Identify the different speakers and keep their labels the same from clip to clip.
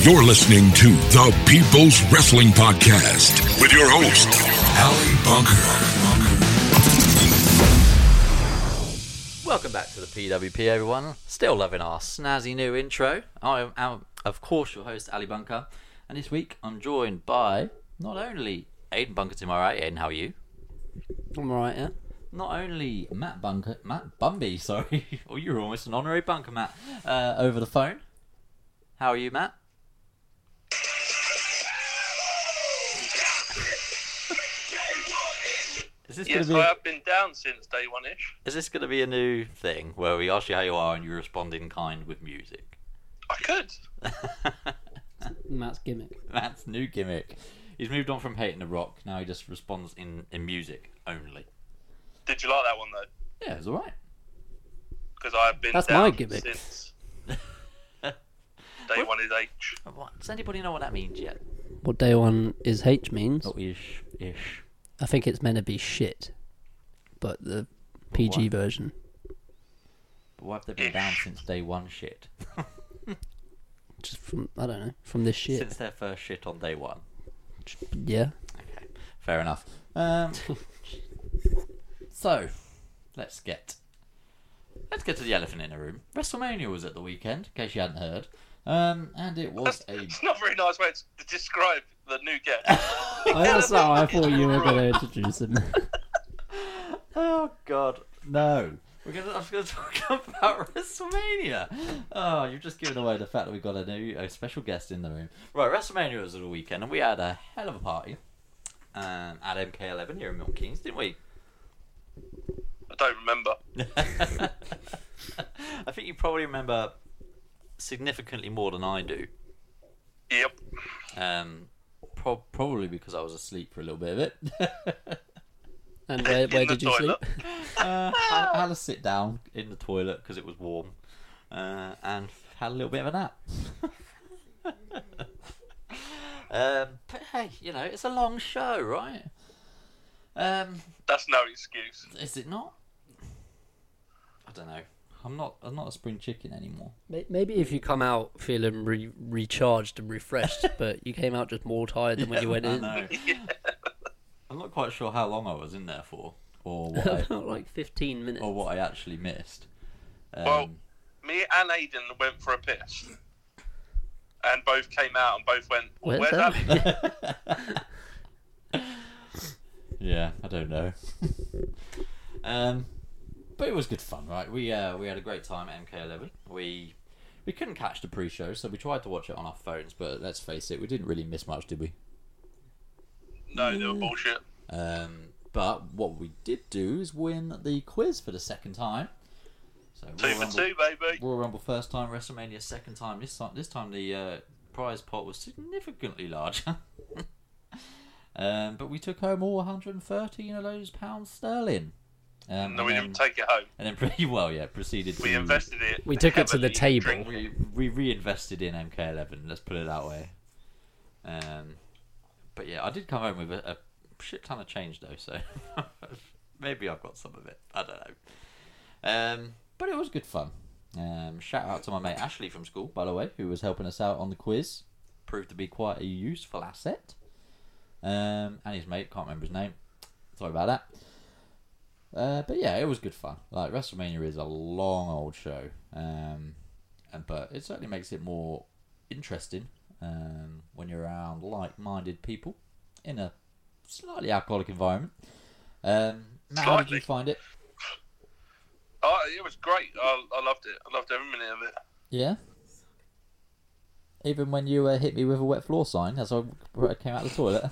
Speaker 1: You're listening to the People's Wrestling Podcast with your host, Ali Bunker.
Speaker 2: Welcome back to the PWP, everyone. Still loving our snazzy new intro. I am, am of course, your host, Ali Bunker. And this week I'm joined by not only Aiden Bunker to my right. Aiden, how are you?
Speaker 3: I'm alright, yeah.
Speaker 2: Not only Matt Bunker, Matt Bumby, sorry. oh, you were almost an honorary Bunker, Matt, uh, over the phone. How are you, Matt?
Speaker 4: Is this yes, be... I have been down since day one ish.
Speaker 2: Is this going to be a new thing where we ask you how you are and you respond in kind with music?
Speaker 4: I could.
Speaker 3: Matt's gimmick.
Speaker 2: Matt's new gimmick. He's moved on from hating the rock. Now he just responds in, in music only.
Speaker 4: Did you like that one though?
Speaker 2: Yeah, it was alright.
Speaker 4: Because I've been
Speaker 3: That's
Speaker 4: down
Speaker 3: my gimmick.
Speaker 4: since day one is H.
Speaker 2: What? Does anybody know what that means yet?
Speaker 3: What day one is H means?
Speaker 2: Oh, ish, ish.
Speaker 3: I think it's meant to be shit, but the PG
Speaker 2: What?
Speaker 3: version.
Speaker 2: But why have they been down since day one shit?
Speaker 3: Just from I don't know from this shit.
Speaker 2: Since their first shit on day one.
Speaker 3: Yeah.
Speaker 2: Okay, fair enough. Um, so, let's get let's get to the elephant in the room. WrestleMania was at the weekend, in case you hadn't heard, um, and it was
Speaker 4: That's,
Speaker 2: a
Speaker 4: it's not a very nice way to describe the new guest.
Speaker 3: That's how I thought you were going to introduce him.
Speaker 2: oh god no. We're gonna I'm gonna talk about WrestleMania. Oh, you've just given away the fact that we got a new a special guest in the room. Right, WrestleMania was at the weekend, and we had a hell of a party um, at MK11 here in Milton Keynes, didn't we?
Speaker 4: I don't remember.
Speaker 2: I think you probably remember significantly more than I do.
Speaker 4: Yep.
Speaker 2: Um, prob probably because I was asleep for a little bit of it.
Speaker 3: And where, where
Speaker 4: In the
Speaker 3: did you sleep?
Speaker 4: toilet.
Speaker 2: uh, I, I had to sit down in the toilet because it was warm, uh, and had a little bit of a nap. um, but hey, you know it's a long show, right? Um,
Speaker 4: That's no excuse.
Speaker 2: is it not? I don't know. I'm not. I'm not a spring chicken anymore.
Speaker 3: May- Maybe if you come out feeling re- recharged and refreshed, but you came out just more tired than when you went
Speaker 2: I
Speaker 3: in.
Speaker 2: know. I'm not quite sure how long I was in there for, or what I,
Speaker 3: About like 15 minutes.
Speaker 2: or what I actually missed. Um,
Speaker 4: Well, Me and Aiden went for a piss. And both came out and both went,
Speaker 3: Where's
Speaker 4: Where's
Speaker 3: that?"
Speaker 4: that?
Speaker 2: yeah, I don't know. um, but it was good fun, right? We uh, we had a great time at MK11. We we couldn't catch the pre-show, so we tried to watch it on our phones. But let's face it, we didn't really miss much, did we?
Speaker 4: No, they were bullshit.
Speaker 2: Um, but what we did do is win the quiz for the second time. So
Speaker 4: Two
Speaker 2: Royal
Speaker 4: for
Speaker 2: Rumble-
Speaker 4: two, baby.
Speaker 2: Royal Rumble first time, WrestleMania second time. This time, this time the uh, prize pot was significantly larger. um, but we took home all 130 of those pounds sterling. Um,
Speaker 4: No, we
Speaker 2: and
Speaker 4: didn't
Speaker 2: then,
Speaker 4: take it home.
Speaker 2: And then pretty well, yeah, proceeded.
Speaker 4: We
Speaker 2: to,
Speaker 4: invested it.
Speaker 5: We took it to the
Speaker 4: heavily in
Speaker 5: table.
Speaker 4: drink.
Speaker 2: We, we reinvested in MK11. Let's put it that way. Um, but yeah, I did come home with a, a shit ton of change though, so maybe I've got some of it. I don't know. Um, but it was good fun. Um, shout out to my mate Ashley from school, by the way, who was helping us out on the quiz. Proved to be quite a useful asset. Um, and his mate, can't remember his name. Sorry about that. Uh, but yeah, it was good fun. Like WrestleMania is a long old show, um, and but it certainly makes it more interesting um, when you're around like-minded people in a slightly alcoholic environment. Um, Matt, how did you
Speaker 4: Slightly.
Speaker 2: find it?
Speaker 4: Oh, it was great. I, I loved it. I loved every minute of it.
Speaker 2: Yeah. Even when you uh, hit me with a wet floor sign as I I came out of the toilet.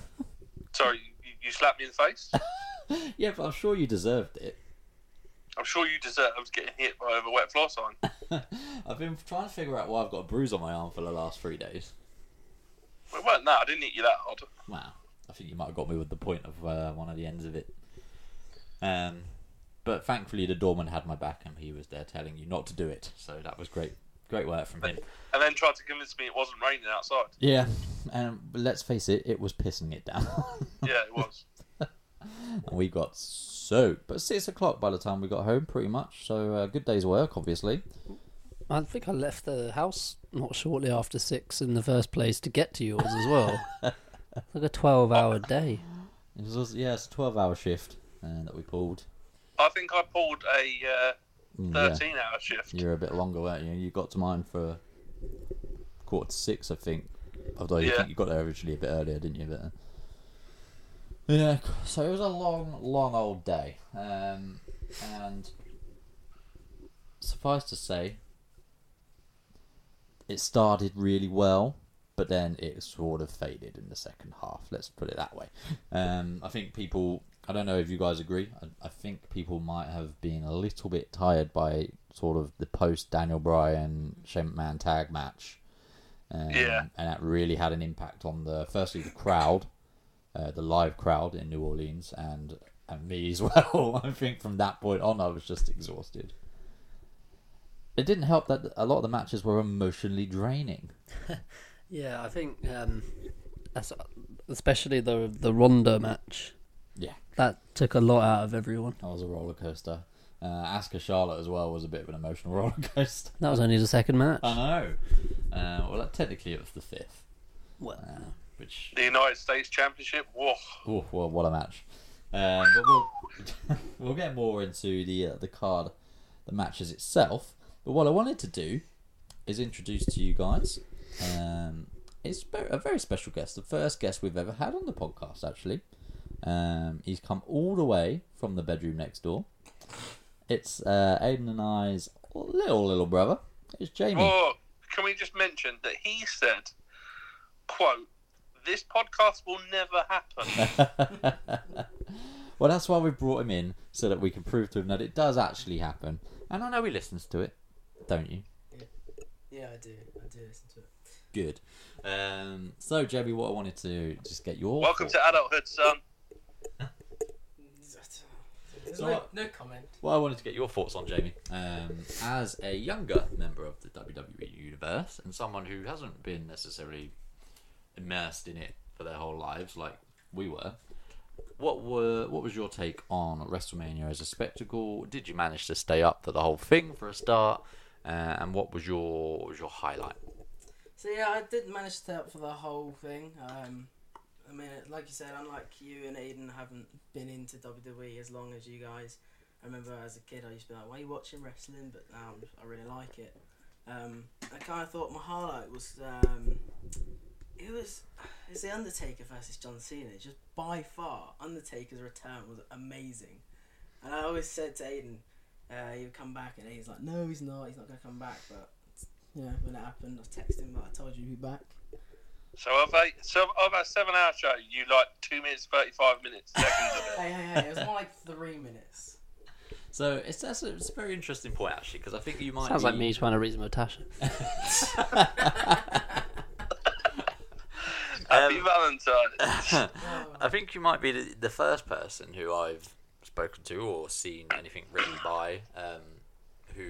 Speaker 4: Sorry, you, you slapped me in the face?
Speaker 2: yeah, but I'm sure you deserved it.
Speaker 4: I'm sure you deserved getting hit by a wet floor sign.
Speaker 2: I've been trying to figure out why I've got a bruise on my arm for the last three days.
Speaker 4: It weren't that. I didn't hit you that hard.
Speaker 2: Wow. I think you might have got me with the point of uh, one of the ends of it. Um, but thankfully, the doorman had my back and he was there telling you not to do it. So that was great. Great work from him.
Speaker 4: And then tried to convince me it wasn't raining outside.
Speaker 2: Yeah. And let's face it, it was pissing it down.
Speaker 4: Yeah, it was.
Speaker 2: and we got soaked. But six o'clock by the time we got home, pretty much. So uh, good day's work, obviously.
Speaker 6: I think I left the house not shortly after six in the first place to get to yours as well. It's like a twelve-hour day.
Speaker 2: It was also, yeah, it's a twelve-hour shift uh, that we pulled.
Speaker 4: I think I pulled a
Speaker 2: Mm,
Speaker 4: uh,
Speaker 2: yeah.
Speaker 4: 13 hour shift.
Speaker 2: You're a bit longer, weren't you? You got to mine for quarter to six, I think. Although you
Speaker 4: Yeah.
Speaker 2: think you got there originally a bit earlier, didn't you? But uh, yeah, c- so it was a long, long old day, um, and suffice to say, it started really well, but then it sort of faded in the second half. Let's put it that way. Um, I think people. I don't know if you guys agree. I, I think people might have been a little bit tired by sort of the post Daniel Bryan Shentman tag match. Um,
Speaker 4: Yeah.
Speaker 2: And that really had an impact on the firstly the crowd, uh, the live crowd in New Orleans, and and me as well. I think from that point on, I was just exhausted. It didn't help that a lot of the matches were emotionally draining.
Speaker 6: Yeah, I think um, that's especially the the Ronda match
Speaker 2: Yeah.
Speaker 6: that took a lot out of everyone.
Speaker 2: That was a roller coaster. Uh, Asuka Charlotte as well was a bit of an emotional roller coaster.
Speaker 6: That was only the second match.
Speaker 7: I
Speaker 2: Uh-huh.
Speaker 7: know.
Speaker 2: Uh, well, that- technically it was the fifth,
Speaker 6: Well,
Speaker 2: which
Speaker 4: The United States Championship. Whoa.
Speaker 2: oh, well, what a match. Um, but we'll we'll get more into the uh, the card, the matches itself. But what I wanted to do is introduce to you guys. Um, it's ve- a very special guest, the first guest we've ever had on the podcast. Actually, um, he's come all the way from the bedroom next door. It's uh, Aiden and I's little little brother. It's Jamie.
Speaker 4: Whoa. Oh, Can we just mention that he said, quote, this podcast will never happen.
Speaker 2: Well, that's why we brought him in so that we can prove to him that it does actually happen. And I know
Speaker 7: No,
Speaker 2: he
Speaker 7: he listens
Speaker 2: listens
Speaker 7: to
Speaker 2: to it, don't you?
Speaker 8: Yeah, I do. I do listen to it.
Speaker 2: Good. Um, so, Jamie, what I wanted to just get your
Speaker 4: Welcome
Speaker 2: thoughts-
Speaker 4: to adulthood, son.
Speaker 8: There's
Speaker 2: So
Speaker 8: no,
Speaker 2: what-
Speaker 8: no comment.
Speaker 2: What I wanted to get your thoughts on, Jamie, um, as a younger member of the WWE universe.
Speaker 7: us E and someone who hasn't been necessarily immersed in it for their whole lives like we were what were what was your take on WrestleMania as a spectacle did you manage to stay up for the whole thing for a start uh, and what was your what was your highlight
Speaker 8: So yeah, I did manage to stay up for the whole thing. Um, I mean, like you said, unlike you and Aiden, haven't been into WWE as long as you guys. I remember as a kid, I used to be like, "Why are you watching wrestling?" But now I really like it. Um, I kind of thought my highlight was um, it was it's the Undertaker versus John Cena. Just by far, Undertaker's return was amazing. And I always said to Aiden, uh, he'd come back, and Aiden's like, "No, he's not. He's not gonna come back." But yeah, when it happened, I texted him like I told you he'd be back.
Speaker 4: So of a so of our seven hour show, you like two minutes thirty five minutes seconds of it.
Speaker 8: Hey, hey, hey! It was more like three minutes.
Speaker 2: So, it's, that's a, it's a very interesting point, actually, because I think you might.
Speaker 6: sounds
Speaker 2: be-
Speaker 6: like me trying to reason with Tasha.
Speaker 7: Um,
Speaker 4: Happy Valentine.
Speaker 7: I think you might be the, the first person who I've spoken to or seen anything written by um, who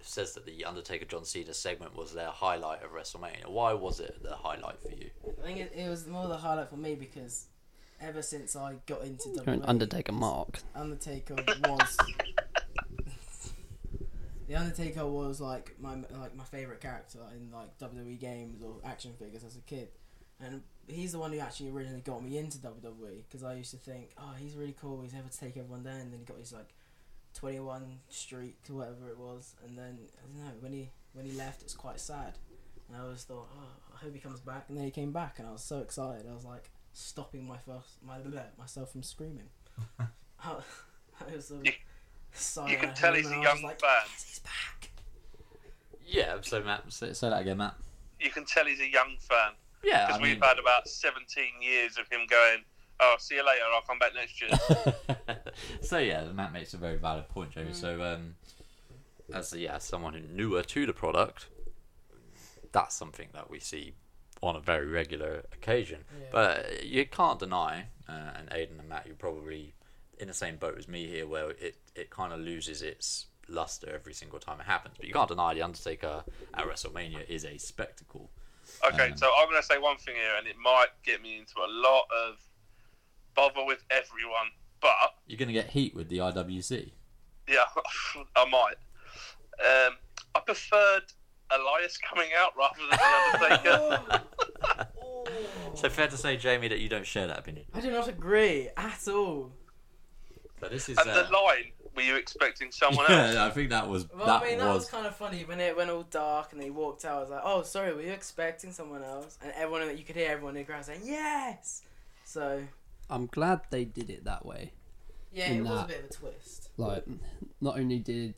Speaker 7: says that the Undertaker John Cena segment was their highlight of WrestleMania. Why was it the highlight for you?
Speaker 8: I think it, it was more the highlight for me because ever since I got into
Speaker 6: You're an
Speaker 8: WWE,
Speaker 6: Undertaker mark.
Speaker 8: Undertaker was the Undertaker was like my like my favorite character in like WWE games or action figures as a kid, and he's the one who actually originally got me into WWE because I used to think, oh, he's really cool. He's able to take everyone down. And then he got his like twenty one streak or whatever it was, and then I don't know when he when he left, it was quite sad. And I always thought, oh, I hope he comes back. And then he came back, and I was so excited. I was like stopping my first, my myself from screaming. I was so
Speaker 4: You-
Speaker 8: sorry.
Speaker 4: You can
Speaker 8: I
Speaker 4: tell
Speaker 8: heard
Speaker 4: he's
Speaker 8: him
Speaker 4: a
Speaker 8: and I was
Speaker 4: young
Speaker 8: like,
Speaker 4: fan.
Speaker 8: "Yes, he's back.
Speaker 7: Yeah, so Matt,
Speaker 2: Say, say that again, Matt.
Speaker 4: You can tell he's a young fan
Speaker 7: yeah,
Speaker 4: because
Speaker 7: I
Speaker 4: we've
Speaker 7: mean-
Speaker 4: had about seventeen years of him going. Oh, see you later. I'll come back next year.
Speaker 7: so yeah, Matt makes a very valid point, Jamie. So
Speaker 8: Mm.
Speaker 7: um, as yeah, as someone who newer to the product, that's something that we see on a very regular occasion. But you can't deny, uh, and Aiden and Matt, you're probably in the same boat as me here, where it it kind of loses its luster every single time it happens. But you can't deny the Undertaker at WrestleMania is a spectacle.
Speaker 4: Okay, so I'm going to say one thing here, and it might get me into a lot of bother with everyone, but
Speaker 2: You're going to get heat with the IWC.
Speaker 4: yeah, I might. Um, I preferred Elias coming out rather than the Undertaker.
Speaker 2: So fair to say, Jamie, that you don't share that opinion.
Speaker 8: I do not agree at all.
Speaker 2: So this is.
Speaker 4: and
Speaker 2: Uh,
Speaker 4: the line, were you expecting someone else?
Speaker 9: yeah, I think that was
Speaker 8: Well,
Speaker 9: that,
Speaker 8: I mean, that was...
Speaker 9: was,
Speaker 8: kind of funny when it went all dark and they walked out. I was like, "Oh, sorry, were you expecting someone else?" And everyone, you could hear everyone in the crowd saying, "Yes." So
Speaker 6: I'm glad they did it that way.
Speaker 8: yeah,
Speaker 6: In
Speaker 8: it was a
Speaker 6: that-
Speaker 8: bit of a twist.
Speaker 6: Like, not only did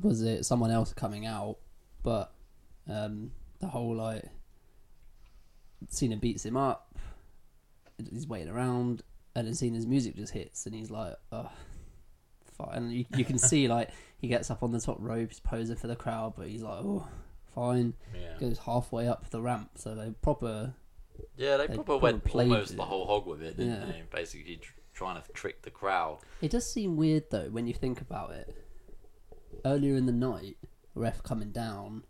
Speaker 6: was it someone else coming out, but um, the whole like Cena beats him up. He's waiting around, and then Cena's music just hits, and he's like, "Oh, fine." And you, you can see like he gets up on the top rope, he's posing for the crowd, but he's like, "Oh, fine."
Speaker 2: Yeah.
Speaker 6: Goes halfway up the ramp, so they proper
Speaker 2: yeah, they
Speaker 6: they
Speaker 2: probably
Speaker 6: probably
Speaker 2: went
Speaker 6: played
Speaker 2: almost
Speaker 6: it.
Speaker 2: the whole hog with it, didn't
Speaker 6: Yeah.
Speaker 2: they? Basically, tr- trying to trick the crowd.
Speaker 6: It does seem weird though when you think about it. Earlier in the night, ref coming down,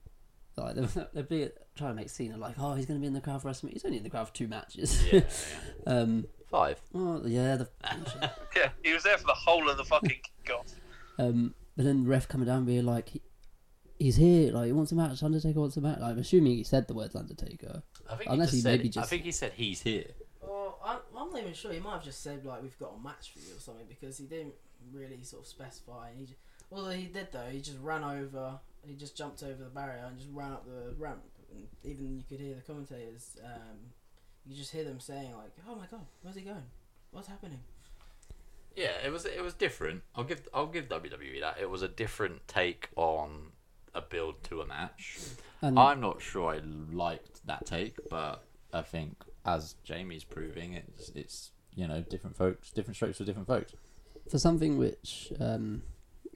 Speaker 6: like they'd be trying to make Cena like, oh, he's going to be in the crowd for WrestleMania. He's only in the crowd for two matches.
Speaker 2: Yeah.
Speaker 6: um,
Speaker 2: Five.
Speaker 6: oh, yeah. The,
Speaker 4: yeah, he was there for the whole of the fucking kickoff.
Speaker 6: um, but then the ref coming down, being like, he, he's here. Like he wants a match. Undertaker wants a match. Like, I'm assuming he said the words Undertaker.
Speaker 2: I think
Speaker 6: Unless
Speaker 2: he,
Speaker 6: he
Speaker 2: just said,
Speaker 6: maybe
Speaker 2: I
Speaker 6: just-
Speaker 2: think he said he's here.
Speaker 8: Well, I'm, I'm not even sure. He might have just said like, "We've got a match for you" or something because he didn't really sort of specify. He just, well, he did though. He just ran over. He just jumped over the barrier and just ran up the ramp. And even you could hear the commentators. Um, you could just hear them saying like, "Oh my god, where's he going? What's happening?"
Speaker 2: Yeah, it was it was different. I'll give I'll give WWE that. It was a different take on a build to a match.
Speaker 6: And-
Speaker 2: I'm not sure I liked that take, but I think as Jamie's proving, it's it's you know different folks, different strokes for different folks.
Speaker 6: For something which um,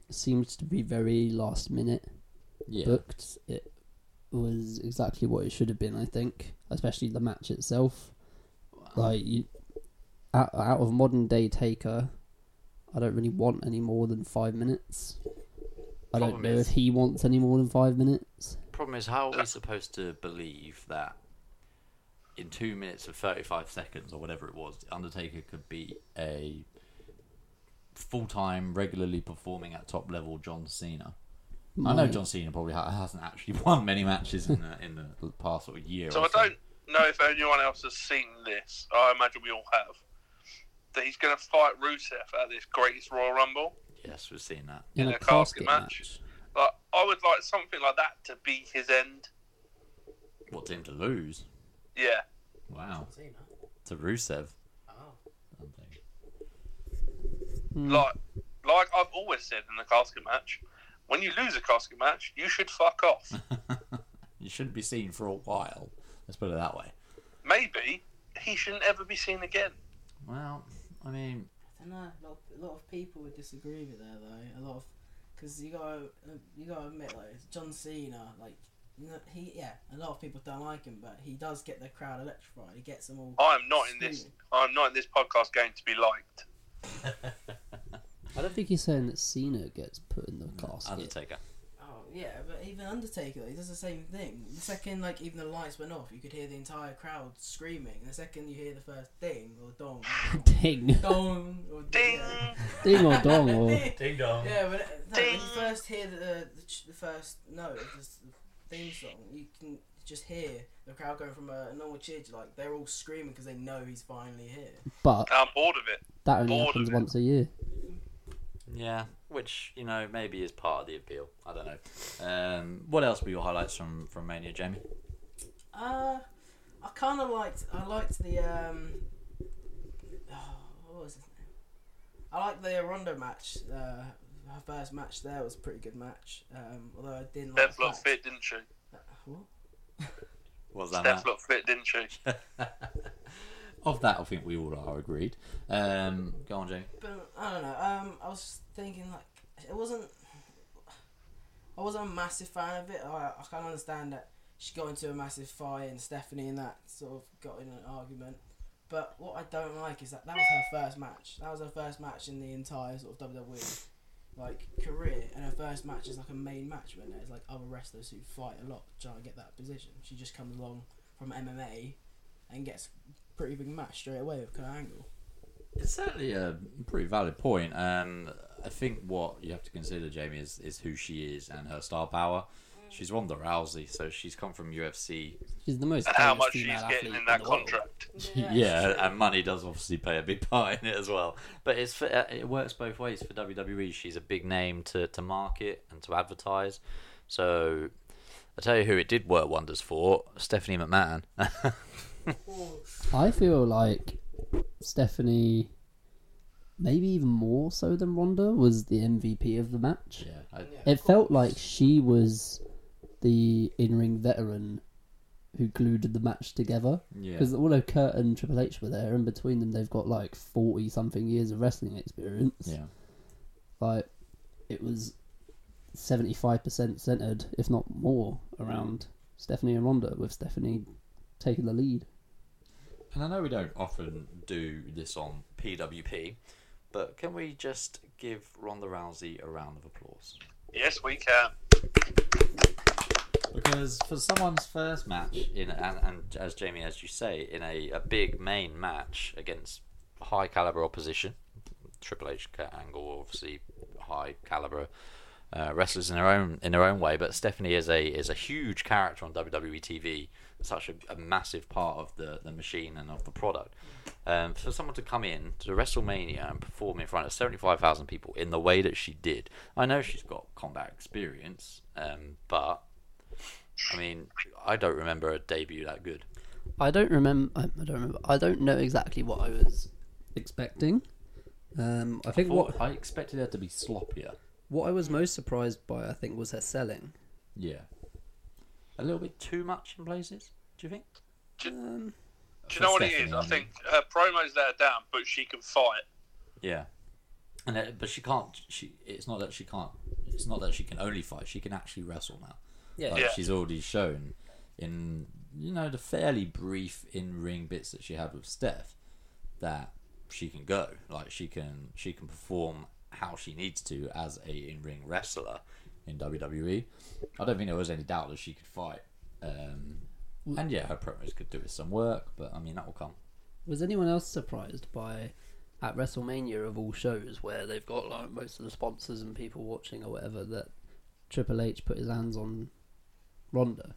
Speaker 6: seems to be very last minute,
Speaker 2: Yeah,
Speaker 6: booked, it was exactly what it should have been. I think, especially the match itself. Like you, out, out of modern day Taker, I don't really want any more than five minutes. I don't
Speaker 2: Problem
Speaker 6: know
Speaker 2: is-
Speaker 6: if he wants any more than five minutes.
Speaker 2: problem is how are
Speaker 4: Uh.
Speaker 2: we supposed to believe that in two minutes and 35 seconds or whatever it was the undertaker could be a full-time regularly performing at top level john cena i know
Speaker 6: Right.
Speaker 2: john cena probably ha- hasn't actually won many matches in the, in the past sort of year
Speaker 4: So
Speaker 2: or
Speaker 4: I don't know if anyone else has seen this. I imagine we all have. That he's going to fight Rusev at this greatest Royal Rumble.
Speaker 2: yes we've seen that
Speaker 6: In,
Speaker 4: in
Speaker 6: a,
Speaker 4: a casket
Speaker 6: casket match.
Speaker 4: Like I would like something like that to be his end.
Speaker 2: what's him to lose
Speaker 4: Yeah.
Speaker 2: wow
Speaker 8: See, man.
Speaker 2: to rusev
Speaker 8: Oh.
Speaker 4: Like, like I've always said in the casket match, when you lose a casket match, you should fuck off.
Speaker 2: you shouldn't be seen for a while let's put it that way
Speaker 4: Maybe he shouldn't ever be seen again.
Speaker 2: well i mean
Speaker 8: I don't know. A lot, of, a lot of people would disagree with that though. A lot of because you gotta um, you gotta admit like John Cena like n- he yeah a lot of people don't like him but he does get the crowd electrified. He gets them all.
Speaker 4: I am not in this. I'm not in this podcast game to be liked.
Speaker 6: I don't think he's saying that Cena gets put in the casket.
Speaker 2: undertaker
Speaker 8: Oh yeah, but even Undertaker he does the same thing. The second like even the lights went off, you could hear the entire crowd screaming. The second you hear the first ding or dong,
Speaker 6: Ding,
Speaker 8: dong or
Speaker 4: Ding.
Speaker 8: yeah.
Speaker 6: ding or dong or
Speaker 2: ding dong
Speaker 8: Yeah, when, no, when you
Speaker 4: Ding.
Speaker 8: first hear the the, ch- the first note of this theme song, you can just hear the crowd going from a normal cheer to like they're all screaming because they know he's finally here.
Speaker 6: but
Speaker 4: I'm bored of it.
Speaker 6: that only
Speaker 4: bored of
Speaker 6: happens
Speaker 4: it.
Speaker 6: once a year.
Speaker 2: Yeah, which you know maybe is part of the appeal. I don't know. Um, what else were your highlights from from Mania, Jamie?
Speaker 8: Uh, I kind of liked I liked the um, oh, what was his name? I liked the Rondo match. Uh, her first match there was a pretty good match. Um, although I didn't like
Speaker 4: Steph
Speaker 8: the
Speaker 4: looked
Speaker 8: fact-
Speaker 4: fit, didn't she?
Speaker 8: What?
Speaker 2: Was that
Speaker 4: Steph looked fit, didn't she?
Speaker 2: of that? I think we all are agreed. Um, go on, Jamie.
Speaker 8: But I don't know. Um, I was just thinking like it wasn't. I wasn't a massive fan of it. I I can understand that she got into a massive fight and Stephanie and that sort of got in an argument. But what I don't like is that that was her first match. That was her first match in the entire sort of WWE like career, and her first match is like a main match when there's like other wrestlers who fight a lot trying to get that position. She just comes along from MMA and gets a pretty big match straight away with Kurt Angle.
Speaker 2: It's certainly a pretty valid point. Um, I think what you have to consider, Jamie, is is who she is and her star power. She's Ronda Rousey, so she's come from UFC,
Speaker 6: She's the most.
Speaker 4: And how
Speaker 6: famous
Speaker 4: much she's
Speaker 6: female
Speaker 4: getting
Speaker 6: athlete
Speaker 4: in that
Speaker 6: the world.
Speaker 4: contract.
Speaker 2: yeah, and money does obviously play a big part in it as well. But it's for, uh, it works both ways for WWE. She's a big name to, to market and to advertise. So I tell you who it did work wonders for: Stephanie McMahon.
Speaker 6: I feel like Stephanie, maybe even more so than Ronda, was the MVP of the match.
Speaker 10: Yeah.
Speaker 2: I-
Speaker 6: It felt like she was the in ring veteran who glued the match together.
Speaker 2: Yeah.
Speaker 6: Because although Kurt and Triple H were there, and between them they've got like 40 something years of wrestling experience.
Speaker 10: Yeah.
Speaker 6: Like, it was 75% centered, if not more, around Stephanie and Ronda, with Stephanie taking the lead.
Speaker 2: And I know we don't often do this on PWP, but can we just give Ronda Rousey a round of applause?
Speaker 4: Yes, we can.
Speaker 2: Because for someone's first match in and, and as Jamie as you say in a, a big main match against high caliber opposition, Triple H, Kurt Angle, obviously high caliber uh, wrestlers in their own in their own way. But Stephanie is a is a huge character on WWE TV, such a, a massive part of the the machine and of the product. Um, for someone to come in to WrestleMania and perform in front of seventy five thousand people in the way that she did, I know she's got combat experience, um, but I mean, I don't remember a debut that good.
Speaker 6: I don't remember. I I don't remember. I don't know exactly what I was expecting. Um, I think what
Speaker 10: I expected her to be sloppier.
Speaker 6: what I was most surprised by, I think, was her selling.
Speaker 10: Yeah.
Speaker 2: A little bit too much in places. Do you think?
Speaker 4: Do you know what it
Speaker 10: Stephanie,
Speaker 4: is?
Speaker 10: I
Speaker 4: I
Speaker 10: mean.
Speaker 4: think her promos let her down, but she can fight.
Speaker 2: Yeah. And uh, but she can't. She it's not that she can't. It's not that she can only fight. She can actually wrestle now.
Speaker 6: Yeah.
Speaker 2: Like
Speaker 4: Yeah.
Speaker 2: she's already shown in you know the fairly brief in ring bits that she had with Steph that she can go. Like she can she can perform how she needs to as a in ring wrestler in WWE. I don't think there was any doubt that she could fight. Um, and yeah, her promos could do with some work, but I mean that will come.
Speaker 6: Was anyone else surprised by at WrestleMania of all shows where they've got like most of the sponsors and people watching or whatever that Triple H put his hands on Ronda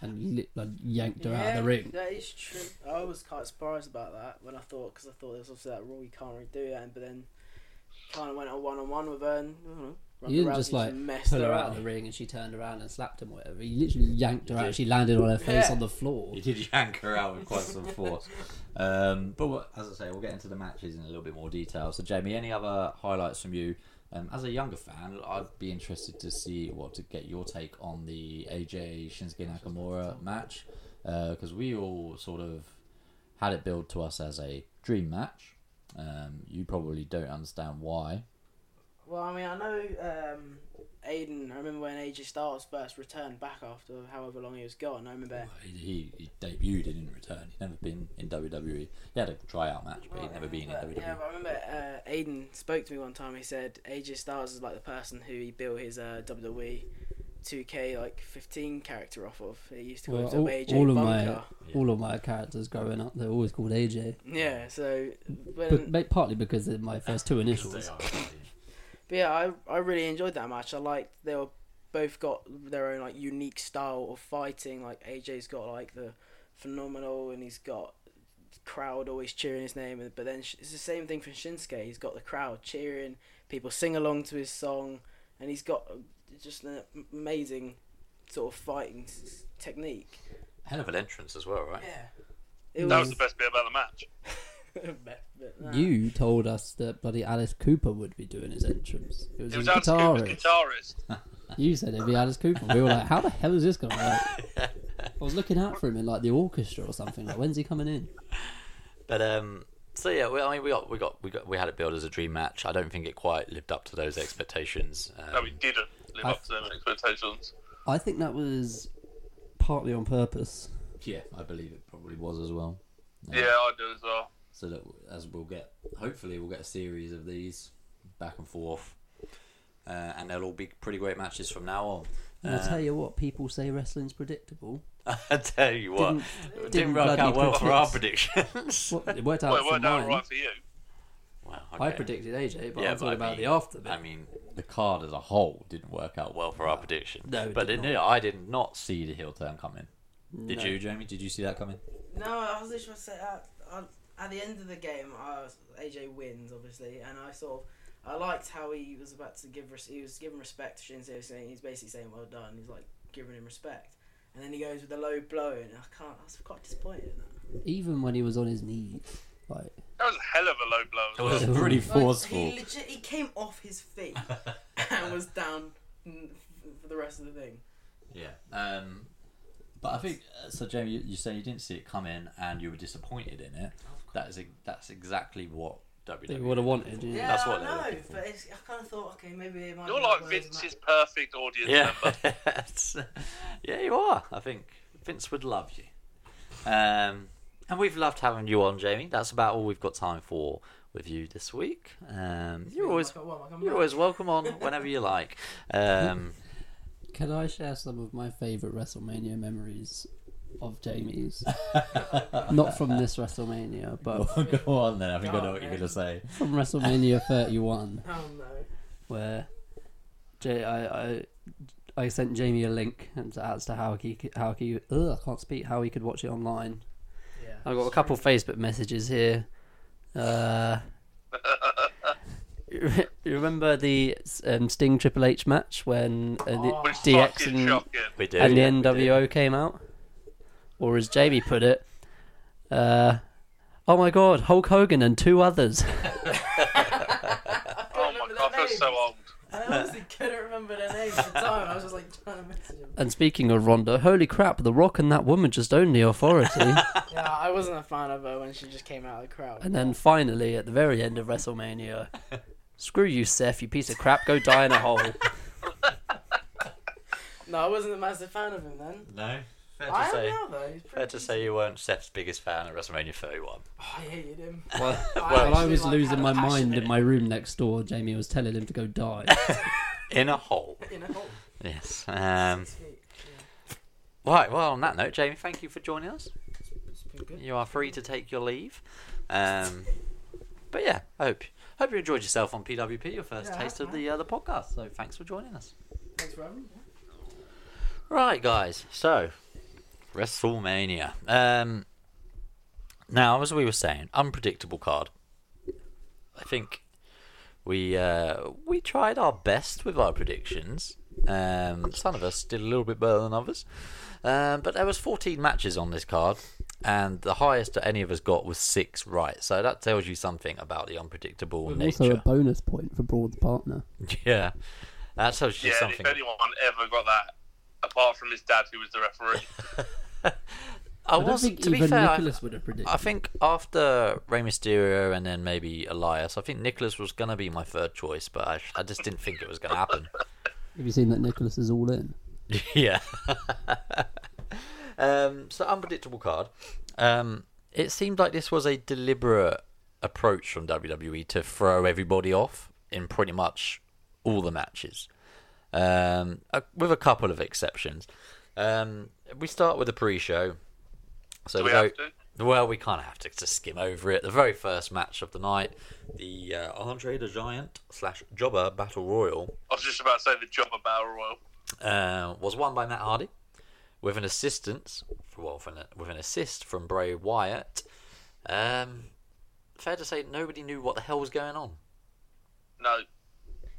Speaker 6: and li- like, yanked her out of the ring?
Speaker 8: That is true. I was quite surprised about that when I thought, because I thought there was obviously that rule you can't really do that, and- but then kind of went on one on one with her and. I don't know, Ronda
Speaker 6: You didn't just
Speaker 8: Rousey
Speaker 6: like
Speaker 8: messed
Speaker 6: pull her out
Speaker 8: up.
Speaker 6: of the ring and she turned around and slapped him, or whatever. You literally yanked her out. She landed on her face
Speaker 8: Yeah.
Speaker 6: on the floor.
Speaker 2: He did yank her out with quite some force. Um, but what, as I say, we'll get into the matches in a little bit more detail. So, Jamie, any other highlights from you? Um, as a younger fan, I'd be interested to see what to get your take on the AJ Shinsuke Nakamura match because we all sort of had it billed to us as a dream match. Um, you probably don't understand why.
Speaker 8: Well, I mean, I know um, Aiden. I remember when AJ Styles first returned back after however long he was gone. I remember.
Speaker 2: He, he, he debuted and didn't return. He'd never been in WWE. He had a tryout match, but Oh, he'd never been in E.
Speaker 8: But, Yeah,
Speaker 2: WWE.
Speaker 8: but I remember uh, Aiden spoke to me one time. He said AJ Styles is like the person who he built his uh, WWE 2K like 15 character off of. He used to call
Speaker 6: Well,
Speaker 8: himself
Speaker 6: all,
Speaker 8: AJ
Speaker 6: all of my
Speaker 8: Bunker.
Speaker 6: all of my characters growing up, they're always called AJ.
Speaker 8: Yeah, so
Speaker 6: But,
Speaker 8: when,
Speaker 6: but partly because of my first two initials.
Speaker 8: But yeah, I, I really enjoyed that match. I liked they were both got their own like unique style of fighting. Like AJ's got like the phenomenal, and he's got crowd always cheering his name. and- But then sh- it's the same thing for Shinsuke. He's got the crowd cheering, people sing along to his song, and he's got uh, just an amazing sort of fighting s- s- technique.
Speaker 2: Hell of an entrance as well, right?
Speaker 8: Yeah, it
Speaker 4: That was
Speaker 8: was.
Speaker 4: the best bit about the match.
Speaker 8: but- but, nah.
Speaker 6: You told us that bloody Alice Cooper would be doing his entrance. It was,
Speaker 4: It was
Speaker 6: a
Speaker 4: Alice Cooper's
Speaker 6: guitarist.
Speaker 4: guitarist.
Speaker 6: You said it'd be Alice Cooper. We were like, how the hell is this going to work? I was looking out for him in like the orchestra or something. Like, when's he coming in?
Speaker 2: But um, so yeah, we, I mean, we got we got we got we had it billed as a dream match. I don't think it quite lived up to those expectations. Um,
Speaker 4: No, we didn't live
Speaker 6: I-
Speaker 4: up to their expectations.
Speaker 6: I think that was partly on purpose.
Speaker 2: yeah, I believe it probably
Speaker 10: Probably was as well.
Speaker 4: Yeah, I do as well.
Speaker 10: So that as we'll get, hopefully we'll get a series of these
Speaker 2: back and forth, uh, and they'll all be pretty great matches from now on.
Speaker 6: And I tell you what, people say wrestling's predictable.
Speaker 2: I tell you what,
Speaker 6: Didn't-
Speaker 2: it didn't,
Speaker 6: didn't
Speaker 2: work out
Speaker 6: bloody
Speaker 2: well for our predictions.
Speaker 6: What, it worked out
Speaker 4: Well, it
Speaker 6: for
Speaker 4: worked out
Speaker 6: mine.
Speaker 4: right for you.
Speaker 2: Well,
Speaker 6: I
Speaker 2: okay.
Speaker 6: predicted AJ, but
Speaker 2: Yeah, but
Speaker 6: I'm talking
Speaker 2: I
Speaker 6: about
Speaker 2: mean-
Speaker 6: the after bit.
Speaker 2: I mean,
Speaker 11: the card as a whole didn't work out well for our prediction.
Speaker 6: No, it
Speaker 11: but
Speaker 6: did
Speaker 11: in here, I did not see the heel turn coming. Did
Speaker 6: No.
Speaker 11: you, Jamie? Did you see that coming?
Speaker 8: No, I was literally set out I- uh, at the end of the game. I was, AJ wins obviously, and I sort of I liked how he was about to give res- he was giving respect to Shinsuke, saying he's basically saying well done. He's like giving him respect, and then he goes with a low blow, and I can't. I was quite disappointed in that.
Speaker 6: Even when he was on his knees, like
Speaker 4: That was a hell of a low blow. As well.
Speaker 11: was pretty
Speaker 8: Like,
Speaker 11: forceful.
Speaker 8: he legit he came off his feet and was down mm, f- for the rest of the thing.
Speaker 2: Yeah.
Speaker 11: Um, but I think uh, so, Jamie. You, you say you didn't see it come in, and you were disappointed in it. That is that's exactly what E
Speaker 6: they
Speaker 11: WWE
Speaker 6: would have wanted.
Speaker 8: Yeah,
Speaker 6: Yeah.
Speaker 11: That's what
Speaker 8: I
Speaker 11: they're
Speaker 8: know,
Speaker 11: looking for.
Speaker 8: but it's, I kind of thought, okay, maybe it might.
Speaker 4: You're
Speaker 8: be
Speaker 4: like
Speaker 8: one of those
Speaker 4: Vince's perfect audience
Speaker 11: Yeah,
Speaker 4: member.
Speaker 11: It's- yeah, you are.
Speaker 2: I think Vince would love you. Um, and we've loved having you on, Jamie. That's about all we've got time for with you this week. Um, you're
Speaker 8: ma-
Speaker 2: always
Speaker 8: Michael- well, Michael
Speaker 2: you're always welcome on whenever you like. Um,
Speaker 6: Can I share some of my favourite WrestleMania memories of Jamie's? Not from this WrestMania, but
Speaker 11: Go on then. I think I know what you're gonna say.
Speaker 6: from WrestleMania 31.
Speaker 8: Oh no.
Speaker 6: where Jay, I, I, I sent Jamie a link and as to how he c- how he ugh, I can't speak how he could watch it online.
Speaker 8: Yeah.
Speaker 6: I've got a couple Facebook messages here. Uh, you remember the um, Sting Triple H match when uh, the
Speaker 8: Oh.
Speaker 4: Which
Speaker 6: DX
Speaker 4: fucking
Speaker 6: and,
Speaker 4: shocking.
Speaker 2: we do.
Speaker 6: and the
Speaker 2: yeah, we do.
Speaker 6: NWO came out, or as Jamie put it, uh, "Oh my God, Hulk Hogan and two others."
Speaker 8: I couldn't
Speaker 4: Oh my
Speaker 8: remember
Speaker 4: god, I
Speaker 8: their
Speaker 4: feel so
Speaker 8: names.
Speaker 4: old.
Speaker 8: I honestly couldn't remember their names at the time. I was just like trying to message them.
Speaker 6: And speaking of Ronda, holy crap, The Rock and that woman just owned the authority.
Speaker 8: Yeah, I wasn't a fan of her when she just came out of the crowd.
Speaker 6: and then finally, at the very end of WrestleMania, screw you, Seth, you piece of crap, go die in a hole.
Speaker 8: No, I wasn't a massive fan of him then.
Speaker 2: No, fair
Speaker 8: I
Speaker 2: to
Speaker 8: am
Speaker 2: say.
Speaker 8: now though. He's pretty
Speaker 2: Fair to say you weren't Seth's biggest fan at WrestleMania 31.
Speaker 8: Oh, I hated him.
Speaker 6: Well,
Speaker 8: Well,
Speaker 6: I was
Speaker 8: like,
Speaker 6: losing
Speaker 8: had a
Speaker 6: my
Speaker 8: passion
Speaker 6: mind in
Speaker 8: it.
Speaker 6: my room next door. Jamie was telling him to go die.
Speaker 2: In a hole.
Speaker 8: You know.
Speaker 2: Yes. Um,
Speaker 8: It's been-
Speaker 2: right, well, on that note, Jamie, thank you for joining us.
Speaker 8: it's been good.
Speaker 2: You are free to take your leave. Um, but yeah, I hope hope you enjoyed yourself on PWP, your first
Speaker 8: Yeah,
Speaker 2: taste of the uh, the podcast. So thanks for joining us.
Speaker 8: Thanks for having me.
Speaker 2: Right, guys. So WrestleMania. Um, now, as we were saying, unpredictable card. I think we uh, we tried our best with our predictions. Um, some of us did a little bit better than others, um, but there was 14 matches on this card, and the highest that any of us got was six right. So that tells you something about the unpredictable nature.
Speaker 6: also, a bonus point for Broad's partner.
Speaker 2: yeah, that tells you
Speaker 4: Yeah, and
Speaker 2: something.
Speaker 4: if anyone ever got that, apart from his dad who was the referee.
Speaker 2: I
Speaker 6: I don't
Speaker 2: was,
Speaker 6: think
Speaker 2: to be
Speaker 6: even
Speaker 2: fair, I-
Speaker 6: Nicholas would have predicted.
Speaker 2: I think after Rey Mysterio and then maybe Elias, I think Nicholas was going to be my third choice, but I, I just didn't think it was going to happen.
Speaker 6: Have you seen that Nicholas is all in?
Speaker 2: yeah. um, so, unpredictable card. Um, it seemed like this was a deliberate approach from WWE to throw everybody off in pretty much all the matches, um, a- with a couple of exceptions. Um, we start with the pre show. So
Speaker 4: Do
Speaker 2: we
Speaker 4: we
Speaker 2: go-
Speaker 4: have to?
Speaker 2: well, we kind of have to just skim over it. The very first match of the night, the uh, Andre the Giant slash Jobber Battle Royal,
Speaker 4: I was just about to say the job of Battle Royal.
Speaker 2: uh, was won by Matt Hardy with an assistance, well, with an, with an assist from Bray Wyatt. Um, fair to say, nobody knew what the hell was going on.
Speaker 4: No,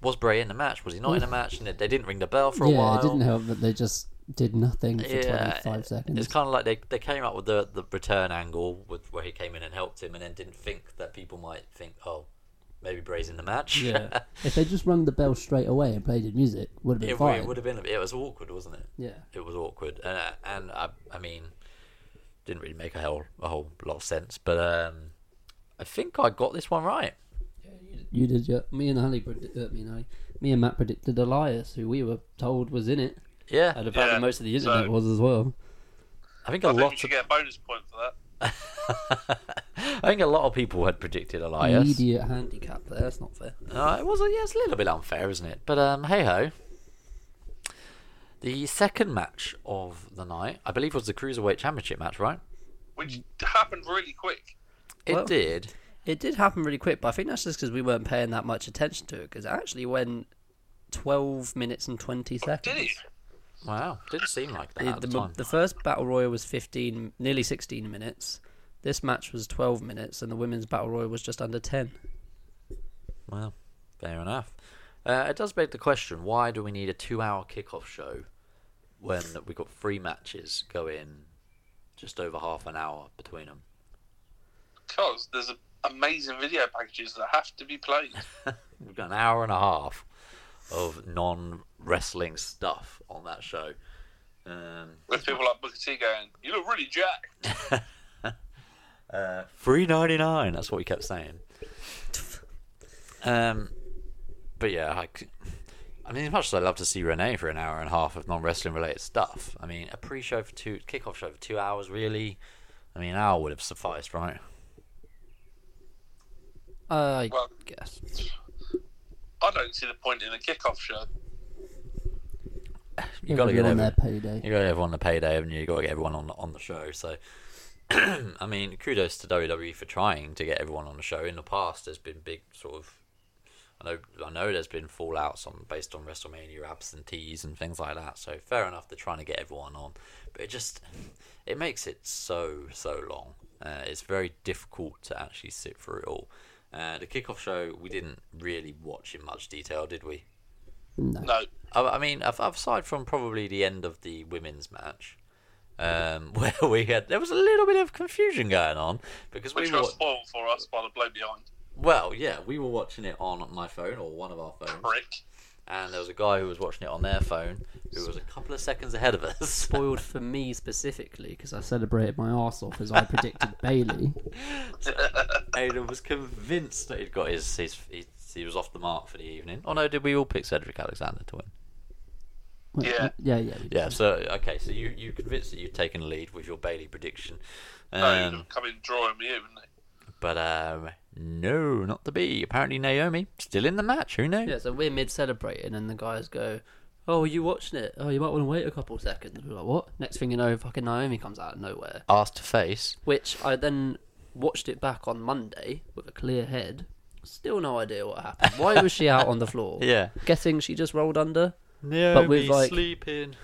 Speaker 2: Was Bray in the match? Was he not in the match? And they, they didn't ring the bell for a
Speaker 6: yeah,
Speaker 2: while.
Speaker 6: it didn't help that they just did nothing for 25 seconds.
Speaker 2: It's kind of like they, they came up with the, the return angle with where he came in and helped him, and then didn't think that people might think, oh, maybe Bray's in the match.
Speaker 6: Yeah. if they just rung the bell straight away and played his music, would have been
Speaker 2: it,
Speaker 6: fine.
Speaker 2: would have been it was awkward, wasn't it?
Speaker 6: Yeah.
Speaker 2: It was awkward, and I, and I I mean, didn't really make a whole a whole lot of sense, but um, I think I got this one right.
Speaker 6: You did, yeah. Me and Ali, predi- uh, me and Ali, me and Matt predicted Elias, who we were told was in it,
Speaker 2: Yeah,
Speaker 6: and apparently
Speaker 4: Yeah,
Speaker 6: most of the internet
Speaker 4: so-
Speaker 6: was as well.
Speaker 2: I think a
Speaker 4: I think you
Speaker 2: lot of
Speaker 4: should get a bonus point for that.
Speaker 2: I think a lot of people had predicted Elias.
Speaker 6: Immediate handicap there. That's not fair.
Speaker 2: Uh, it was a, yeah, it's a little bit unfair, isn't it? But um, hey ho. The second match of the night, I believe, was the cruiserweight championship match, right?
Speaker 4: Which
Speaker 2: Mm.
Speaker 4: happened really quick.
Speaker 2: It
Speaker 6: Well-
Speaker 2: did.
Speaker 6: It did happen really quick, but I think that's just because we weren't paying that much attention to it. Because actually, when 12 minutes and 20 seconds.
Speaker 4: Did he?
Speaker 2: Wow, didn't seem like that.
Speaker 6: The,
Speaker 2: Ah, at the,
Speaker 6: the,
Speaker 2: time.
Speaker 6: the first battle royal was 15, nearly 16 minutes. This match was 12 minutes, and the women's battle royal was just under 10.
Speaker 2: Well, fair enough. Uh, it does beg the question: Why do we need a two-hour kickoff show when we got three matches going just over half an hour between them?
Speaker 4: Because there's a, amazing video packages that have to be played.
Speaker 2: We've got an hour and a half of non-wrestling stuff on that show. Um,
Speaker 4: With people like Booker T going, "You look really jacked."
Speaker 2: Three ninety nine. That's what we kept saying. Um, but yeah, I, c- I mean, as much as I love to see Renee for an hour and a half of non wrestling related stuff, I mean, a pre show for two, kickoff show for two hours, really. I mean, an hour would have sufficed, right?
Speaker 6: I
Speaker 4: Well-
Speaker 6: guess.
Speaker 4: I don't see the point in a kickoff show.
Speaker 2: You got to get
Speaker 6: on their
Speaker 2: everyone.
Speaker 6: payday.
Speaker 2: You got everyone on the payday, haven't you? You got to get everyone on the, on the show. So, I mean, kudos to WWE for trying to get everyone on the show. In the past, there's been big sort of, I know, I know, there's been fallouts on based on WrestleMania absentees and things like that. So fair enough, they're trying to get everyone on, but it just it makes it so so long. Uh, it's very difficult to actually sit through it all. Uh, the kickoff show we didn't really watch in much detail, did we?
Speaker 4: No,
Speaker 2: I, I mean, af- aside from probably the end of the women's match, um, where we had there was a little bit of confusion going on because we
Speaker 4: which
Speaker 2: were
Speaker 4: was spoiled for us by the blow behind.
Speaker 2: well, yeah, we were watching it on my phone or one of our phones,
Speaker 4: Brick.
Speaker 2: and there was a guy who was watching it on their phone who was a couple of seconds ahead of us.
Speaker 6: Spoiled for me specifically because I celebrated my arse off as I predicted Bailey.
Speaker 2: Aidan was convinced that he'd got his, his, his he was off the mark for the evening. Oh no, did we all pick Cedric Alexander to win?
Speaker 4: Yeah.
Speaker 6: yeah, yeah.
Speaker 2: Yeah. So okay, so you you convinced that you'd taken the lead with your Bailey prediction.
Speaker 4: No, he'd
Speaker 2: Um,
Speaker 4: have come in drawing me, wouldn't he?
Speaker 2: But um, no, not to be. Apparently Naomi still in the match. Who knows?
Speaker 6: Yeah, so we're mid celebrating, and the guys go, "Oh, are you watching it? Oh, you might want to wait a couple seconds." We're like, "What?" Next thing you know, fucking Naomi comes out of nowhere.
Speaker 2: Ass to face.
Speaker 6: Which I then watched it back on Monday with a clear head. Still no idea what happened. Why was she out on the floor?
Speaker 2: Yeah.
Speaker 6: guessing she just rolled under.
Speaker 2: Naomi
Speaker 6: with, like-
Speaker 2: sleeping.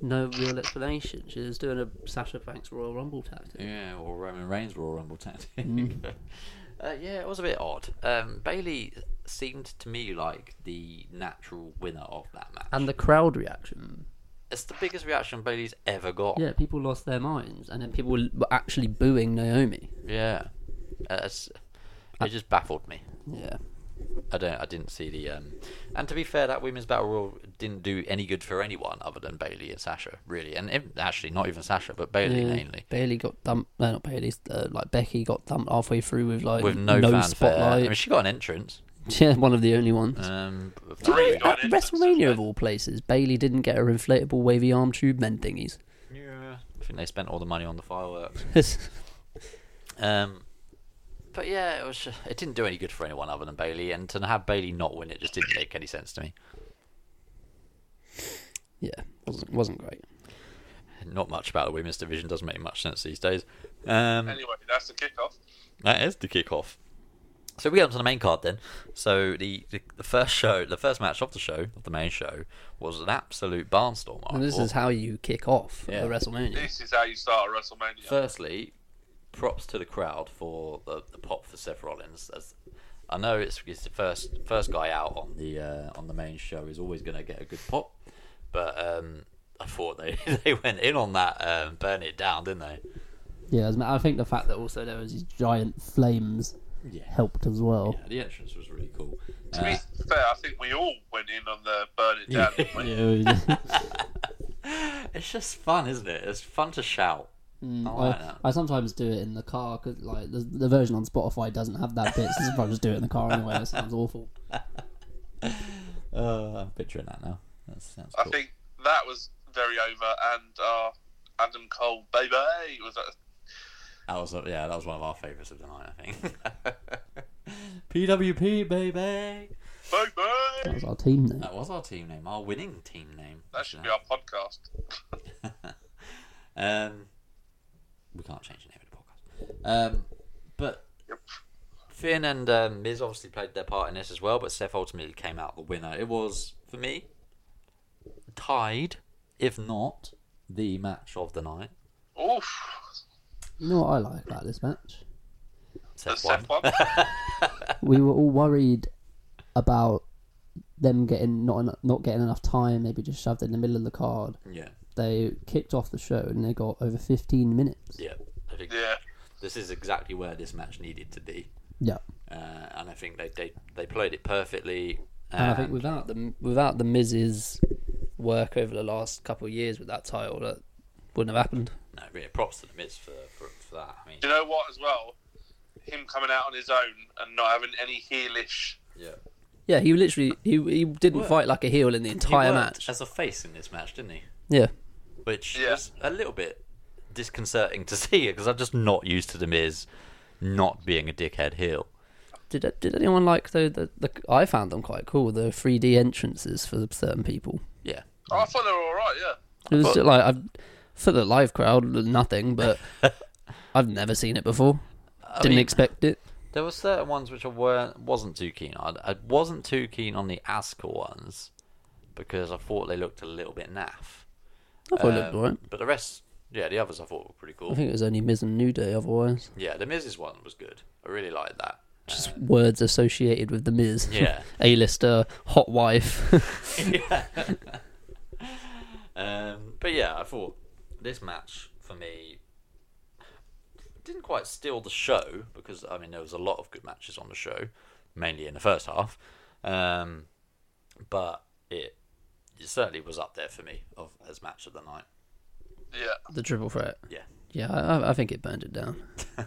Speaker 6: No real explanation. She was doing a Sasha Banks Royal Rumble tactic.
Speaker 2: Yeah, or Roman Reigns Royal Rumble tactic. uh, yeah, it was a bit odd. Um, Bailey seemed to me like the natural winner of that match.
Speaker 6: And the crowd reaction.
Speaker 2: it's the biggest reaction Bailey's ever got.
Speaker 6: Yeah, people lost their minds, and then people were actually booing Naomi.
Speaker 2: Yeah. Uh, it's- it just baffled me.
Speaker 6: Yeah.
Speaker 2: I don't. I didn't see the. Um, and to be fair, that women's battle royal didn't do any good for anyone other than Bailey and Sasha, really. And if, actually, not even Sasha, but Bailey mainly.
Speaker 6: Bailey got dumped. No, not Bailey. Uh, like Becky got dumped halfway through with like
Speaker 2: With no, fanfare. I
Speaker 6: spotlight.
Speaker 2: mean, she got an entrance.
Speaker 6: Yeah, one of the only ones.
Speaker 2: Um,
Speaker 4: Three
Speaker 2: yeah.
Speaker 4: got
Speaker 6: At
Speaker 4: an entrance,
Speaker 6: WrestleMania
Speaker 4: yeah.
Speaker 6: of all places, Bailey didn't get her inflatable wavy arm tube men thingies.
Speaker 2: I think they spent all the money on the fireworks. Um, but yeah, it was. ju- It didn't do any good for anyone other than Bailey. And to have Bailey not win it just didn't make any sense to me.
Speaker 6: yeah, wasn't wasn't great.
Speaker 2: Not much about the women's division doesn't make much sense these days. Um,
Speaker 4: Anyway, that's the kickoff.
Speaker 2: That is the kickoff. So we get onto the main card then. So the, the the first show, the first match of the show, of the main show, was an absolute barnstorm. I
Speaker 6: And this
Speaker 2: thought.
Speaker 6: is how you kick off
Speaker 2: Yeah.
Speaker 6: a WrestleMania.
Speaker 4: This is how you start a WrestleMania.
Speaker 2: Firstly, props to the crowd for the, the pop for Seth Rollins. As I know it's, it's the first first guy out on the uh, on the main show is always going to get a good pop, but um, I thought they they went in on that um, burn it down, didn't they?
Speaker 6: Yeah, as ma- I think the fact that also there was these giant flames helped as well.
Speaker 2: Yeah, the entrance was really cool. Uh,
Speaker 4: To be fair, I think we all went in on the burn it down. didn't we?
Speaker 2: It's just fun, isn't it? It's fun to shout. I like
Speaker 6: I,
Speaker 2: that.
Speaker 6: I sometimes do it in the car because like the, the version on Spotify doesn't have that bit. So sometimes I just do it in the car anyway. It sounds awful.
Speaker 2: Uh, I'm picturing that now. That sounds
Speaker 4: I
Speaker 2: cool.
Speaker 4: think that was very over, and uh, Adam Cole, baby, was that
Speaker 2: That was yeah, that was one of our favourites of the night. I think. PWP baby.
Speaker 6: That
Speaker 4: baby.
Speaker 6: was our team name.
Speaker 2: That was our team name, our winning team name.
Speaker 4: That should be our podcast.
Speaker 2: Um, we can't change the name of the podcast. Um, but Finn and um, Miz obviously played their part in this as well, but Seth ultimately came out the winner. It was for me, tied, if not the match of the night.
Speaker 4: Oof.
Speaker 6: You know what I like about this match?
Speaker 4: The
Speaker 2: Set one.
Speaker 4: Seth one.
Speaker 6: we were all worried about them getting not en- not getting enough time, maybe just shoved in the middle of the card.
Speaker 2: Yeah,
Speaker 6: They kicked off the show and they got over 15 minutes.
Speaker 2: yeah. I think
Speaker 4: Yeah.
Speaker 2: this is exactly where this match needed to be,
Speaker 6: Yeah,
Speaker 2: uh, and I think they they, they played it perfectly. Um,
Speaker 6: and I think without the without the Miz's work over the last couple of years with that title, that wouldn't have happened.
Speaker 2: no, really, props to the Miz for, for, for that. I mean,
Speaker 4: Do you know what, as well? Him coming out on his own and not having any heelish.
Speaker 2: yeah.
Speaker 6: Yeah, he literally he he didn't fight like a heel in the
Speaker 2: He
Speaker 6: entire
Speaker 2: worked
Speaker 6: match.
Speaker 2: as a face in this match, didn't he?
Speaker 6: Yeah,
Speaker 2: which
Speaker 4: Yeah.
Speaker 2: was a little bit disconcerting to see because I'm just not used to the Miz not being a dickhead heel.
Speaker 6: did did anyone like though the, the I found them quite cool the 3D entrances for certain people.
Speaker 2: Yeah,
Speaker 4: Oh, I thought they were alright, yeah.
Speaker 6: It was
Speaker 2: But-
Speaker 6: just like I've, for the live crowd, nothing, but I've never seen it before. Didn't
Speaker 2: mean-
Speaker 6: expect it.
Speaker 2: there were certain ones which I weren't wasn't too keen on. I wasn't too keen on the Asuka ones because I thought they looked a little bit naff.
Speaker 6: I thought it looked
Speaker 2: Um,
Speaker 6: alright.
Speaker 2: But the rest, yeah, the others I thought were pretty
Speaker 6: I
Speaker 2: cool.
Speaker 6: think it was only Miz and New Day. Otherwise,
Speaker 2: Yeah, the Miz's one was good. I really liked that.
Speaker 6: just words associated with the Miz.
Speaker 2: Yeah.
Speaker 6: A-lister, hot wife.
Speaker 2: Um, but yeah, I thought this match for me didn't quite steal the show because I mean there was a lot of good matches on the show, mainly in the first half. Um, but it, it certainly was up there for me of as match of the night.
Speaker 4: Yeah.
Speaker 6: the triple threat.
Speaker 2: Yeah,
Speaker 6: Yeah, I, I- I think it burned it down.
Speaker 2: and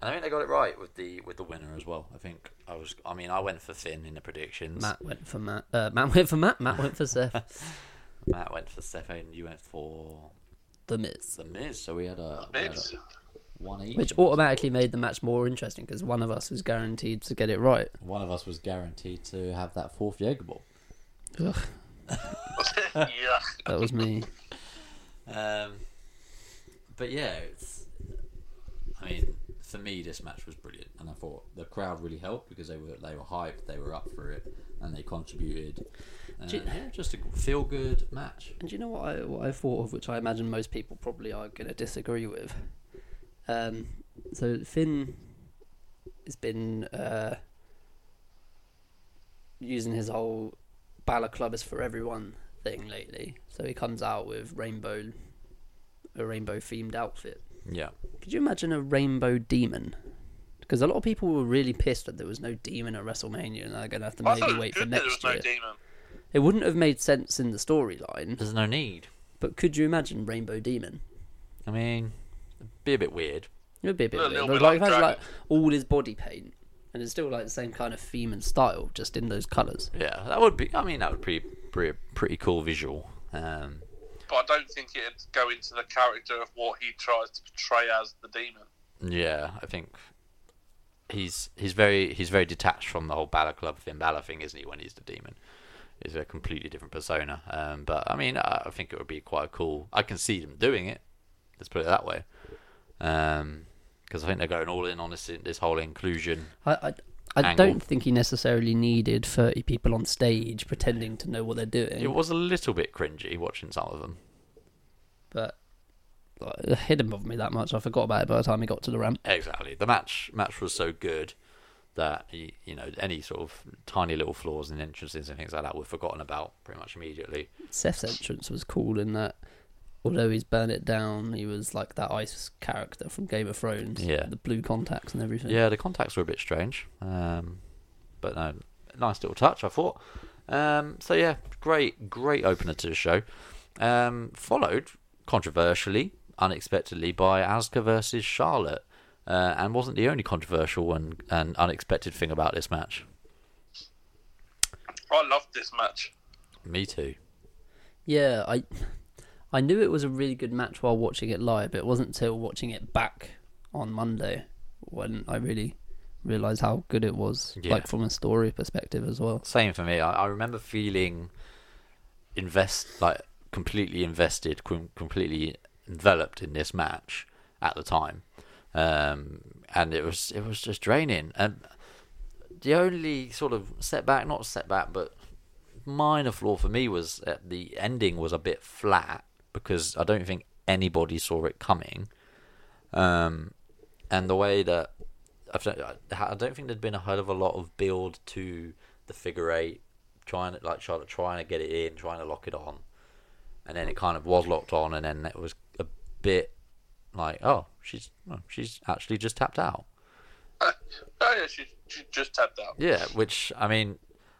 Speaker 2: I think they got it right with the with the winner as well. I think I was I mean I went for Finn in the predictions.
Speaker 6: Matt went for Matt. Uh, Matt went for Matt. Matt went for Seth.
Speaker 2: Matt went for Stefan, and you went for
Speaker 6: the Miz,
Speaker 2: the Miz. So we had a, we had
Speaker 4: It's,
Speaker 2: a one each.
Speaker 6: which automatically made the match more interesting because one of us was guaranteed to get it right.
Speaker 12: One of us was guaranteed to have that fourth Jaeger ball.
Speaker 6: Ugh,
Speaker 4: yeah.
Speaker 6: that was me.
Speaker 2: Um, but yeah, it's, I mean, for me, this match was brilliant, and I thought the crowd really helped because they were they were hyped, they were up for it, and they contributed. Uh,
Speaker 6: Do you-
Speaker 2: yeah, just a feel good match.
Speaker 6: And do you know what I what I thought of, which I imagine most people probably are going to disagree with. Um, so Finn has been uh, using his whole Balor Club is for everyone thing lately. So he comes out with rainbow, a rainbow themed outfit.
Speaker 2: Yeah,
Speaker 6: Could you imagine a rainbow demon? Because a lot of people were really pissed that there was no demon at WrestleMania, and they're going to have to
Speaker 4: I thought
Speaker 6: maybe
Speaker 4: it was
Speaker 6: wait for
Speaker 4: Oh, good that there
Speaker 6: next
Speaker 4: was no
Speaker 6: year.
Speaker 4: demon.
Speaker 6: it wouldn't have made sense in the storyline.
Speaker 2: there's no need.
Speaker 6: But could you imagine Rainbow Demon?
Speaker 2: I mean, it'd be a bit weird.
Speaker 6: It would be a bit
Speaker 4: A
Speaker 6: weird.
Speaker 4: little
Speaker 6: But
Speaker 4: bit
Speaker 6: like,
Speaker 4: like
Speaker 6: imagine, like
Speaker 4: Dragon.
Speaker 6: all his body paint, and it's still like the same kind of theme and style, just in those colours.
Speaker 2: Yeah, that would be. I mean, that would be pretty pretty cool visual. Um,
Speaker 4: But I don't think it'd go into the character of what he tries to portray as the demon.
Speaker 2: yeah, I think he's he's very he's very detached from the whole Balor Club Finn Balor thing, isn't he? When he's the demon, he's a completely different persona. Um, but I mean, I, I think it would be quite cool. I can see them doing it. Let's put it that way, because I think they're going all in on this this whole inclusion.
Speaker 6: I, I, I
Speaker 2: Angle.
Speaker 6: don't think he necessarily needed thirty people on stage pretending to know what they're doing,
Speaker 2: It was a little bit cringy watching some of them.
Speaker 6: but like, it didn't bother me that much. I forgot about it by the time he got to the ramp.
Speaker 2: Exactly. The match match was so good that he, you know any sort of tiny little flaws and entrances and things like that were forgotten about pretty much immediately.
Speaker 6: Seth's entrance was cool in that, although he's burned it down, he was like that ice character from Game of Thrones,
Speaker 2: Yeah.
Speaker 6: the blue contacts and everything.
Speaker 2: Yeah, the contacts were a bit strange, um, but no, nice little touch, I thought. Um, so yeah, great, great opener to the show. Um, followed controversially, unexpectedly, by Asuka versus Charlotte, uh, and wasn't the only controversial and, and unexpected thing about this match.
Speaker 4: I loved this match.
Speaker 2: Me too.
Speaker 6: Yeah, I I knew it was a really good match while watching it live, but it wasn't till watching it back on Monday when I really realized how good it was,
Speaker 2: Yeah.
Speaker 6: like from a story perspective as well.
Speaker 2: Same for me. I, I remember feeling invest like completely invested, com- completely enveloped in this match at the time, um, and it was it was just draining. And the only sort of setback, not setback, but minor flaw for me was uh, the ending was a bit flat because I don't think anybody saw it coming. Um, and the way that I don't, I don't think there'd been a hell of a lot of build to the figure eight, trying to like Charlotte trying to get it in, trying to lock it on, and then it kind of was locked on, and then it was a bit like, oh, she's well, she's actually just tapped out.
Speaker 4: oh yeah, she, she just tapped out.
Speaker 2: Yeah, which I mean,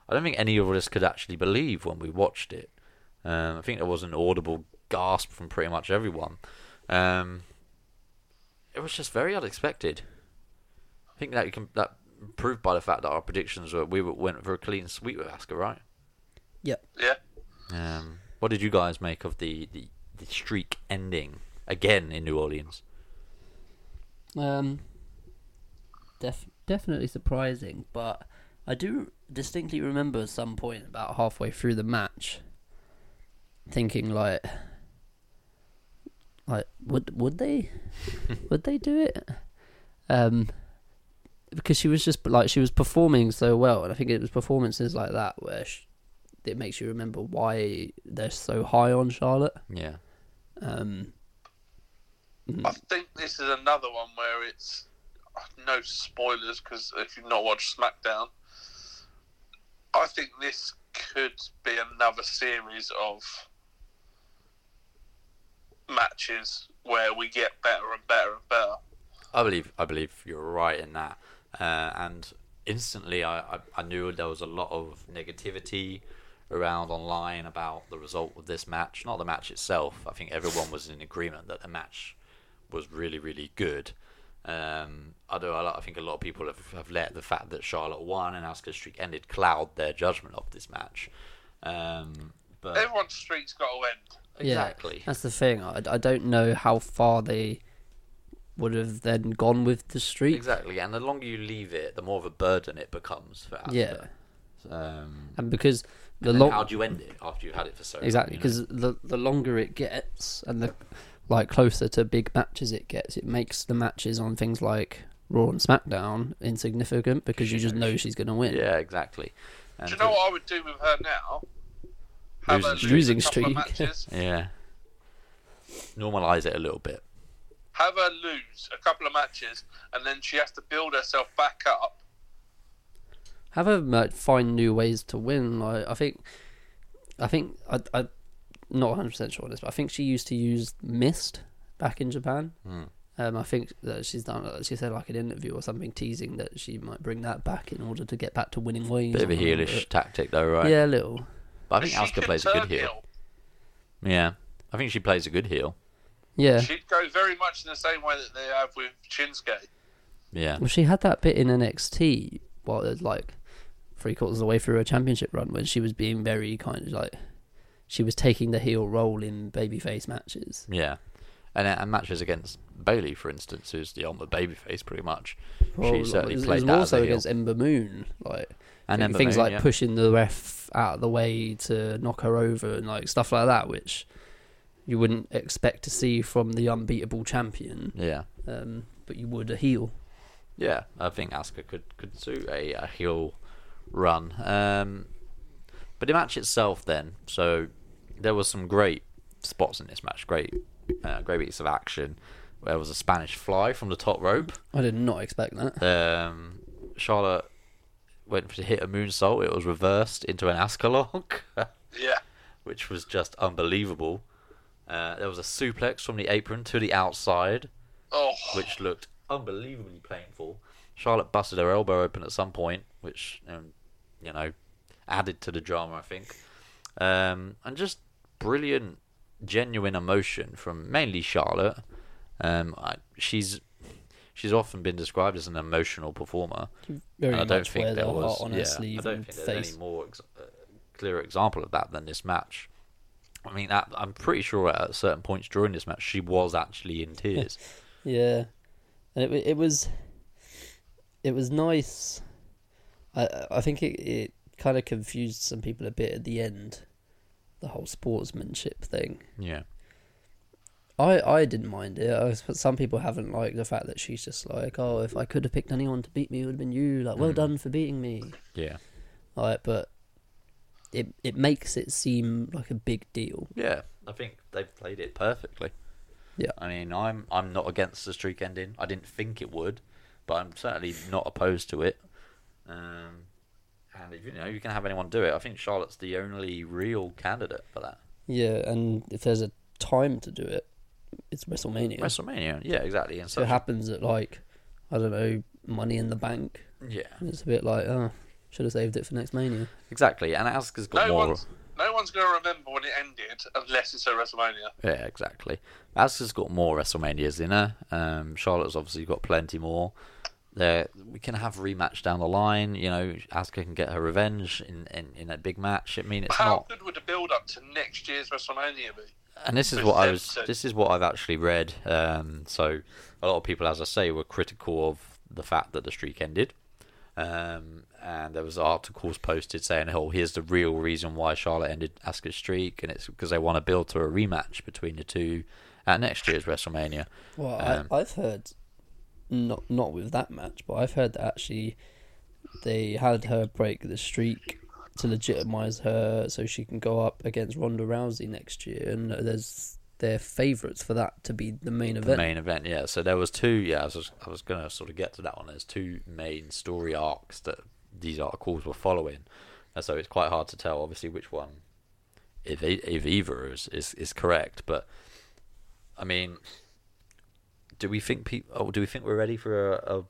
Speaker 2: I don't think any of us could actually believe when we watched it. Um, I think there was an audible gasp from pretty much everyone. Um, it was just very unexpected. I think that you can that proved by the fact that our predictions were we were, went for a clean sweep with Asuka, right?
Speaker 6: Yep.
Speaker 4: Yeah.
Speaker 2: Um, what did you guys make of the, the, the streak ending again in New Orleans?
Speaker 6: Um, def- definitely surprising, but I do distinctly remember some point about halfway through the match, thinking like, like would would they, would they do it? Um, because she was just like she was performing so well, and I think it was performances like that where sh it makes you remember why they're so high on Charlotte.
Speaker 2: Yeah,
Speaker 6: Um,
Speaker 4: I think this is another one where it's no spoilers because if you've not watched SmackDown, I think this could be another series of matches where we get better and better and better.
Speaker 2: I believe I believe you're right in that. Uh, and instantly, I, I I knew there was a lot of negativity around online about the result of this match, not the match itself. I think everyone was in agreement that the match was really really good. Um, although I, I think a lot of people have, have let the fact that Charlotte won and Asuka's streak ended cloud their judgment of this match. Um, but
Speaker 4: Everyone's streak's got to end.
Speaker 2: exactly.
Speaker 6: Yeah, that's the thing. I, I don't know how far they would have then gone with the streak.
Speaker 2: Exactly, and the longer you leave it, the more of a burden it becomes for Asda.
Speaker 6: Yeah,
Speaker 2: Um,
Speaker 6: and because the
Speaker 2: and
Speaker 6: long
Speaker 2: how do you end it after you've had it for so long?
Speaker 6: exactly
Speaker 2: you know?
Speaker 6: because the the longer it gets and the like closer to big matches it gets, it makes the matches on things like Raw and SmackDown insignificant because you just know she's gonna win.
Speaker 2: Yeah, exactly. And
Speaker 4: Do you know what I would do with her now? Have her
Speaker 2: Losing-
Speaker 4: lose a
Speaker 6: losing
Speaker 4: couple of
Speaker 6: streak.
Speaker 4: matches.
Speaker 2: Yeah. Normalize it a little bit.
Speaker 4: Have her lose a couple of matches, and then she has to build herself back up.
Speaker 6: have her like, find new ways to win. Like I think, I think I I not one hundred percent sure on this, but I think she used to use mist back in Japan.
Speaker 2: Hmm.
Speaker 6: Um, I think that she's done. She said like an interview or something teasing that she might bring that back in order to get back to winning ways.
Speaker 2: Bit of a
Speaker 6: or something,
Speaker 2: heelish tactic, though,
Speaker 6: but-
Speaker 2: right?
Speaker 6: Yeah, a little.
Speaker 2: But I think
Speaker 4: She
Speaker 2: Asuka
Speaker 4: could
Speaker 2: plays a good
Speaker 4: turn
Speaker 2: heel.
Speaker 4: heel.
Speaker 2: Yeah. I think she plays a good heel.
Speaker 6: Yeah.
Speaker 4: She'd go very much in the same way that they have with Shinsuke.
Speaker 2: Yeah.
Speaker 6: Well, she had that bit in NXT while it was, like three quarters of the way through her championship run when she was being very kind of like she was taking the heel role in babyface matches.
Speaker 2: Yeah. And, uh, and matches against Bailey, for instance, who's the ultimate babyface, pretty much.
Speaker 6: Well,
Speaker 2: she certainly
Speaker 6: it was- it
Speaker 2: played
Speaker 6: was
Speaker 2: that as
Speaker 6: also
Speaker 2: a heel.
Speaker 6: against Ember Moon, like
Speaker 2: And
Speaker 6: thi-
Speaker 2: Ember
Speaker 6: things
Speaker 2: Moon,
Speaker 6: like
Speaker 2: yeah.
Speaker 6: pushing the ref out of the way to knock her over and like stuff like that, which you wouldn't expect to see from the unbeatable champion,
Speaker 2: Yeah.
Speaker 6: um, but you would a heel.
Speaker 2: Yeah, I think Asuka could could do a, a heel run. Um, but the match itself, then, so there was some great spots in this match. Great, uh, great bits of action. There was a Spanish fly from the top rope.
Speaker 6: I did not expect that.
Speaker 2: Um, Charlotte went to hit a moonsault. It was reversed into an Asuka lock,
Speaker 4: Yeah.
Speaker 2: which was just unbelievable. Uh, there was a suplex from the apron to the outside
Speaker 4: Oh,
Speaker 2: which looked unbelievably painful. Charlotte busted her elbow open at some point, which um, you know added to the drama, I think. Um, and just brilliant, genuine emotion from mainly Charlotte. Um, I, she's she's often been described as an emotional performer.
Speaker 6: Very
Speaker 2: and I
Speaker 6: much
Speaker 2: don't think
Speaker 6: wear
Speaker 2: there
Speaker 6: their heart
Speaker 2: was.
Speaker 6: on her
Speaker 2: yeah,
Speaker 6: sleeve
Speaker 2: I don't
Speaker 6: and
Speaker 2: think there's
Speaker 6: face.
Speaker 2: any more ex- uh, clear example of that than this match. I mean, that, I'm pretty sure at certain points during this match, she was actually in tears.
Speaker 6: Yeah, and it wa- it was it was nice. I I think it it kind of confused some people a bit at the end, the whole sportsmanship thing.
Speaker 2: yeah.
Speaker 6: I, I didn't mind it. I, was- but some people haven't liked the fact that she's just like, oh, if I could have picked Mm. anyone to beat me, it would have been you. Like, well done for beating me.
Speaker 2: Yeah.
Speaker 6: Like, but it it makes it seem like a big deal.
Speaker 2: Yeah, I think they've played it perfectly.
Speaker 6: Yeah.
Speaker 2: I mean, I'm I'm not against the streak ending. I didn't think it would, but I'm certainly not opposed to it. Um, and you know, you can have anyone do it. I think Charlotte's the only real candidate for that.
Speaker 6: Yeah, and if there's a time to do it, it's WrestleMania.
Speaker 2: WrestleMania, yeah, exactly. And
Speaker 6: so
Speaker 2: so,
Speaker 6: it happens at like I don't know, Money in the Bank,
Speaker 2: yeah,
Speaker 6: and it's a bit like oh, should have saved it for next Mania.
Speaker 2: exactly. And Asuka's got
Speaker 4: No
Speaker 2: more.
Speaker 4: one's, no one's going to remember when it ended unless it's at WrestleMania.
Speaker 2: Yeah, exactly. Asuka's got more WrestleManias in her. Um, Charlotte's obviously got plenty more. There, we can have rematch down the line. You know, Asuka can get her revenge in, in, in a big match. I mean, it's
Speaker 4: How
Speaker 2: not.
Speaker 4: good would the build up to next year's WrestleMania be?
Speaker 2: And this is
Speaker 4: Chris
Speaker 2: what I
Speaker 4: Evans
Speaker 2: was.
Speaker 4: said-
Speaker 2: This is what I've actually read. Um, so a lot of people, as I say, were critical of the fact that the streak ended. Um, and there was articles posted saying, "Oh, here's the real reason why Charlotte ended Asuka's streak, and it's because they want to build to a rematch between the two at next year's WrestleMania."
Speaker 6: Well,
Speaker 2: Um,
Speaker 6: I, I've heard not not with that match, but I've heard that actually they had her break the streak to legitimize her so she can go up against Ronda Rousey next year, and there's their favourites for that to be the main event.
Speaker 2: main event, yeah. So there was two. Yeah, I was I was gonna sort of get to that one. There's two main story arcs that these articles were following, and so it's quite hard to tell, obviously, which one, if e- if either is is, is correct. But I mean, do we think people? Oh, do we think we're ready for a, a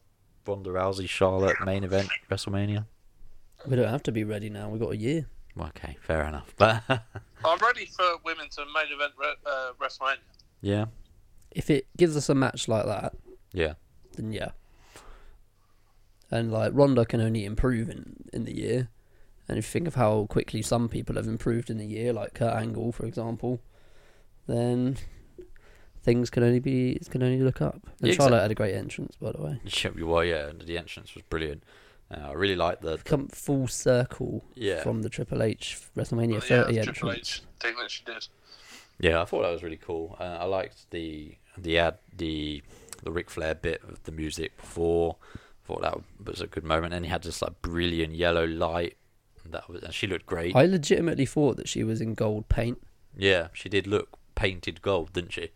Speaker 2: Ronda Rousey Charlotte main event WrestleMania?
Speaker 6: We don't have to be ready now. We've got a year.
Speaker 2: Well, okay, fair enough. But
Speaker 4: I'm ready for women to main event re- uh, WrestleMania.
Speaker 2: yeah,
Speaker 6: If it gives us a match like that,
Speaker 2: yeah,
Speaker 6: then yeah. And like Ronda can only improve in in the year, and if you think of how quickly some people have improved in a year, like Kurt Angle for example, then things can only be it can only look up. And
Speaker 2: Yeah,
Speaker 6: Charlotte had a great entrance, by the way.
Speaker 2: well, yeah. And the entrance was brilliant. Uh, I really like the
Speaker 6: Come full circle
Speaker 2: Yeah.
Speaker 6: from the Triple H WrestleMania
Speaker 4: But yeah,
Speaker 6: 30
Speaker 4: that's Triple
Speaker 6: entrance.
Speaker 4: H thing that she did.
Speaker 2: Yeah, I thought that was really cool. Uh, I liked the the ad the the Ric Flair bit of the music before. Thought that was a good moment. And he had this like brilliant yellow light. And that was and she looked great.
Speaker 6: I legitimately thought that she was in gold paint.
Speaker 2: Yeah, she did look painted gold, didn't she?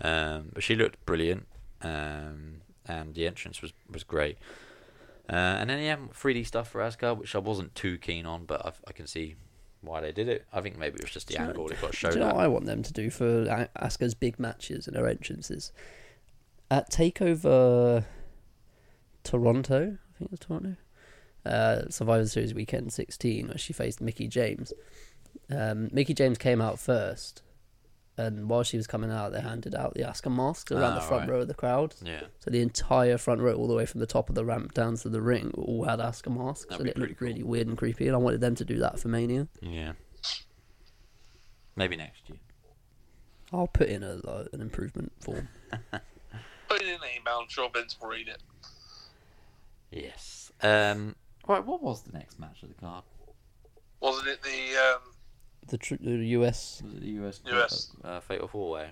Speaker 2: Um, but she looked brilliant, um, and the entrance was was great. Uh, and then yeah, 3D stuff for Asgard, which I wasn't too keen on, but I, I can see why they did it. I think maybe it was just the
Speaker 6: Do you know-
Speaker 2: angle they got
Speaker 6: Do
Speaker 2: showed.
Speaker 6: you know
Speaker 2: at.
Speaker 6: what I want them to do for A- Asuka's big matches and her entrances? At Takeover Toronto, I think it was Toronto, uh, Survivor Series Weekend 16, where she faced Mickey James. Um, Mickey James came out first, and while she was coming out, they handed out the Asuka mask around
Speaker 2: Ah,
Speaker 6: the front
Speaker 2: right.
Speaker 6: row of the crowd.
Speaker 2: Yeah,
Speaker 6: So the entire front row, all the way from the top of the ramp down to the ring, all had Asuka masks,
Speaker 2: That'd
Speaker 6: and
Speaker 2: be
Speaker 6: it
Speaker 2: pretty
Speaker 6: looked
Speaker 2: cool.
Speaker 6: really weird and creepy. And I wanted them to do that for Mania.
Speaker 2: yeah. Maybe next year.
Speaker 6: I'll put in a, like, an improvement form.
Speaker 4: Put it in an email, I'm sure Vince will read it.
Speaker 2: Yes. Um. Right. What was the next match of the card?
Speaker 4: Wasn't it the um,
Speaker 6: the, tr- the US.
Speaker 2: Was it the US?
Speaker 4: US.
Speaker 2: Uh, Fatal Four Way.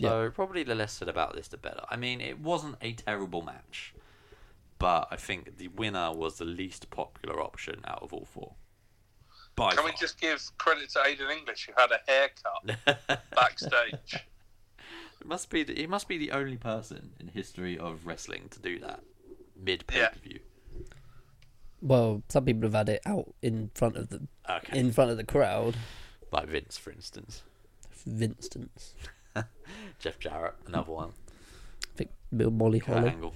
Speaker 2: So probably the less said about this, the better. I mean, it wasn't a terrible match, but I think the winner was the least popular option out of all four. By
Speaker 4: Can we
Speaker 2: far.
Speaker 4: just give credit to Aidan English, who had a haircut backstage?
Speaker 2: It must be. The, he must be the only person in history of wrestling to do that mid pay per view.
Speaker 6: Well, some people have had it out in front of the
Speaker 2: Okay.
Speaker 6: in front of the crowd.
Speaker 2: Like Vince, for instance.
Speaker 6: Vincent's,
Speaker 2: Jeff Jarrett, another one.
Speaker 6: I think Bill Molly
Speaker 2: Kurt
Speaker 6: Holly.
Speaker 2: Angle.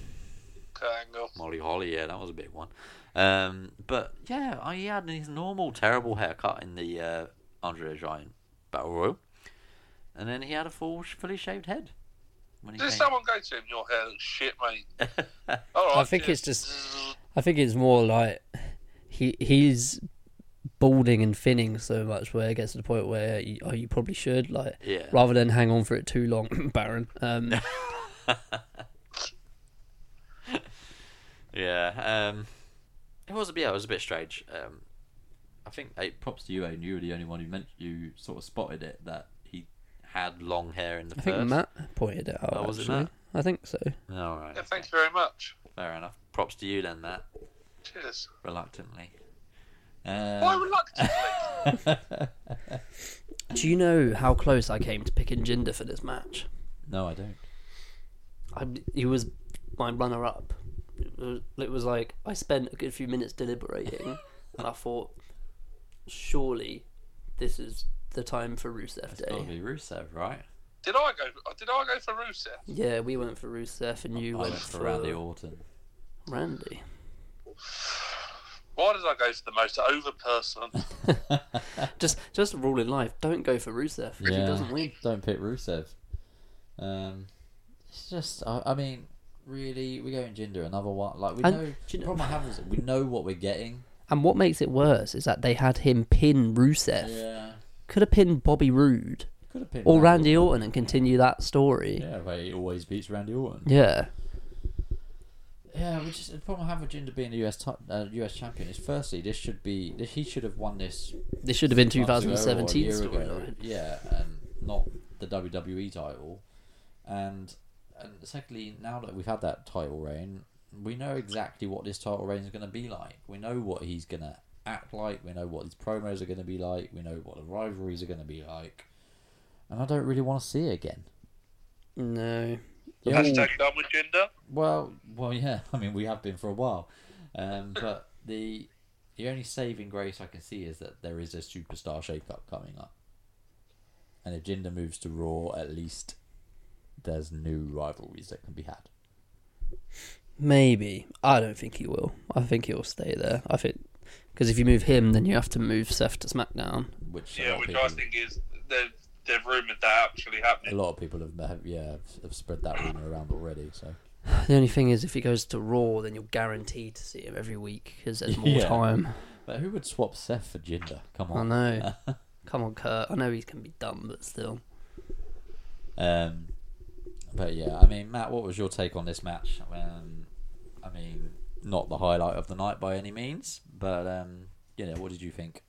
Speaker 4: Kurt Angle.
Speaker 2: Molly Holly, yeah, that was a big one. Um, but yeah, I- he had his normal terrible haircut in the uh, Andre the Giant Battle Royal, and then he had a full, fully shaved head. When he
Speaker 4: Did
Speaker 2: came.
Speaker 4: someone go to him? Your hair looks shit, mate. All right,
Speaker 6: I think
Speaker 4: yeah.
Speaker 6: it's just. I think it's more like he he's balding and thinning so much where it gets to the point where you, oh, you probably should like
Speaker 2: Yeah.
Speaker 6: rather than hang on for it too long, Baron. Um,
Speaker 2: Yeah, um, it was a bit. Yeah, it was a bit strange. Um, I think hey, props to you, Aiden. You were the only one who meant you sort of spotted it that he had long hair in the
Speaker 6: I think
Speaker 2: first.
Speaker 6: Matt pointed it out.
Speaker 2: Oh, was it
Speaker 6: actually.
Speaker 2: Matt?
Speaker 6: I think so.
Speaker 2: All right,
Speaker 4: Yeah, thank you very much.
Speaker 2: fair enough. Props to you then, Matt.
Speaker 4: Cheers.
Speaker 2: Reluctantly.
Speaker 4: Why
Speaker 13: Um,
Speaker 4: reluctantly?
Speaker 6: Do you know how close I came to picking Jinder for this match?
Speaker 2: No, I don't.
Speaker 6: I, he was my runner up. It was, it was like I spent a good few minutes deliberating, and I thought, surely this is the time for Rusev
Speaker 13: it's got to
Speaker 6: Day.
Speaker 13: be Rusev, right?
Speaker 4: Did I go? uh, Did I go for Rusev?
Speaker 6: Yeah, we went for Rusev, and you
Speaker 13: I
Speaker 6: went,
Speaker 13: went for Randy Orton.
Speaker 6: Randy.
Speaker 4: Why did I go for the most over person?
Speaker 6: Just, just a rule in life: don't go for Rusev. if He
Speaker 2: Yeah.
Speaker 6: doesn't win.
Speaker 2: Don't pick Rusev. Um, it's just, I, I mean, really, we're going Jinder another one. Like we
Speaker 6: And-
Speaker 2: know,
Speaker 6: do you know-
Speaker 2: problem I have is we know what we're getting.
Speaker 6: And what makes it worse is that they had him pin Rusev.
Speaker 2: Yeah,
Speaker 6: Could have pinned Bobby Roode
Speaker 2: could have picked
Speaker 6: or Randy Orton and continue that story.
Speaker 2: Yeah, but he always beats Randy Orton.
Speaker 6: yeah.
Speaker 2: Yeah, which is the problem I have with Jinder being the US ti- uh, US champion is firstly this should be this, he should have won this
Speaker 6: This should have been
Speaker 2: months ago or a
Speaker 6: 2017
Speaker 2: year ago.
Speaker 6: storyline.
Speaker 2: Yeah, and not the WWE title. And and secondly, now that we've had that title reign, we know exactly what this title reign is going to be like. We know what he's going to act like. We know what his promos are going to be like. We know what the rivalries are going to be like. And I don't really want to see it again.
Speaker 6: No.
Speaker 2: The whole-
Speaker 4: Hashtag double gender.
Speaker 2: well, well, yeah. I mean, we have been for a while, um, but the the only saving grace I can see is that there is a superstar shake-up coming up, and if Jinder moves to Raw, at least there's new rivalries that can be had.
Speaker 6: Maybe. I don't think he will. I think he'll stay there. I think because if you move him, then you have to move Seth to SmackDown.
Speaker 2: Which a
Speaker 4: Yeah,
Speaker 2: lot
Speaker 4: which
Speaker 2: of people,
Speaker 4: I think is they've they've rumoured that actually
Speaker 2: a
Speaker 4: happening.
Speaker 2: lot of people have, have yeah have- have spread that rumor around already. So
Speaker 6: The only thing is, if he goes to Raw, then you're guaranteed to see him every week because there's more
Speaker 2: Yeah.
Speaker 6: time.
Speaker 2: but who would swap Seth for Jinder? Come
Speaker 6: I
Speaker 2: on,
Speaker 6: know. Come on, Kurt. I know he can be dumb, but still.
Speaker 2: Um, but yeah, I mean, Matt, what was your take on this match? Um, I mean, not the highlight of the night by any means, but um, you know, what did you think?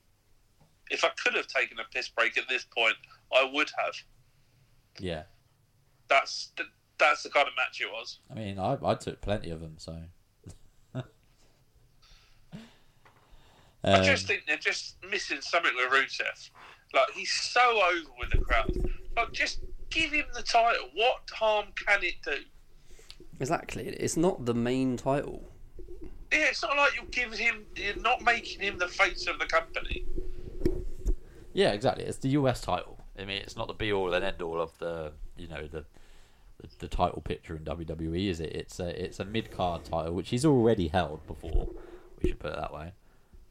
Speaker 4: If I could have taken a piss break at this point, I would have.
Speaker 2: Yeah,
Speaker 4: That's the, that's the kind of match it was.
Speaker 2: I mean, I I took plenty of them, so.
Speaker 4: I just
Speaker 2: um,
Speaker 4: think they're just missing something with Rusev. Like he's so over with the crowd. Like just give him the title. What harm can it do?
Speaker 6: Exactly. It's not the main title.
Speaker 4: Yeah, it's not like you're giving him. You're not making him the face of the company.
Speaker 2: yeah, exactly. It's the US title.
Speaker 13: I mean, it's not the be all and end all of the you know the the, the title picture in WWE, is it? It's a it's a mid card title which he's already held before. We should put it that way.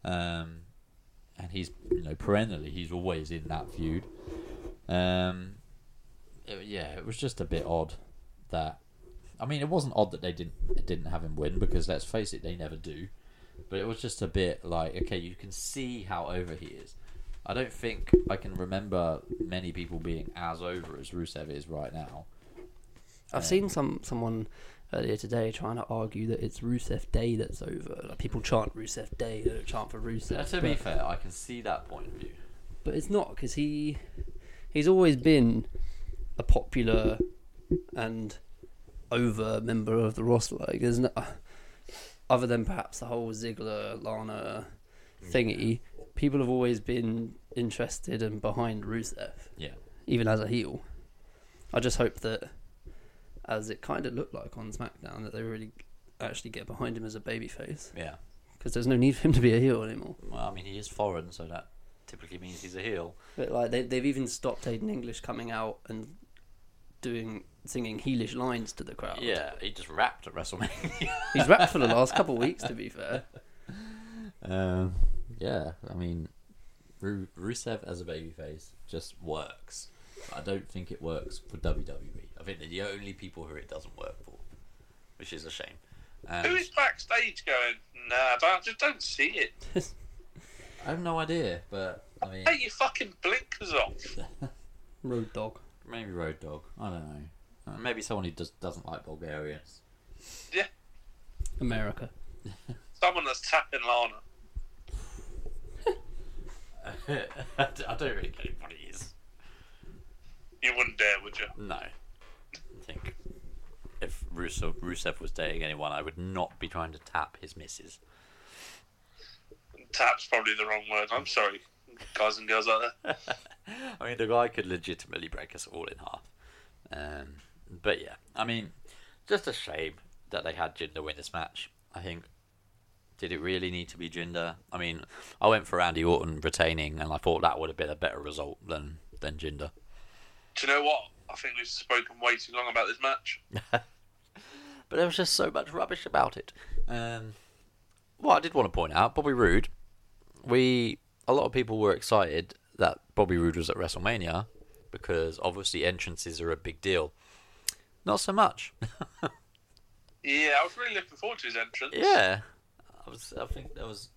Speaker 13: Um, and he's you know perennially he's always in that feud. Um, it- yeah, it was just a bit odd that. I mean, it wasn't odd that they didn't didn't have him win because let's face it, they never do. But it was just a bit like okay, you can see how over he is. I don't think I can remember many people being as over as Rusev is right now.
Speaker 6: I've seen some someone earlier today trying to argue that it's Rusev Day that's over. Like people chant Rusev Day, they don't chant for Rusev.
Speaker 13: Now, Uh, to
Speaker 6: but-
Speaker 13: be fair, I can see that point of view.
Speaker 6: but it's not because he he's always been a popular and over member of the roster. Like there's no other than perhaps the whole Ziggler Lana thingy. People have always been interested and behind Rusev,
Speaker 13: Yeah.
Speaker 6: even as a heel. I just hope that, as it kind of looked like on SmackDown, that they really actually get behind him as a babyface
Speaker 13: Yeah.
Speaker 6: because there's no need for him to be a heel anymore.
Speaker 13: Well, I mean, he is foreign, so that typically means he's a heel.
Speaker 6: But like they, they've even stopped Aiden English coming out and doing singing heelish lines to the crowd.
Speaker 13: Yeah, he just rapped at WrestleMania.
Speaker 6: he's rapped for the last couple of weeks. To be fair,
Speaker 2: Um, yeah, I mean, Ru- Rusev as a babyface just works. But I don't think it works for WWE.
Speaker 13: E. I think they're the only people who it doesn't work for, which is a shame.
Speaker 4: Who
Speaker 13: Um,
Speaker 4: is backstage going? Nah, but I just don't see it.
Speaker 2: I have no idea, but I mean,
Speaker 4: Take your fucking blinkers off.
Speaker 6: Road Dog.
Speaker 2: maybe Road Dog. I don't know. Uh, Maybe someone who just doesn't like Bulgarians.
Speaker 6: America.
Speaker 4: Someone that's tapping Lana.
Speaker 13: I d- I don't really get what he is.
Speaker 4: You wouldn't dare, would you?
Speaker 13: No. I think if Rusev, Rusev was dating anyone, I would not be trying to tap his missus.
Speaker 4: tap's probably the wrong word. I'm sorry, guys and girls out there.
Speaker 2: I mean, the guy could legitimately break us all in half. Um, but yeah, I mean, just a shame that they had Jinder win this match. I think. Did it really need to be Jinder? I mean, I went for Randy Orton retaining, and I thought that would have been a better result than than Jinder.
Speaker 4: Do you know what? I think we've spoken way too long about this match.
Speaker 2: But there was just so much rubbish about it. Um, what I did want to point out, Bobby Roode, we a lot of people were excited that Bobby Roode was at WrestleMania because obviously entrances are a big deal. Not so much.
Speaker 4: Yeah, I was really looking forward to his entrance.
Speaker 2: yeah, I was. I think there was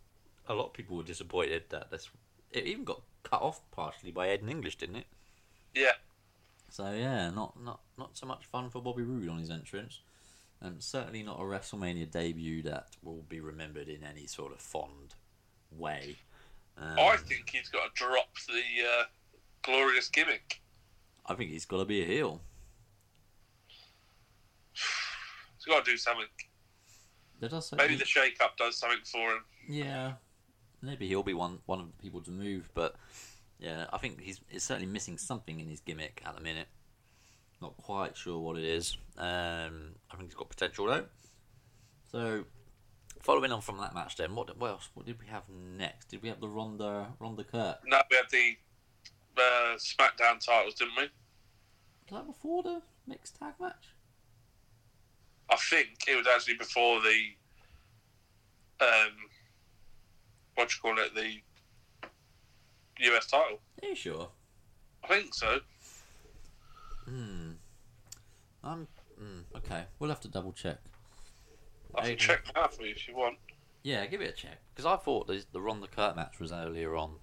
Speaker 2: a lot of people were disappointed that this. It even got cut off partially by Ed and English, didn't it?
Speaker 4: Yeah.
Speaker 2: So yeah, not not not so much fun for Bobby Roode on his entrance, and certainly not a WrestleMania debut that will be remembered in any sort of fond way. Um,
Speaker 4: I think he's got to drop the uh, glorious gimmick.
Speaker 2: I think he's got to be a heel.
Speaker 4: He's got to do something.
Speaker 2: There does
Speaker 4: Maybe
Speaker 2: certainly-
Speaker 4: the shake up does something for him.
Speaker 2: yeah, maybe he'll be one one of the people to move, but yeah, I think he's, he's certainly missing something in his gimmick at the minute. Not quite sure what it is. Um, I think he's got potential though. So, following on from that match, then what, what else? What did we have next? Did we have the Ronda Ronda Kirk?
Speaker 4: No, we had the uh, SmackDown titles, didn't we?
Speaker 2: Was that before the mixed tag match?
Speaker 4: I think it was actually before the um, what do you call it, the US title.
Speaker 2: Are you sure?
Speaker 4: I think so.
Speaker 2: I'm mm, okay. We'll have to double check.
Speaker 4: I can
Speaker 2: Okay.
Speaker 4: check that out for you if you want.
Speaker 2: Yeah, give it a check because I thought the, the Ronda Kurt match was earlier on,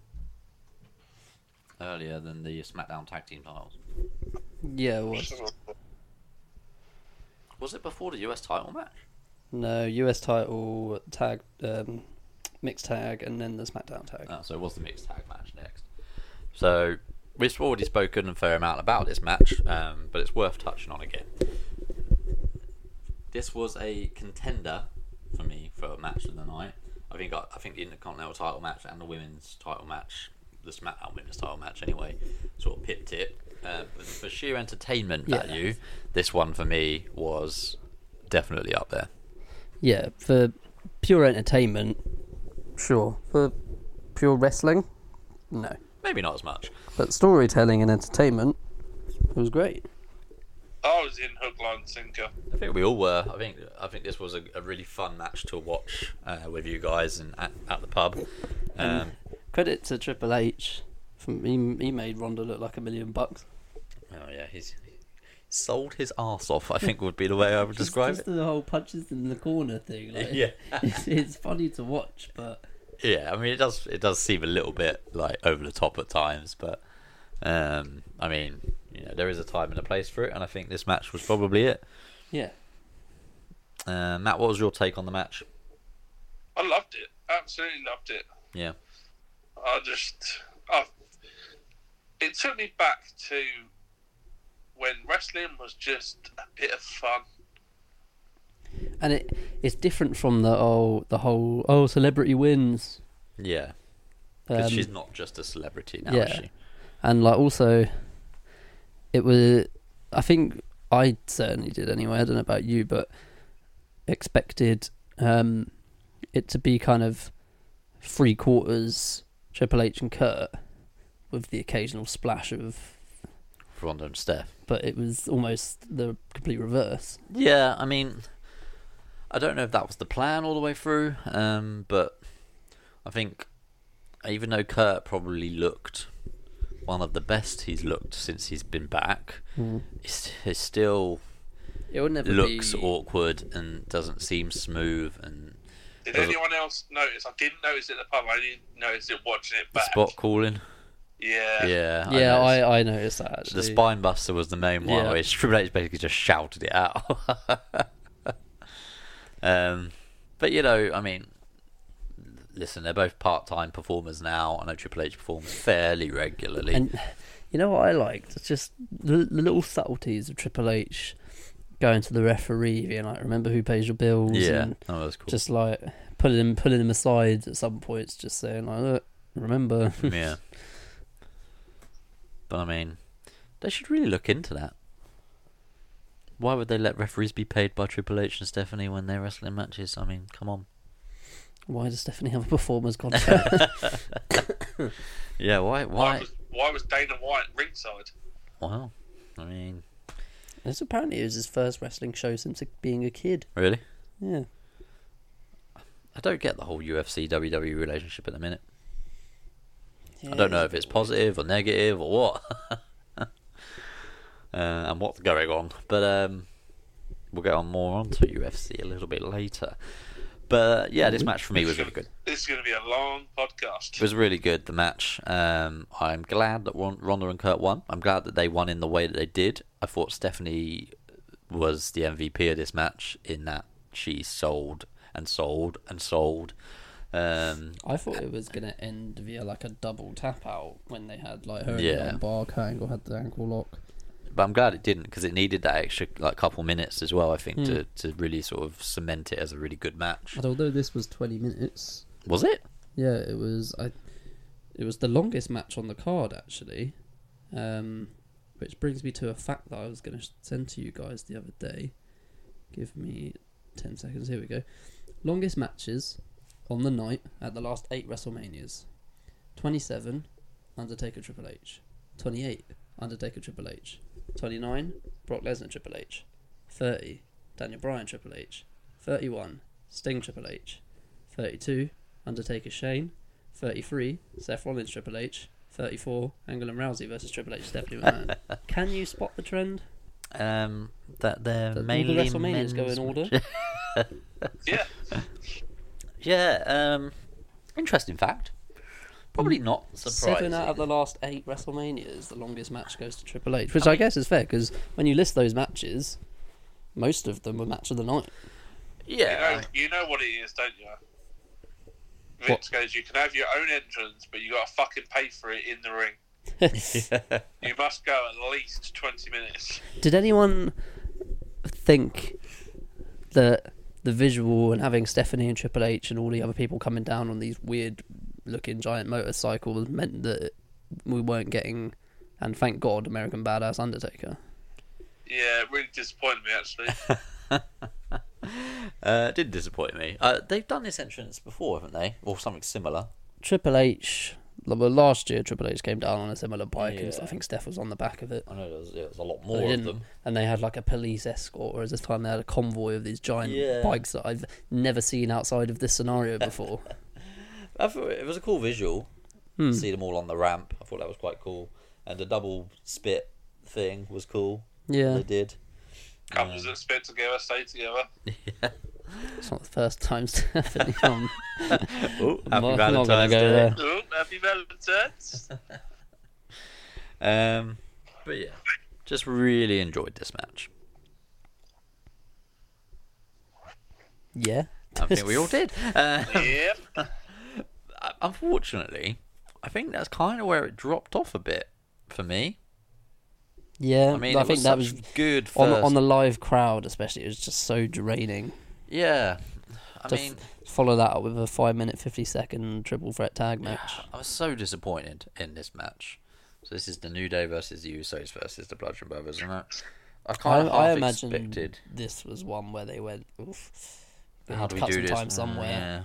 Speaker 2: earlier than the SmackDown tag team titles.
Speaker 6: Yeah, it was.
Speaker 2: Was it before the US title match?
Speaker 6: No, US title tag, um, mixed tag, and then the SmackDown tag.
Speaker 2: Oh, so it was the mixed tag match next. So we've already spoken a fair amount about this match, um, but it's worth touching on again. This was a contender for me for a match of the night. I think I, I think the Intercontinental title match and the women's title match, the SmackDown women's title match anyway, sort of pipped it. Uh, but for sheer entertainment
Speaker 6: Yeah.
Speaker 2: value, this one for me was definitely up there.
Speaker 6: Yeah, for pure entertainment, sure. For pure wrestling, no.
Speaker 2: Maybe not as much.
Speaker 6: But storytelling and entertainment, it was great.
Speaker 4: I was in hook, line, and sinker.
Speaker 2: I think we all were. I think I think this was a, a really fun match to watch uh, with you guys and at, at the pub.
Speaker 6: Mm.
Speaker 2: Um,
Speaker 6: Credit to Triple H. From, he, he made Ronda look like a million bucks.
Speaker 2: oh yeah, he's sold his ass off. I think would be the way I would describe
Speaker 6: just
Speaker 2: it.
Speaker 6: the whole punches in the corner thing. Like,
Speaker 2: Yeah.
Speaker 6: it's, it's funny to watch, but
Speaker 2: Yeah, I mean it does it does seem a little bit like over the top at times, but um, I mean you know there is a time and a place for it, and I think this match was probably it.
Speaker 6: yeah,
Speaker 2: Uh, Matt, what was your take on the match?
Speaker 4: I loved it. Absolutely loved it.
Speaker 2: Yeah,
Speaker 4: I just, I, it took me back to when wrestling was just a bit of fun.
Speaker 6: and it it's different from the oh the whole oh celebrity wins.
Speaker 2: yeah, because
Speaker 6: um,
Speaker 2: she's not just a celebrity now, is
Speaker 6: yeah.
Speaker 2: she?
Speaker 6: and like also it was i think i certainly did anyway i don't know about you but expected um it to be kind of three quarters triple h and kurt with the occasional splash of
Speaker 2: Ronda and Steph.
Speaker 6: but it was almost the complete reverse
Speaker 2: Yeah, I mean, I don't know if that was the plan all the way through, um, but I think even though Kurt probably looked one of the best he's looked since he's been back,
Speaker 6: Mm-hmm.
Speaker 2: it's it still
Speaker 6: it would never
Speaker 2: looks awkward and doesn't seem smooth. And
Speaker 4: Did
Speaker 2: Does it-
Speaker 4: anyone else notice? I didn't notice it at the pub. I only noticed it watching it
Speaker 2: the
Speaker 4: back.
Speaker 2: spot calling,
Speaker 4: Yeah.
Speaker 2: yeah,
Speaker 6: yeah
Speaker 2: know, it's-
Speaker 6: i i noticed that actually
Speaker 2: the spine buster was the main one,
Speaker 6: Yeah.
Speaker 2: which Triple H basically just shouted it out. um, but you know, I mean, listen, they're both part-time performers now. I know Triple H performs fairly regularly.
Speaker 6: And you know what I liked? It's just the, the little subtleties of Triple H going to the referee, being like, remember who pays your bills?
Speaker 2: Yeah,
Speaker 6: And
Speaker 2: oh, that was cool.
Speaker 6: just like pulling him, pulling him aside at some points, just saying like, look, remember.
Speaker 2: yeah. But I mean, they should really look into that. Why would they let referees be paid by Triple H and Stephanie when they're wrestling matches? I mean, come on.
Speaker 6: Why does Stephanie have a performance contract?
Speaker 2: Yeah, why?
Speaker 4: Why
Speaker 2: Why?
Speaker 4: was, why was Dana White ringside?
Speaker 2: Wow. I mean,
Speaker 6: this apparently was his first wrestling show since being a kid.
Speaker 2: really?
Speaker 6: Yeah.
Speaker 2: I don't get the whole UFC WWE E relationship at the minute. I don't know if it's positive or negative or what, uh, and what's going on. But um, we'll get on more onto UFC a little bit later. But yeah, this match for me was really good.
Speaker 4: This is going to be a long podcast.
Speaker 2: It was really good the match. Um, I'm glad that Ron- Ronda and Kurt won. I'm glad that they won in the way that they did. I thought Stephanie was the MVP of this match in that she sold and sold and sold. Um,
Speaker 6: I thought it was gonna end via like a double tap out when they had like her
Speaker 2: Yeah.
Speaker 6: yeah. bar angle had the ankle lock.
Speaker 2: but I'm glad it didn't because it needed that extra like couple minutes as well. I think
Speaker 6: Hmm.
Speaker 2: to to really sort of cement it as a really good match.
Speaker 6: And although this was twenty minutes,
Speaker 2: Was it?
Speaker 6: yeah, it was. I, it was the longest match on the card actually, um, which brings me to a fact that I was going to send to you guys the other day. Give me ten seconds. Here we go. Longest matches on the night at the last eight WrestleManias: twenty-seven, Undertaker Triple H; twenty-eight, Undertaker Triple H; twenty-nine, Brock Lesnar Triple H; thirty, Daniel Bryan Triple H; thirty-one, Sting Triple H; 32, Undertaker Shane. 33, Seth Rollins Triple H. 34, Angle and Rousey versus Triple H Stephanie McMahon. Can you spot the trend?
Speaker 2: Um, that they're
Speaker 6: That all the
Speaker 2: mainly
Speaker 6: WrestleManias go
Speaker 2: men's
Speaker 6: in order?
Speaker 2: match-
Speaker 4: Yeah,
Speaker 2: yeah. Um, interesting fact. Probably not surprising.
Speaker 6: Hmm. Seven out of the last eight WrestleManias, the longest match goes to Triple H, which I, guess is fair because when you list those matches, most of them were match of the night.
Speaker 4: you
Speaker 2: yeah.
Speaker 4: know, you know what it is, don't you? Vince goes, you can have your own entrance, but you got to fucking pay for it in the ring. You must go at least 20 minutes.
Speaker 6: Did anyone think that the visual and having Stephanie and Triple H and all the other people coming down on these weird looking giant motorcycles meant that we weren't getting, and thank God, American Badass Undertaker?
Speaker 4: Yeah, it really disappointed me, actually.
Speaker 2: Uh, it did disappoint me. Uh, they've done this entrance before, haven't they? Or something similar.
Speaker 6: Triple H, well, last year Triple H came down on a similar bike, and
Speaker 2: Yeah.
Speaker 6: I think Steph was on the back of it.
Speaker 2: I know there was, there was a lot
Speaker 6: They
Speaker 2: more of
Speaker 6: didn't-
Speaker 2: them.
Speaker 6: And they had like a police escort, whereas this time they had a convoy of these giant
Speaker 2: Yeah.
Speaker 6: bikes that I've never seen outside of this scenario before.
Speaker 2: I thought it was a cool visual.
Speaker 6: Hmm.
Speaker 2: See them all on the ramp. I thought that was quite cool. And the double spit thing was cool.
Speaker 6: yeah.
Speaker 2: They did.
Speaker 4: Couples that spit together, stay together.
Speaker 6: It's not the first time Stephanie on.
Speaker 2: Oh, happy
Speaker 6: I'm not- I'm not gonna
Speaker 2: Valentine's
Speaker 6: go
Speaker 2: Day.
Speaker 6: there.
Speaker 4: Oh, happy Valentine's.
Speaker 2: Um, but yeah, just really enjoyed this match.
Speaker 6: Yeah.
Speaker 2: I think we all did. Uh,
Speaker 4: yep.
Speaker 2: unfortunately, I think that's kind of where it dropped off a bit for me.
Speaker 6: Yeah.
Speaker 2: I mean,
Speaker 6: I
Speaker 2: it
Speaker 6: think
Speaker 2: was such
Speaker 6: that was
Speaker 2: good. First.
Speaker 6: on the, on the live crowd, especially. It was just so draining.
Speaker 2: yeah. I
Speaker 6: To
Speaker 2: mean,
Speaker 6: f- follow that up with a five minute, 50 second triple threat tag match.
Speaker 2: I was so disappointed in this match. So this is the New Day versus the Usos versus the Bludgeon Brothers, isn't it? I
Speaker 6: I,
Speaker 2: kind of
Speaker 6: I
Speaker 2: half
Speaker 6: imagine
Speaker 2: expected.
Speaker 6: this was one where they went, oof. we
Speaker 2: How
Speaker 6: need
Speaker 2: do
Speaker 6: to
Speaker 2: we
Speaker 6: cut
Speaker 2: do
Speaker 6: some
Speaker 2: this?
Speaker 6: time
Speaker 2: Mm,
Speaker 6: somewhere.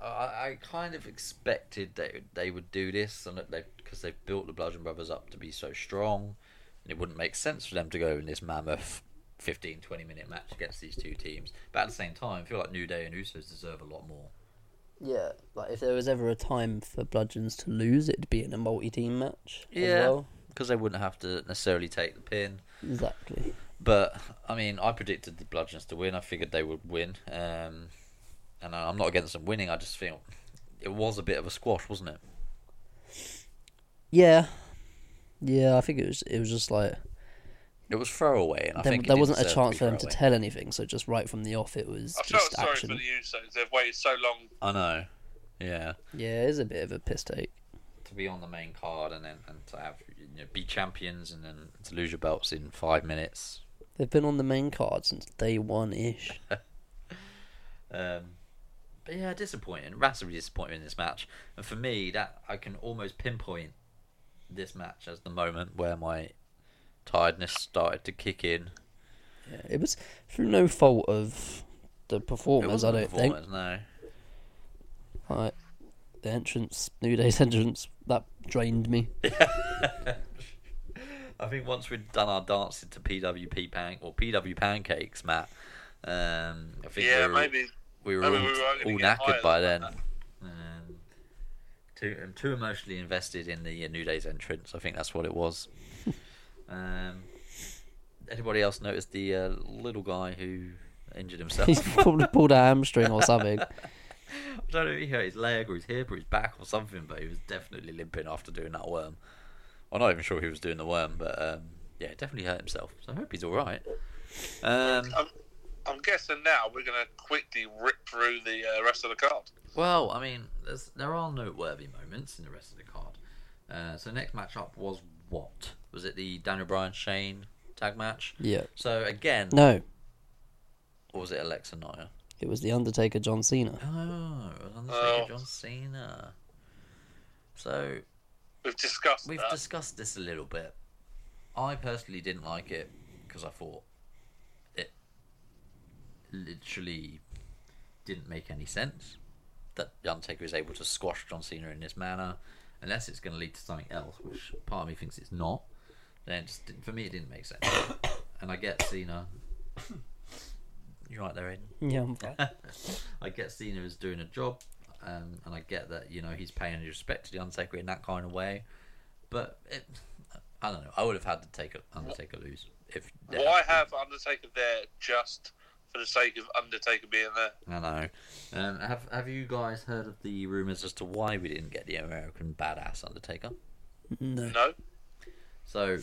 Speaker 2: yeah. I, I kind of expected they they would do this, and that they because they built the Bludgeon Brothers up to be so strong, and it wouldn't make sense for them to go in this mammoth 15, 20 minute match against these two teams. But at the same time, I feel like New Day and Usos deserve a lot more.
Speaker 6: Yeah. Like, if there was ever a time for Bludgeons to lose, it'd be in a multi team match as
Speaker 2: Yeah,
Speaker 6: well.
Speaker 2: because they wouldn't have to necessarily take the pin.
Speaker 6: Exactly.
Speaker 2: But I mean, I predicted the Bludgeons to win. I figured they would win, um, and I- I'm not against them winning. I just feel it was a bit of a squash, wasn't it?
Speaker 6: Yeah. Yeah, I think it was. It was just like
Speaker 2: It was throwaway, and I
Speaker 6: there,
Speaker 2: think it
Speaker 6: there
Speaker 2: did
Speaker 6: wasn't a
Speaker 2: deserve to
Speaker 6: chance
Speaker 2: be
Speaker 6: for them to
Speaker 2: throwaway.
Speaker 6: tell anything. So just right from the off, it was
Speaker 4: I felt
Speaker 6: just
Speaker 4: sorry
Speaker 6: action.
Speaker 4: for the Usos. They've waited so long.
Speaker 2: I know, yeah.
Speaker 6: Yeah, it is a bit of a piss take.
Speaker 2: To be on the main card and then and to have you know, be champions and then to lose your belts in five minutes
Speaker 6: They've been on the main card since day one ish.
Speaker 2: Um, but yeah, disappointing, massively disappointing in this match. And for me, that I can almost pinpoint this match as the moment where my tiredness started to kick in.
Speaker 6: Yeah, it was through no fault of the performers, I
Speaker 2: wasn't a
Speaker 6: don't think.
Speaker 2: performance, No,
Speaker 6: Like, the entrance, New Day's entrance, that drained me.
Speaker 2: I think once we'd done our dancing to PWP pan or PW pancakes, Matt. Um, I think
Speaker 4: Yeah,
Speaker 2: we were,
Speaker 4: maybe.
Speaker 2: we were
Speaker 4: maybe
Speaker 2: all,
Speaker 4: we weren't gonna
Speaker 2: all
Speaker 4: get higher
Speaker 2: knackered by
Speaker 4: than
Speaker 2: then. Um, too um, too emotionally invested in the uh, New Day's entrance. I think that's what it was. um, anybody else notice the uh, little guy who injured himself?
Speaker 6: He's probably pulled a hamstring or something.
Speaker 2: I don't know if he hurt his leg or his hip or his back or something, but he was definitely limping after doing that worm. I'm not even sure he was doing the worm, but um, yeah, definitely hurt himself. So I hope he's all right. Um,
Speaker 4: I'm, I'm guessing now we're going to quickly rip through the uh, rest of the card.
Speaker 2: well, I mean, there's, there are noteworthy moments in the rest of the card. Uh, so next match up was what? Was it the Daniel Bryan Shane tag match?
Speaker 6: Yeah.
Speaker 2: So again,
Speaker 6: No,
Speaker 2: or was it Alexa Naya?
Speaker 6: it was The Undertaker John Cena.
Speaker 2: Oh, it was Undertaker
Speaker 4: Oh.
Speaker 2: John Cena. So
Speaker 4: We've discussed
Speaker 2: We've
Speaker 4: that.
Speaker 2: discussed this a little bit. I personally didn't like it because I thought it literally didn't make any sense that The Undertaker is able to squash John Cena in this manner, unless it's going to lead to something else, which part of me thinks it's not. Then it just didn't, for me, it didn't make sense. and I get Cena. You're right there, Aiden.
Speaker 6: Yeah, I'm fine.
Speaker 2: I get Cena is doing a job, um, and I get that you know he's paying his respect to the Undertaker in that kind of way, but it, I don't know. I would have had to take Undertaker lose if
Speaker 4: Why have Undertaker there just for the sake of Undertaker being there?
Speaker 2: I know. Um, have Have you guys heard of the rumors as to why we didn't get the American Badass Undertaker?
Speaker 6: No.
Speaker 4: No?
Speaker 2: So,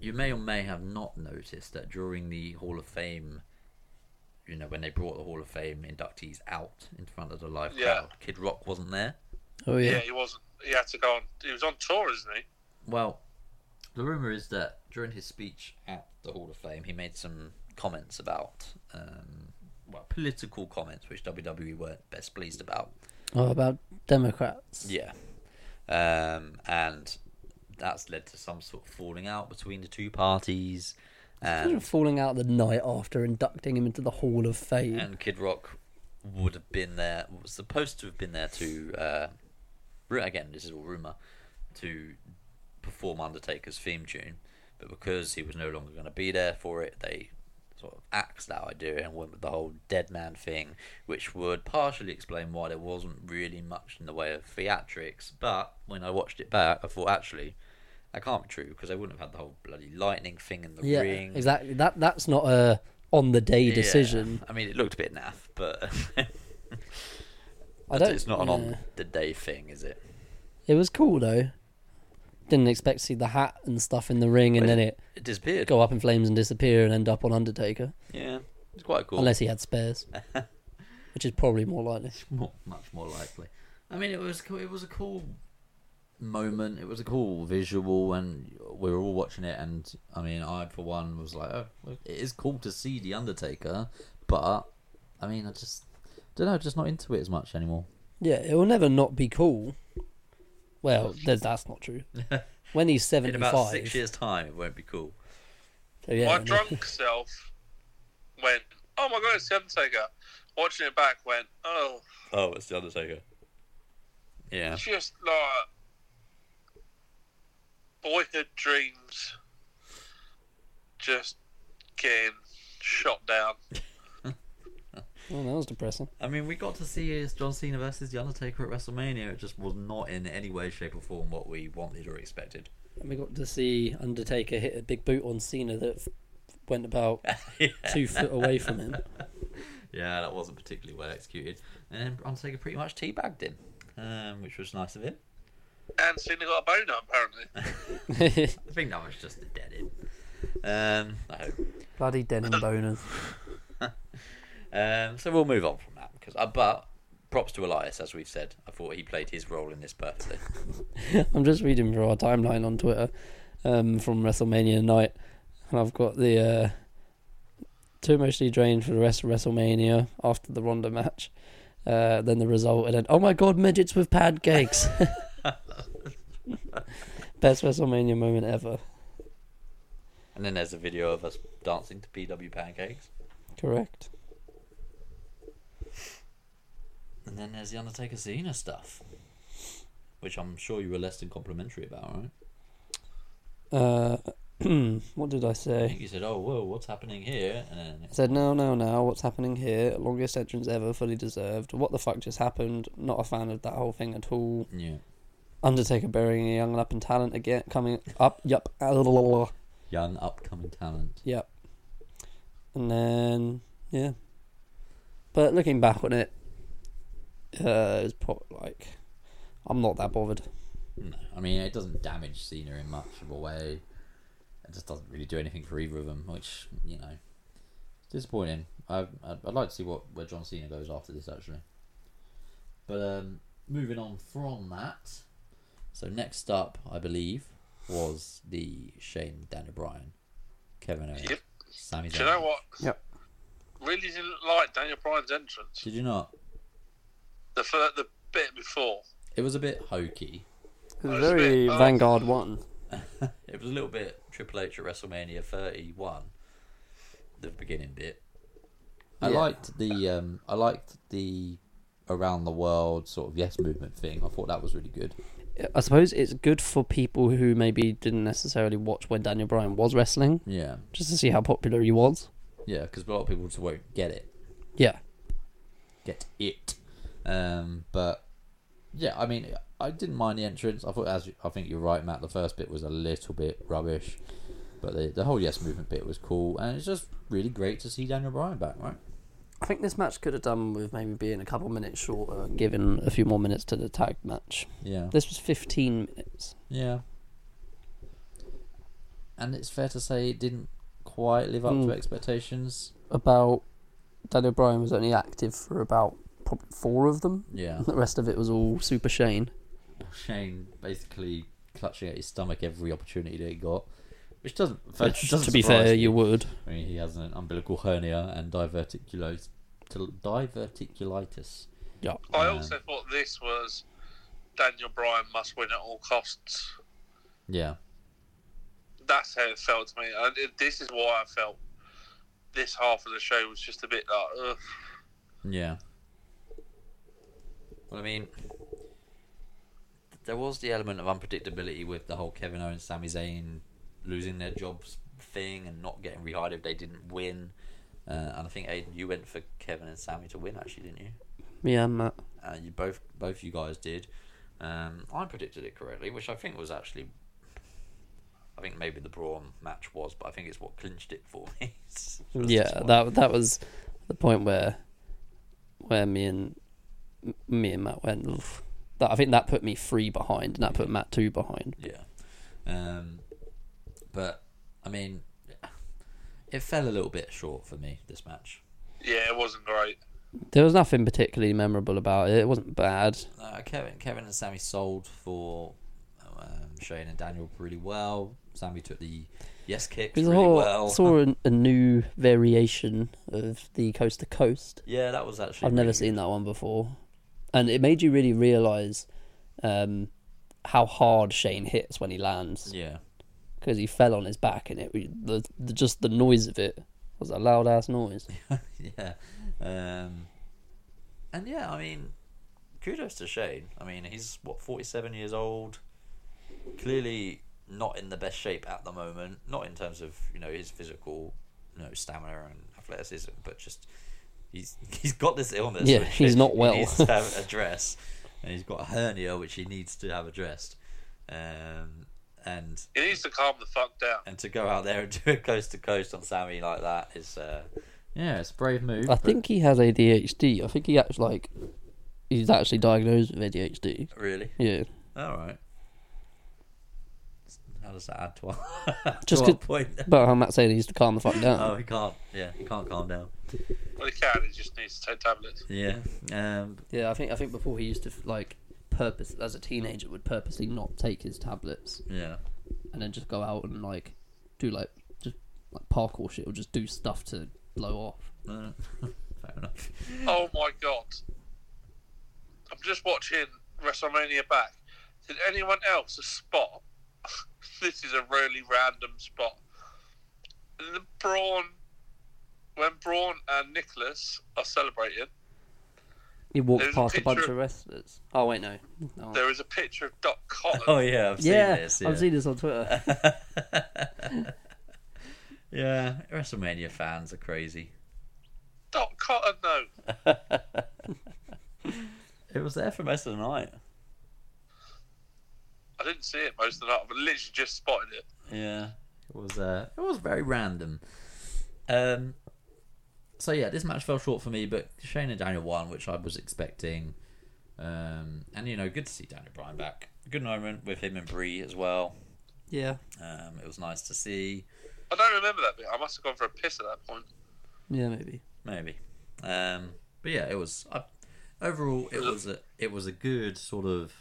Speaker 2: you may or may have not noticed that during the Hall of Fame, you know, when they brought the Hall of Fame inductees out in front of the live
Speaker 4: Yeah.
Speaker 2: crowd, Kid Rock wasn't there.
Speaker 6: Oh,
Speaker 4: Yeah,
Speaker 6: yeah.
Speaker 4: he wasn't. He had to go on. He was on tour, isn't he?
Speaker 2: Well, the rumor is that during his speech at the Hall of Fame, he made some comments about, um, well, political comments which WWE weren't best pleased about.
Speaker 6: Oh, about Democrats.
Speaker 2: Yeah, um, and that's led to some sort of falling out between the two parties.
Speaker 6: Imagine
Speaker 2: And,
Speaker 6: falling out the night after inducting him into the Hall of Fame.
Speaker 2: and Kid Rock would have been there, was supposed to have been there to, uh, ru- again, this is all rumor, to perform Undertaker's theme tune, but because he was no longer going to be there for it, they sort of axed that idea and went with the whole dead man thing, which would partially explain why there wasn't really much in the way of theatrics. But when I watched it back, I thought actually that can't be true because they wouldn't have had the whole bloody lightning thing in the
Speaker 6: yeah,
Speaker 2: ring.
Speaker 6: exactly. That That's not a on the day
Speaker 2: Yeah.
Speaker 6: decision.
Speaker 2: I mean, it looked a bit naff, but
Speaker 6: I don't.
Speaker 2: it's not an
Speaker 6: yeah.
Speaker 2: on the day thing, is it?
Speaker 6: It was cool though. Didn't expect to see the hat and stuff in the ring, and
Speaker 2: But
Speaker 6: then it
Speaker 2: It disappeared.
Speaker 6: go up in flames and disappear and end up on Undertaker,
Speaker 2: Yeah, it's quite cool.
Speaker 6: unless he had spares, which is probably more likely.
Speaker 2: more, much more likely. I mean, it was cool- it was a cool moment. It was a cool visual, and we were all watching it. And I mean, I for one was like, oh, well, it is cool to see the Undertaker, but I mean, I just don't know, just not into it as much anymore.
Speaker 6: Yeah, it will never not be cool. Well, there's, that's not true. When he's
Speaker 2: In
Speaker 6: seventy-five,
Speaker 2: about six years' time, it won't be cool.
Speaker 6: so yeah,
Speaker 4: My
Speaker 6: no.
Speaker 4: drunk self went, "Oh my god, it's the Undertaker." Watching it back, went, "Oh,
Speaker 2: Oh, it's the Undertaker. Yeah,
Speaker 4: just like boyhood dreams, just getting shot down."
Speaker 6: Oh, that was depressing.
Speaker 2: I mean, we got to see it's John Cena versus the Undertaker at WrestleMania. It just was not in any way, shape, or form what we wanted or expected.
Speaker 6: And we got to see Undertaker hit a big boot on Cena that f- went about two foot away from him.
Speaker 2: Yeah, that wasn't particularly well executed. And then Undertaker pretty much teabagged him, um, which was nice of him.
Speaker 4: And Cena got a boner apparently.
Speaker 2: I think that was just a dead end. Um, I hope.
Speaker 6: Bloody denim boners.
Speaker 2: Um, so we'll move on from that. Because, uh, but props to Elias, as we've said. I thought he played his role in this perfectly.
Speaker 6: I'm just reading through our timeline on Twitter um, from WrestleMania night, and I've got the uh, too emotionally drained for the rest of WrestleMania after the Ronda match. Uh, then the result, and then oh my god, midgets with pancakes. Best WrestleMania moment ever.
Speaker 2: And then there's a video of us dancing to PW pancakes.
Speaker 6: Correct.
Speaker 2: And then there's the Undertaker Cena stuff, which I'm sure you were less than complimentary about, right?
Speaker 6: Uh, what did I
Speaker 2: I
Speaker 6: say?
Speaker 2: think you said, "Oh, whoa, what's happening here?" And then
Speaker 6: I said, no, no, no, what's happening here? Longest entrance ever, fully deserved. What the fuck just happened? Not a fan of that whole thing at all.
Speaker 2: yeah,
Speaker 6: Undertaker burying a young and up in talent again, coming up, yup, ah, la, la, la, la,
Speaker 2: young upcoming talent.
Speaker 6: yup. And then, yeah. But looking back on it, uh, it was pro- like, I'm not that bothered.
Speaker 2: No, I mean it doesn't damage Cena in much of a way. It just doesn't really do anything for either of them, which you know, it's disappointing. I I'd, I'd like to see what where John Cena goes after this actually. But um, moving on from that, so next up, I believe, was the Shane Dan O'Brien, Kevin Owens,
Speaker 4: Yep.
Speaker 2: Sami
Speaker 4: Do you know
Speaker 2: Zayn.
Speaker 4: what?
Speaker 6: Yep.
Speaker 4: Really didn't like Daniel Bryan's entrance.
Speaker 2: Did you not?
Speaker 4: The fir- the bit before.
Speaker 2: It was a bit hokey.
Speaker 6: It was
Speaker 4: was a
Speaker 6: very
Speaker 4: bit, uh,
Speaker 6: Vanguard 1.
Speaker 2: It was a little bit Triple H at WrestleMania 31, the beginning bit.
Speaker 5: I
Speaker 6: Yeah.
Speaker 5: liked the um, I liked the around the world sort of yes movement thing. I thought that was really good.
Speaker 6: I suppose it's good for people who maybe didn't necessarily watch when Daniel Bryan was wrestling,
Speaker 5: Yeah,
Speaker 6: just to see how popular he was.
Speaker 5: yeah, because a lot of people just won't get it,
Speaker 6: Yeah.
Speaker 5: get it. Um, but yeah, I mean, I didn't mind the entrance. I thought as I think you're right, Matt. The first bit was a little bit rubbish, but the the whole yes movement bit was cool, and it's just really great to see Daniel Bryan back, right?
Speaker 6: I think this match could have done with maybe being a couple minutes shorter and giving a few more minutes to the tag match.
Speaker 5: Yeah,
Speaker 6: This was 15 minutes.
Speaker 5: yeah. And it's fair to say it didn't quite live up
Speaker 6: Mm.
Speaker 5: to expectations.
Speaker 6: About Daniel Bryan was only active for about probably four of them.
Speaker 5: Yeah.
Speaker 6: The rest of it was all Super Shane.
Speaker 5: Shane basically clutching at his stomach every opportunity that he got, which doesn't.
Speaker 6: Which,
Speaker 5: doesn't
Speaker 6: to be
Speaker 5: surprise
Speaker 6: fair,
Speaker 5: me.
Speaker 6: you would.
Speaker 5: I mean, he has an umbilical hernia and diverticulos, til- diverticulitis.
Speaker 6: Yeah.
Speaker 4: I
Speaker 5: Yeah.
Speaker 4: also thought this was Daniel Bryan must win at all costs.
Speaker 5: Yeah,
Speaker 4: That's how it felt to me. And it- this is why I felt this half of the show was just a bit like, Ugh.
Speaker 5: yeah,
Speaker 2: Well, I mean, there was the element of unpredictability with the whole Kevin Owens, Sami Zayn losing their jobs thing and not getting rehired if they didn't win. Uh, and I think Aiden, you went for Kevin and Sammy to win, actually, didn't you?
Speaker 6: Yeah, Matt.
Speaker 2: Uh, you both, both you guys did. Um, I predicted it correctly, which I think was actually, I think maybe the Braun match was, but I think it's what clinched it for me. So that's
Speaker 6: yeah,
Speaker 2: why-
Speaker 6: that that was the point where where me and m- me and Matt went. "Oof." That I think that put me three behind, and that put Matt two behind.
Speaker 2: Yeah. Um, but I mean, it fell a little bit short for me this match.
Speaker 4: yeah, it wasn't great.
Speaker 6: There was nothing particularly memorable about it. It wasn't bad.
Speaker 2: Uh, Kevin, Kevin and Sammy sold for um, Shane and Daniel really well. Sammy took the yes kicks
Speaker 6: It was
Speaker 2: really
Speaker 6: a whole,
Speaker 2: well.
Speaker 6: saw an, a new variation of the coast to coast.
Speaker 2: yeah, that was actually.
Speaker 6: I've never
Speaker 2: really
Speaker 6: seen that one before, and it made you really realize um, how hard Shane hits when he lands.
Speaker 2: good. Yeah,
Speaker 6: because he fell on his back and it the, the just the noise of it was a loud ass noise.
Speaker 2: yeah, um, and yeah. I mean, kudos to Shane. I mean, he's what forty-seven years old. Clearly not in the best shape at the moment. Not in terms of you know his physical, you know, stamina and athleticism, but just he's he's got this illness.
Speaker 6: Yeah,
Speaker 2: which
Speaker 6: he's not well.
Speaker 2: He needs to have addressed, and he's got a hernia which he needs to have addressed. Um, and
Speaker 4: He needs to calm the fuck down.
Speaker 2: and to go out there and do it coast to coast on Sammy like that is. Uh,
Speaker 5: yeah. It's a brave move.
Speaker 6: I
Speaker 5: but-
Speaker 6: think he has ADHD. I think he acts like he's actually diagnosed with ADHD.
Speaker 2: Really?
Speaker 6: Yeah,
Speaker 2: All right. How does that add to our,
Speaker 6: Just
Speaker 2: to our
Speaker 6: could-
Speaker 2: point?
Speaker 6: but how Matt said he used to calm the fuck down.
Speaker 2: Oh, he can't. Yeah, he can't calm down.
Speaker 4: Well, he can, he just needs to take tablets.
Speaker 2: Yeah. Um.
Speaker 6: Yeah, I think I think before he used to like purpose as a teenager would purposely not take his tablets
Speaker 2: Yeah.
Speaker 6: and then just go out and like do like just like parkour shit or just do stuff to
Speaker 3: blow off.
Speaker 2: Uh, fair enough.
Speaker 4: Oh my god. I'm just watching WrestleMania back. Did anyone else a spot? this is a really random spot. The Braun when Braun and Nicholas are celebrating,
Speaker 6: He walks
Speaker 4: There's a
Speaker 6: past a, bunch
Speaker 4: picture-
Speaker 6: of wrestlers. Oh wait, no. Oh.
Speaker 4: there is a picture of Doc Collins.
Speaker 2: Oh yeah, I've seen
Speaker 6: yeah,
Speaker 2: this.
Speaker 6: I've seen this on Twitter.
Speaker 2: yeah, WrestleMania fans are crazy.
Speaker 4: Doc Cotton though.
Speaker 2: It was there for most of the night.
Speaker 4: I didn't see it most of the night. I literally just spotted it.
Speaker 2: Yeah, it was. Uh, it was very random. Um. So yeah, this match fell short for me, but Shane and Daniel won, which I was expecting. Um, and you know, good to see Daniel Bryan back. Good moment with him and Brie as well.
Speaker 6: yeah,
Speaker 2: Um, it was nice to see.
Speaker 4: I don't remember that bit. I must have gone for a piss at that point.
Speaker 6: yeah, maybe.
Speaker 2: Maybe. Um, but yeah, it was. I, overall, it was a it was a good sort of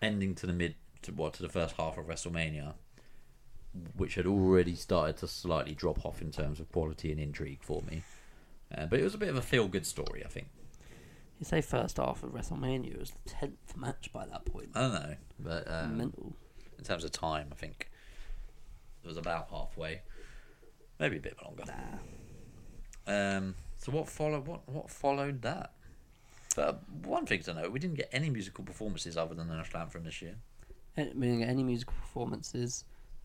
Speaker 2: ending to the mid to what to the first half of WrestleMania, which had already started to slightly drop off in terms of quality and intrigue for me. Uh, but it was a bit of a feel good story, I think.
Speaker 6: You say first half of WrestleMania was the tenth match by that point.
Speaker 2: I don't know, but um,
Speaker 6: Mental.
Speaker 2: in terms of time, I think it was about halfway, maybe a bit longer. Um, so what followed? What what followed that? But one thing to note, we didn't get any musical performances other than the national anthem this year.
Speaker 6: Any, meaning any musical performances,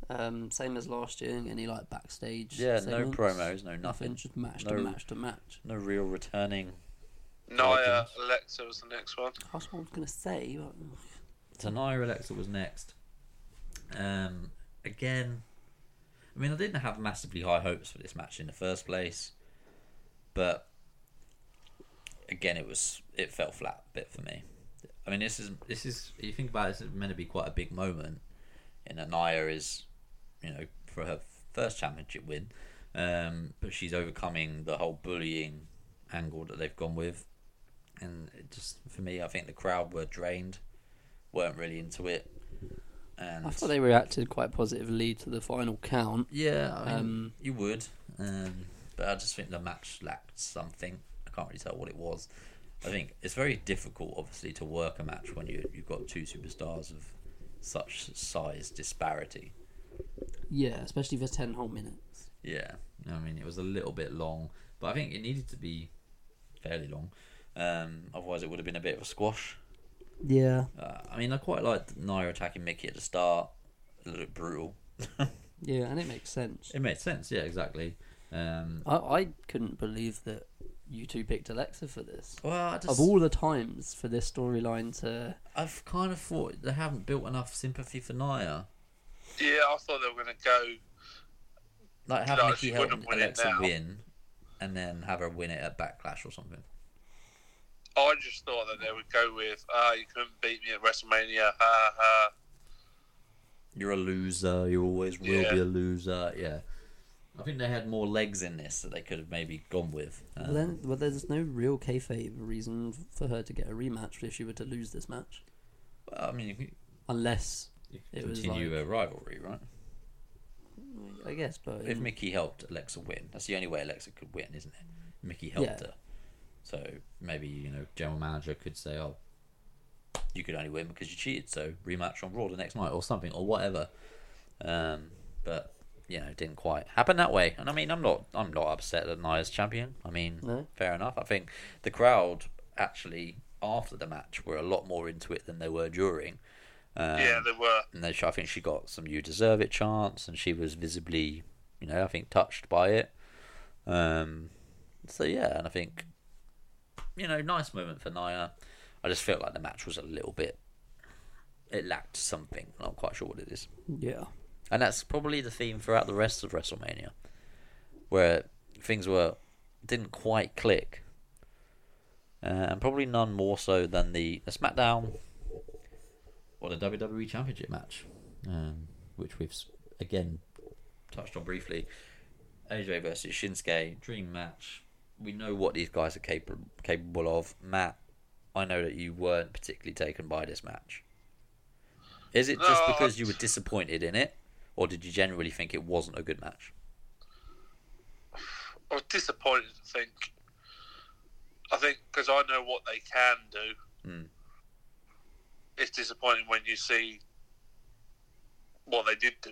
Speaker 6: um, same as last year. Any like backstage?
Speaker 2: Yeah, no
Speaker 6: segments?
Speaker 2: promos, no nothing,
Speaker 6: Just match
Speaker 2: No-
Speaker 6: to match to match.
Speaker 2: no real returning
Speaker 4: Naya
Speaker 2: Legends.
Speaker 4: Alexa was the next one.
Speaker 6: That's what I was gonna say. But...
Speaker 2: Tanaya Alexa was next. Um, again, I mean, I didn't have massively high hopes for this match in the first place, but again, it was it fell flat a bit for me. I mean, this is this is you think about it, this is meant to be quite a big moment, and Anaya is, you know, for her first championship win, um, but she's overcoming the whole bullying angle that they've gone with, and it just for me, I think the crowd were drained weren't really into it. And
Speaker 6: I thought they reacted quite positively to the final count.
Speaker 2: yeah, I mean,
Speaker 6: Um,
Speaker 2: you would, um, but I just think the match lacked something. I can't really tell what it was. I think it's very difficult, obviously, to work a match when you you've got two superstars of such size disparity.
Speaker 6: Yeah, especially for ten whole minutes.
Speaker 2: Yeah, I mean, it was a little bit long, but I think it needed to be fairly long. Um, otherwise, it would have been a bit of a squash.
Speaker 6: Yeah,
Speaker 2: Uh, I mean, I quite liked Nia attacking Mickey at the start. A little bit brutal.
Speaker 6: yeah, and it makes sense.
Speaker 2: It made sense. Yeah, exactly. Um,
Speaker 6: I, I couldn't believe that you two picked Alexa for this.
Speaker 2: Well, I just,
Speaker 6: Of all the times for this storyline to,
Speaker 2: I've kind of thought they haven't built enough sympathy for Naya.
Speaker 4: Yeah, I thought they were going to go.
Speaker 2: Like have
Speaker 4: No,
Speaker 2: Nikki
Speaker 4: she
Speaker 2: help
Speaker 4: wouldn't win it
Speaker 2: Alexa
Speaker 4: now.
Speaker 2: win, and then have her win it at Backlash or something.
Speaker 4: I just thought that they would go with, ah, you couldn't beat me at WrestleMania. Ha ha.
Speaker 2: You're a loser. You always will
Speaker 4: Yeah.
Speaker 2: be a loser. Yeah. I think they had more legs in this that they could have maybe gone with. Um,
Speaker 6: well, then, well, there's no real kayfabe reason for her to get a rematch if she were to lose this match,
Speaker 2: well, I mean, you can
Speaker 6: unless
Speaker 2: you can
Speaker 6: It was
Speaker 2: continue
Speaker 6: like-
Speaker 2: a rivalry, right?
Speaker 6: I guess. But
Speaker 2: If Mickey helped Alexa win, that's the only way Alexa could win, isn't it? Mickey helped
Speaker 6: Yeah.
Speaker 2: her. So maybe, you know, general manager could say, oh, you could only win because you cheated, so rematch on Raw the next night or something or whatever. Um, but, you know, it didn't quite happen that way. And I mean, I'm not I'm not upset that Nia's champion. I mean,
Speaker 6: No.
Speaker 2: fair enough. I think the crowd actually, after the match, were a lot more into it than they were during. Um,
Speaker 4: yeah, they were.
Speaker 2: and then she, I think she got some "You Deserve It" chants, and she was visibly, you know, I think touched by it. Um, so yeah, and I think, you know, nice moment for Nia. I just felt like the match was a little bit, it lacked something. I'm not quite sure what it is,
Speaker 6: yeah,
Speaker 2: and that's probably the theme throughout the rest of WrestleMania, where things were didn't quite click, uh, and probably none more so than the, the SmackDown or the WWE Championship match, um, which we've s- again touched on briefly. AJ versus Shinsuke, dream match. We know what these guys are capable capable of. Matt, I know that you weren't particularly taken by this match. Is it just
Speaker 4: No, I-
Speaker 2: because you were disappointed in it, or did you generally think it wasn't a good match?
Speaker 4: I was disappointed. I think. I think because I know what they can do.
Speaker 2: Mm.
Speaker 4: It's disappointing when you see what they did do.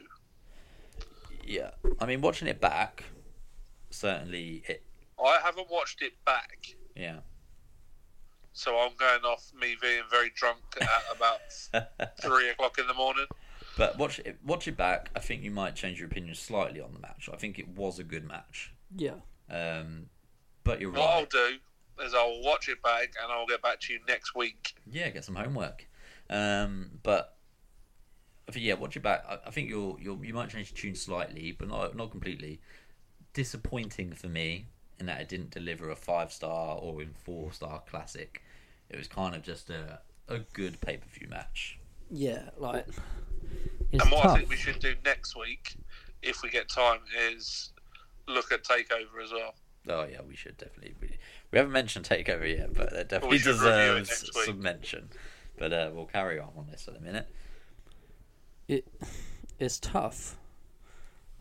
Speaker 2: Yeah, I mean, watching it back, certainly it.
Speaker 4: I haven't watched it back,
Speaker 2: Yeah,
Speaker 4: so I'm going off me being very drunk at about three o'clock in the morning.
Speaker 2: but watch it. Watch it back. I think you might change your opinion slightly on the match. I think it was a good match.
Speaker 6: Yeah.
Speaker 2: Um, but you're
Speaker 4: What I'll
Speaker 2: right.
Speaker 4: do is I'll watch it back and I'll get back to you next week.
Speaker 2: Yeah, get some homework. Um, but I think, yeah, watch it back. I, I think you'll you'll you might change the tune slightly, but not not completely. Disappointing for me in that it didn't deliver a five star or in four star classic. It was kind of just a a good pay per view match.
Speaker 6: Yeah, like it's
Speaker 4: and what I
Speaker 6: tough.
Speaker 4: think we should do next week, if we get time, is look at Takeover as well.
Speaker 2: Oh yeah, we should definitely. We, we haven't mentioned Takeover yet, but it definitely
Speaker 4: should review it
Speaker 2: deserves
Speaker 4: next week.
Speaker 2: some mention. But uh, we'll carry on on this in a minute.
Speaker 6: It it's tough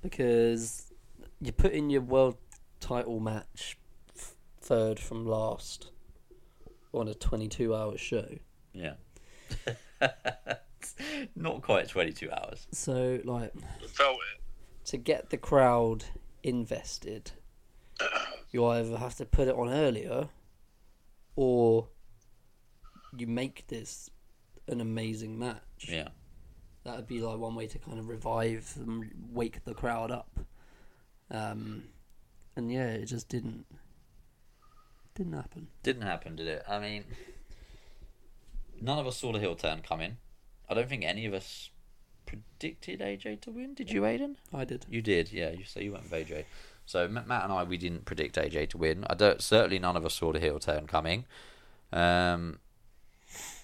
Speaker 6: because you put in your world title match f- third from last on a 22-hour show.
Speaker 2: Yeah, not quite twenty-two hours.
Speaker 6: So like
Speaker 4: Felt it.
Speaker 6: to get the crowd invested, you either have to put it on earlier or you make this an amazing match.
Speaker 2: Yeah,
Speaker 6: That would be like one way to kind of revive and wake the crowd up. Um, and yeah, it just didn't didn't happen.
Speaker 2: didn't happen, did it? I mean, none of us saw the hill turn coming. I don't think any of us predicted AJ to win. Did you, Aiden?
Speaker 6: I did.
Speaker 2: You did, yeah. You so you went with AJ. So Ma- Matt and I, we didn't predict AJ to win. I don't. Certainly, none of us saw the heel turn coming. Um,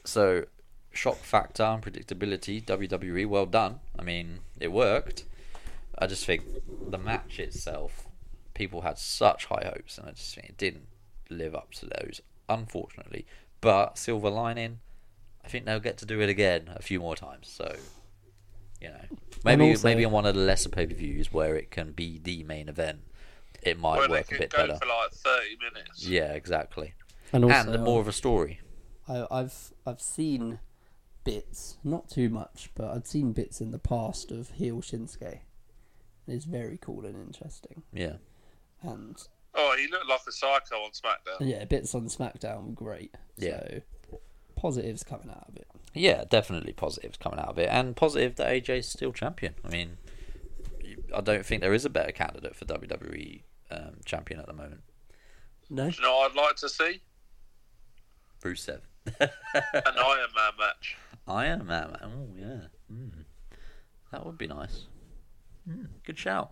Speaker 2: so shock factor and predictability, WWE, E, well done. I mean, it worked. I just think the match itself, people had such high hopes, and I just think it didn't live up to those, unfortunately. But silver lining, I think they'll get to do it again a few more times. So, you know, maybe
Speaker 6: also-
Speaker 2: maybe on one of the lesser pay per views where it can be the main event, it might
Speaker 4: Where they
Speaker 2: work a
Speaker 4: could
Speaker 2: bit
Speaker 4: go
Speaker 2: better.
Speaker 4: for like 30 minutes.
Speaker 2: Yeah, exactly.
Speaker 6: And
Speaker 2: and more of a story.
Speaker 3: um, I, I've I've seen bits, not too much, but I've seen bits in the past of heel Shinsuke. And it's very cool and interesting.
Speaker 2: Yeah,
Speaker 3: And
Speaker 4: Oh, he looked like a psycho on SmackDown.
Speaker 3: yeah, bits on SmackDown, great.
Speaker 2: Yeah.
Speaker 3: So positives coming out of it.
Speaker 2: yeah, definitely positives coming out of it, and positive that AJ's still champion. I mean, I don't think there is a better candidate for WWE um, champion at the moment.
Speaker 6: no,
Speaker 4: Do you know what I'd like to see?
Speaker 2: Rusev,
Speaker 4: An Iron Man match.
Speaker 2: Iron Man. Oh yeah, mm. that would be nice. Mm, good shout.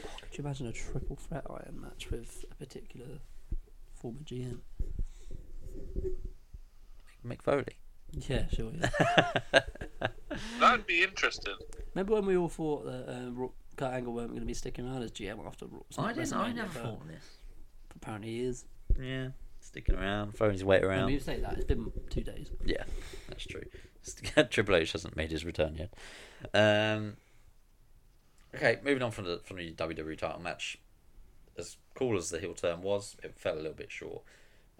Speaker 6: could you imagine a triple threat iron match with a particular former GM?
Speaker 2: Mick Foley.
Speaker 6: Yeah, sure. Yeah.
Speaker 4: That'd be interesting.
Speaker 6: Remember when we all thought that uh, Ro- Kurt Angle weren't going to be sticking around as GM after Raw?
Speaker 2: I didn't. I
Speaker 6: WrestleMania,
Speaker 2: never
Speaker 6: but
Speaker 2: thought this.
Speaker 6: Apparently he is.
Speaker 2: Yeah, sticking around, throwing his weight
Speaker 6: I
Speaker 2: around.
Speaker 6: mean, you say that. It's been two days.
Speaker 2: Yeah, that's true. Triple H hasn't made his return yet. Um, okay, moving on from the from the WWE title match. As cool as the heel turn was, it fell a little bit short.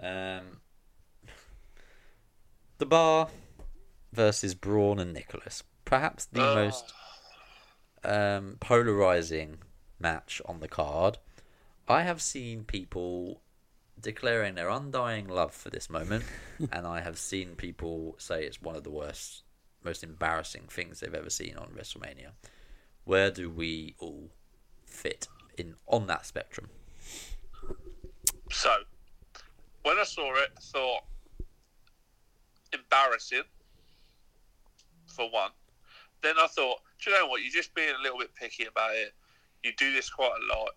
Speaker 2: Um, the Bar versus Braun and Nicholas, perhaps the
Speaker 4: Oh.
Speaker 2: most um, polarizing match on the card. I have seen people declaring their undying love for this moment, and I have seen people say it's one of the worst, most embarrassing things they've ever seen on WrestleMania. Where do we all fit in on that spectrum?
Speaker 4: So, when I saw it, I thought embarrassing for one. Then I thought, do you know what? You're just being a little bit picky about it. You do this quite a lot.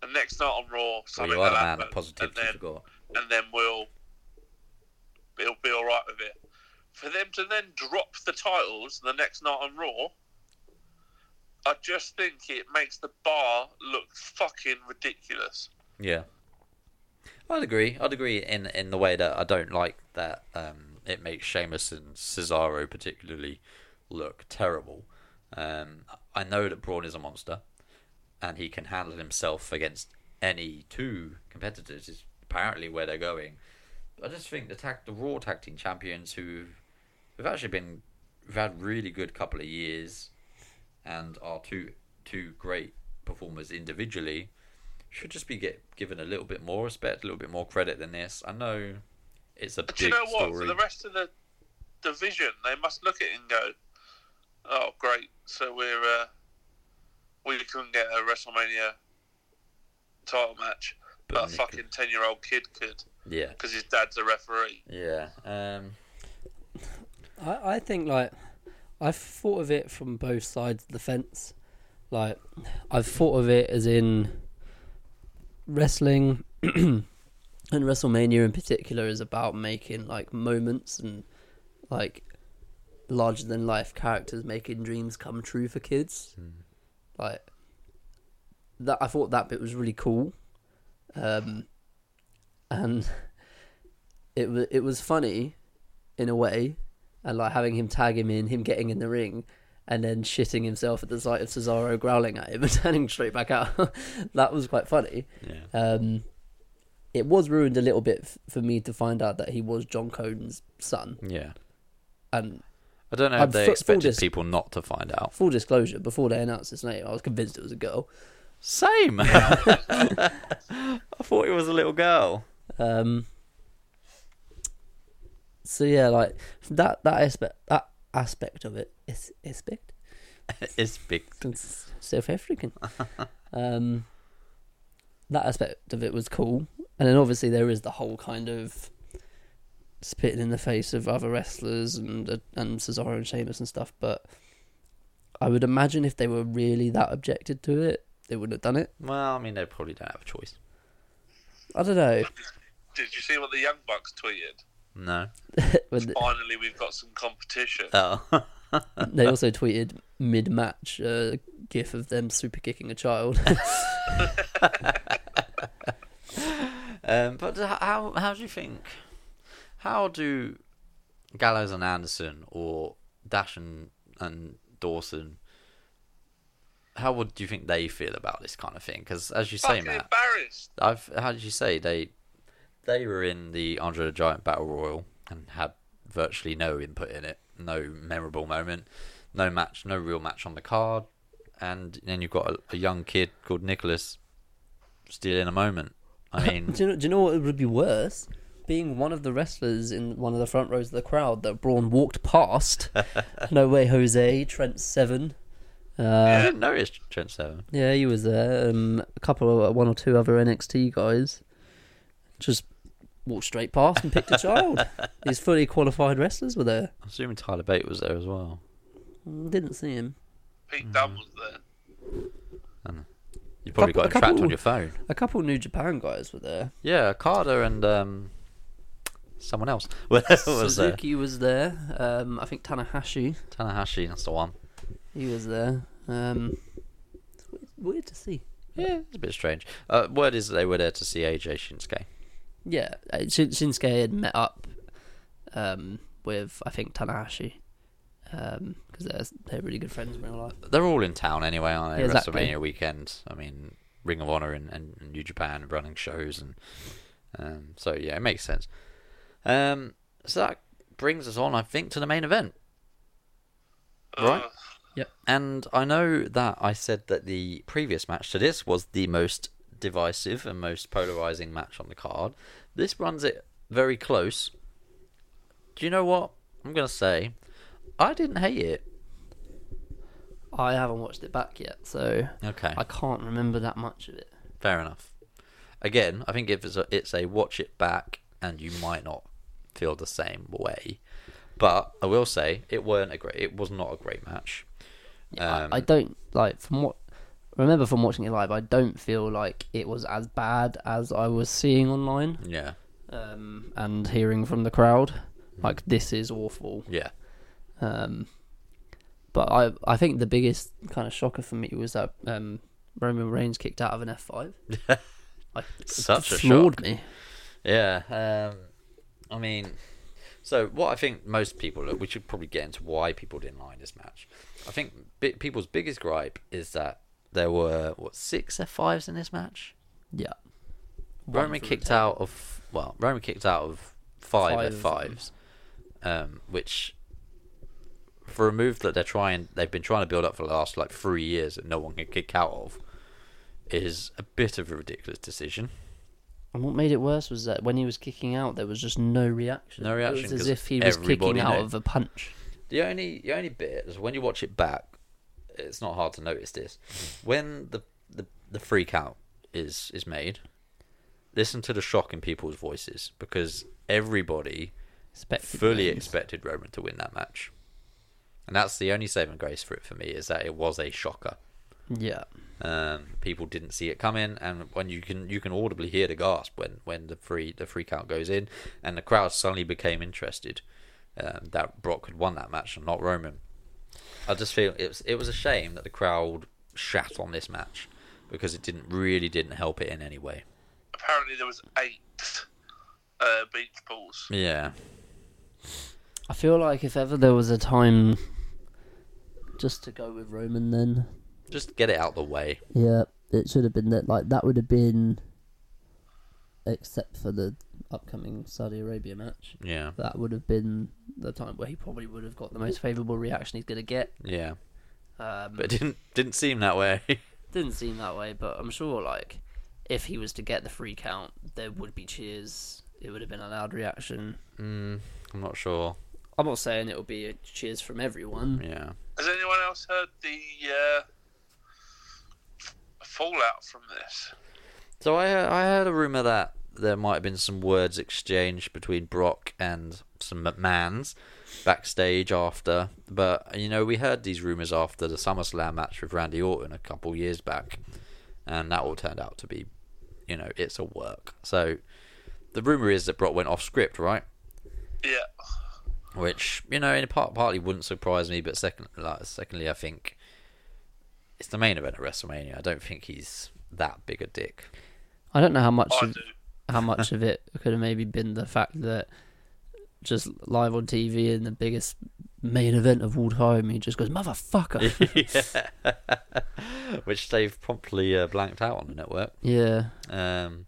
Speaker 4: The next night on Raw,
Speaker 2: Well,
Speaker 4: something
Speaker 2: Oh, you are the
Speaker 4: will
Speaker 2: man
Speaker 4: happen,
Speaker 2: of positivity.
Speaker 4: and
Speaker 2: You
Speaker 4: then,
Speaker 2: forgot.
Speaker 4: and then we'll it'll be all right with it. For them to then drop the titles the next night on Raw, I just think it makes the bar look fucking ridiculous.
Speaker 2: Yeah, I'd agree. I'd agree in in the way that I don't like that um, it makes Sheamus and Cesaro particularly look terrible. Um, I know that Braun is a monster, and he can handle himself against any two competitors is apparently where they're going. I just think the tag, the Raw tag team champions who have actually been who've had really good couple of years, and are two two great performers individually, should just be get given a little bit more respect, a little bit more credit than this. I know it's a
Speaker 4: But
Speaker 2: big
Speaker 4: you know what?
Speaker 2: story.
Speaker 4: For the rest of the division, they must look at it and go, "Oh, great! So we're uh, we couldn't get a WrestleMania title match,
Speaker 2: But
Speaker 4: but a
Speaker 2: Nick-
Speaker 4: fucking ten-year-old kid could
Speaker 2: yeah,
Speaker 4: because his dad's a referee."
Speaker 2: yeah. Um,
Speaker 6: I, I think like I've thought of it from both sides of the fence. Like I've thought of it as in wrestling and WrestleMania in particular is about making like moments and like larger than life characters making dreams come true for kids. Like that I thought that bit was really cool. Um and it was it was funny in a way and like having him tag him in, him getting in the ring, and then shitting himself at the sight of Cesaro growling at him and turning straight back out. that was quite funny.
Speaker 2: yeah.
Speaker 6: Um, it was ruined a little bit f- for me to find out that he was John Coden's son.
Speaker 2: Yeah.
Speaker 6: And
Speaker 2: I don't know
Speaker 6: I'm
Speaker 2: if they
Speaker 6: full- full
Speaker 2: expected
Speaker 6: dis-
Speaker 2: people not to find out.
Speaker 6: full disclosure, before they announced his name, I was convinced it was a girl.
Speaker 2: Same. I thought it was a little girl.
Speaker 6: Um, so yeah, like that that aspect that aspect of it is aspect
Speaker 2: It's big.
Speaker 6: It's South African. um, that aspect of it was cool, and then obviously there is the whole kind of spitting in the face of other wrestlers and uh, and Cesaro and Sheamus and stuff. But I would imagine if they were really that objected to it, they wouldn't have done it.
Speaker 2: Well, I mean, they probably don't have a choice.
Speaker 6: I don't know.
Speaker 4: Did you see what the Young Bucks tweeted?
Speaker 2: No.
Speaker 6: When
Speaker 4: Finally, we've got some competition.
Speaker 2: Oh.
Speaker 6: they also tweeted mid match uh, gif of them super kicking a child.
Speaker 2: Um, but h- how how do you think? How do Gallows and Anderson or Dash and, and Dawson? How would do you think they feel about this kind of thing? Because as you say,
Speaker 4: Fucking
Speaker 2: Matt,
Speaker 4: embarrassed.
Speaker 2: I've how did you say they they were in the Andre the Giant Battle Royal and had virtually no input in it, no memorable moment, no match, no real match on the card, and then you've got a, a young kid called Nicholas stealing a moment. I mean,
Speaker 6: do, you know, do you know what would be worse? Being one of the wrestlers in one of the front rows of the crowd that Braun walked past. no way, Jose, Trent Seven.
Speaker 2: I
Speaker 6: Uh,
Speaker 2: didn't notice Trent Seven.
Speaker 6: yeah, he was there. Um, a couple of one or two other NXT guys just walked straight past and picked a child. These fully qualified wrestlers were there. Mm,
Speaker 2: I'm assuming Tyler Bate was there as well.
Speaker 6: Didn't see him.
Speaker 4: Pete Dunne
Speaker 2: Mm.
Speaker 4: was there.
Speaker 2: You probably
Speaker 6: Couple-
Speaker 2: got him
Speaker 6: a couple-
Speaker 2: tracked on your phone.
Speaker 6: A couple New Japan guys were there.
Speaker 2: Yeah, Carter and um, someone else was there.
Speaker 6: Suzuki was there. Um, I think Tanahashi.
Speaker 2: Tanahashi, that's the one.
Speaker 6: He was there. Um, it's weird, weird to see.
Speaker 2: Yeah, it's a bit strange. Uh, word is that they were there to see AJ Shinsuke.
Speaker 6: Yeah, uh, Shin- Shinsuke had met up um, with I think Tanahashi because they're they're really good friends in real life.
Speaker 2: They're all in town anyway, aren't they?
Speaker 6: Yeah, exactly.
Speaker 2: WrestleMania weekend. I mean, Ring of Honor and, and, and New Japan are running shows, and um, so yeah, it makes sense. Um, so that brings us on, I think, to the main event. Right.
Speaker 4: Uh,
Speaker 2: And I know that I said that the previous match to this was the most divisive and most polarizing match on the card. This runs it very close. Do you know what? I'm going to say I didn't hate it.
Speaker 6: I haven't watched it back yet, so
Speaker 2: Okay.
Speaker 6: I can't remember that much of it.
Speaker 2: Fair enough. Again, I think if it's a, it's a watch it back and you might not feel the same way. But I will say it weren't a great it was not a great match.
Speaker 6: Yeah,
Speaker 2: Um,
Speaker 6: I, I don't like from what remember from watching it live. I don't feel like it was as bad as I was seeing online
Speaker 2: Yeah.
Speaker 6: um, and hearing from the crowd. Like this is awful.
Speaker 2: Yeah.
Speaker 6: Um, but I I think the biggest kind of shocker for me was that um, Roman Reigns kicked out of an F five.
Speaker 2: Such a shock.
Speaker 6: floored me.
Speaker 2: Yeah. Um, I mean, so what I think most people, look, we should probably get into why people didn't like this match. I think bi- people's biggest gripe is that there were, what, six F5s in this match?
Speaker 6: Yeah.
Speaker 2: Roman kicked out of well, Roman kicked out of five
Speaker 6: Five
Speaker 2: F
Speaker 6: of
Speaker 2: fives, um, which for a move that they're trying, they've been trying to build up for the last like three years that no one can kick out of, is a bit of a ridiculous decision.
Speaker 6: And what made it worse was that when he was kicking out, there was just no reaction.
Speaker 2: No reaction,
Speaker 6: It was
Speaker 2: 'cause
Speaker 6: as if he was kicking
Speaker 2: everybody
Speaker 6: out
Speaker 2: knew.
Speaker 6: of a punch.
Speaker 2: The only the only bit is when you watch it back, it's not hard to notice this. When the the, the freak out is is made, listen to the shock in people's voices because everybody
Speaker 6: Expected
Speaker 2: fully
Speaker 6: wins.
Speaker 2: expected Roman to win that match. And that's the only saving grace for it for me is that it was a shocker.
Speaker 6: Yeah.
Speaker 2: Um, people didn't see it coming, and when you can you can audibly hear the gasp when, when the free the free count goes in, and the crowd suddenly became interested. Um, that Brock had won that match and not Roman. I just feel it was it was a shame that the crowd shat on this match because it didn't really didn't help it in any way.
Speaker 4: Apparently, there was eight uh, beach balls.
Speaker 2: Yeah,
Speaker 6: I feel like if ever there was a time just to go with Roman, then
Speaker 2: just get it out the way.
Speaker 6: yeah, it should have been that. Like that would have been, except for the upcoming Saudi Arabia match,
Speaker 2: Yeah,
Speaker 6: that would have been the time where he probably would have got the most favourable reaction he's gonna get.
Speaker 2: yeah,
Speaker 6: Um,
Speaker 2: but it didn't didn't seem that way.
Speaker 6: didn't seem that way, but I'm sure like if he was to get the free count, there would be cheers. It would have been a loud reaction.
Speaker 2: Mm, I'm not sure.
Speaker 6: I'm not saying it will be a cheers from everyone.
Speaker 2: Yeah.
Speaker 4: Has anyone else heard the uh, fallout from this?
Speaker 2: So I heard, I heard a rumor that there might have been some words exchanged between Brock and some McMahon's backstage after, but you know we heard these rumors after the SummerSlam match with Randy Orton a couple years back, and that all turned out to be, you know, it's a work. So the rumor is that Brock went off script, right?
Speaker 4: Yeah.
Speaker 2: which you know, in part partly wouldn't surprise me, but second, like, secondly, I think it's the main event of WrestleMania. I don't think he's that big a dick.
Speaker 6: I don't know how much
Speaker 4: I
Speaker 6: of,
Speaker 4: do.
Speaker 6: how much of it could have maybe been the fact that just live on TV in the biggest main event of all time, he just goes motherfucker.
Speaker 2: which they've promptly uh, blanked out on the network.
Speaker 6: yeah,
Speaker 2: Um,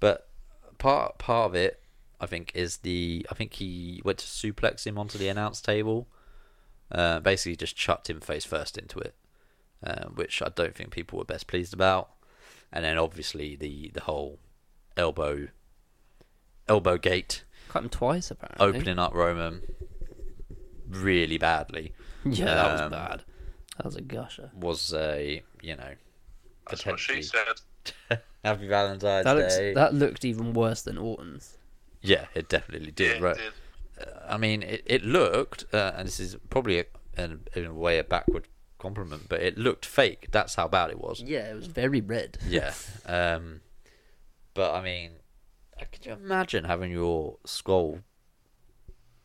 Speaker 2: but part part of it, I think, is the I think he went to suplex him onto the announce table, uh, basically just chucked him face first into it, uh, which I don't think people were best pleased about. And then obviously the the whole elbow elbow gate
Speaker 6: cut him twice apparently.
Speaker 2: opening up Roman really badly
Speaker 6: Yeah, that
Speaker 2: Um,
Speaker 6: was bad. That was a gusher.
Speaker 2: was a you know
Speaker 4: That's what she
Speaker 2: potentially
Speaker 4: said.
Speaker 2: happy Valentine's
Speaker 6: That looks
Speaker 2: Day.
Speaker 6: that looked even worse than Orton's.
Speaker 2: Yeah, it definitely
Speaker 4: Yeah,
Speaker 2: did.
Speaker 4: it
Speaker 2: right.
Speaker 4: did.
Speaker 2: I mean, it, it looked, uh, and this is probably a, an, in a way a backward compliment, but it looked fake. That's how bad it was.
Speaker 6: Yeah, it was very red.
Speaker 2: Yeah. Um, but I mean, uh, could you imagine having your skull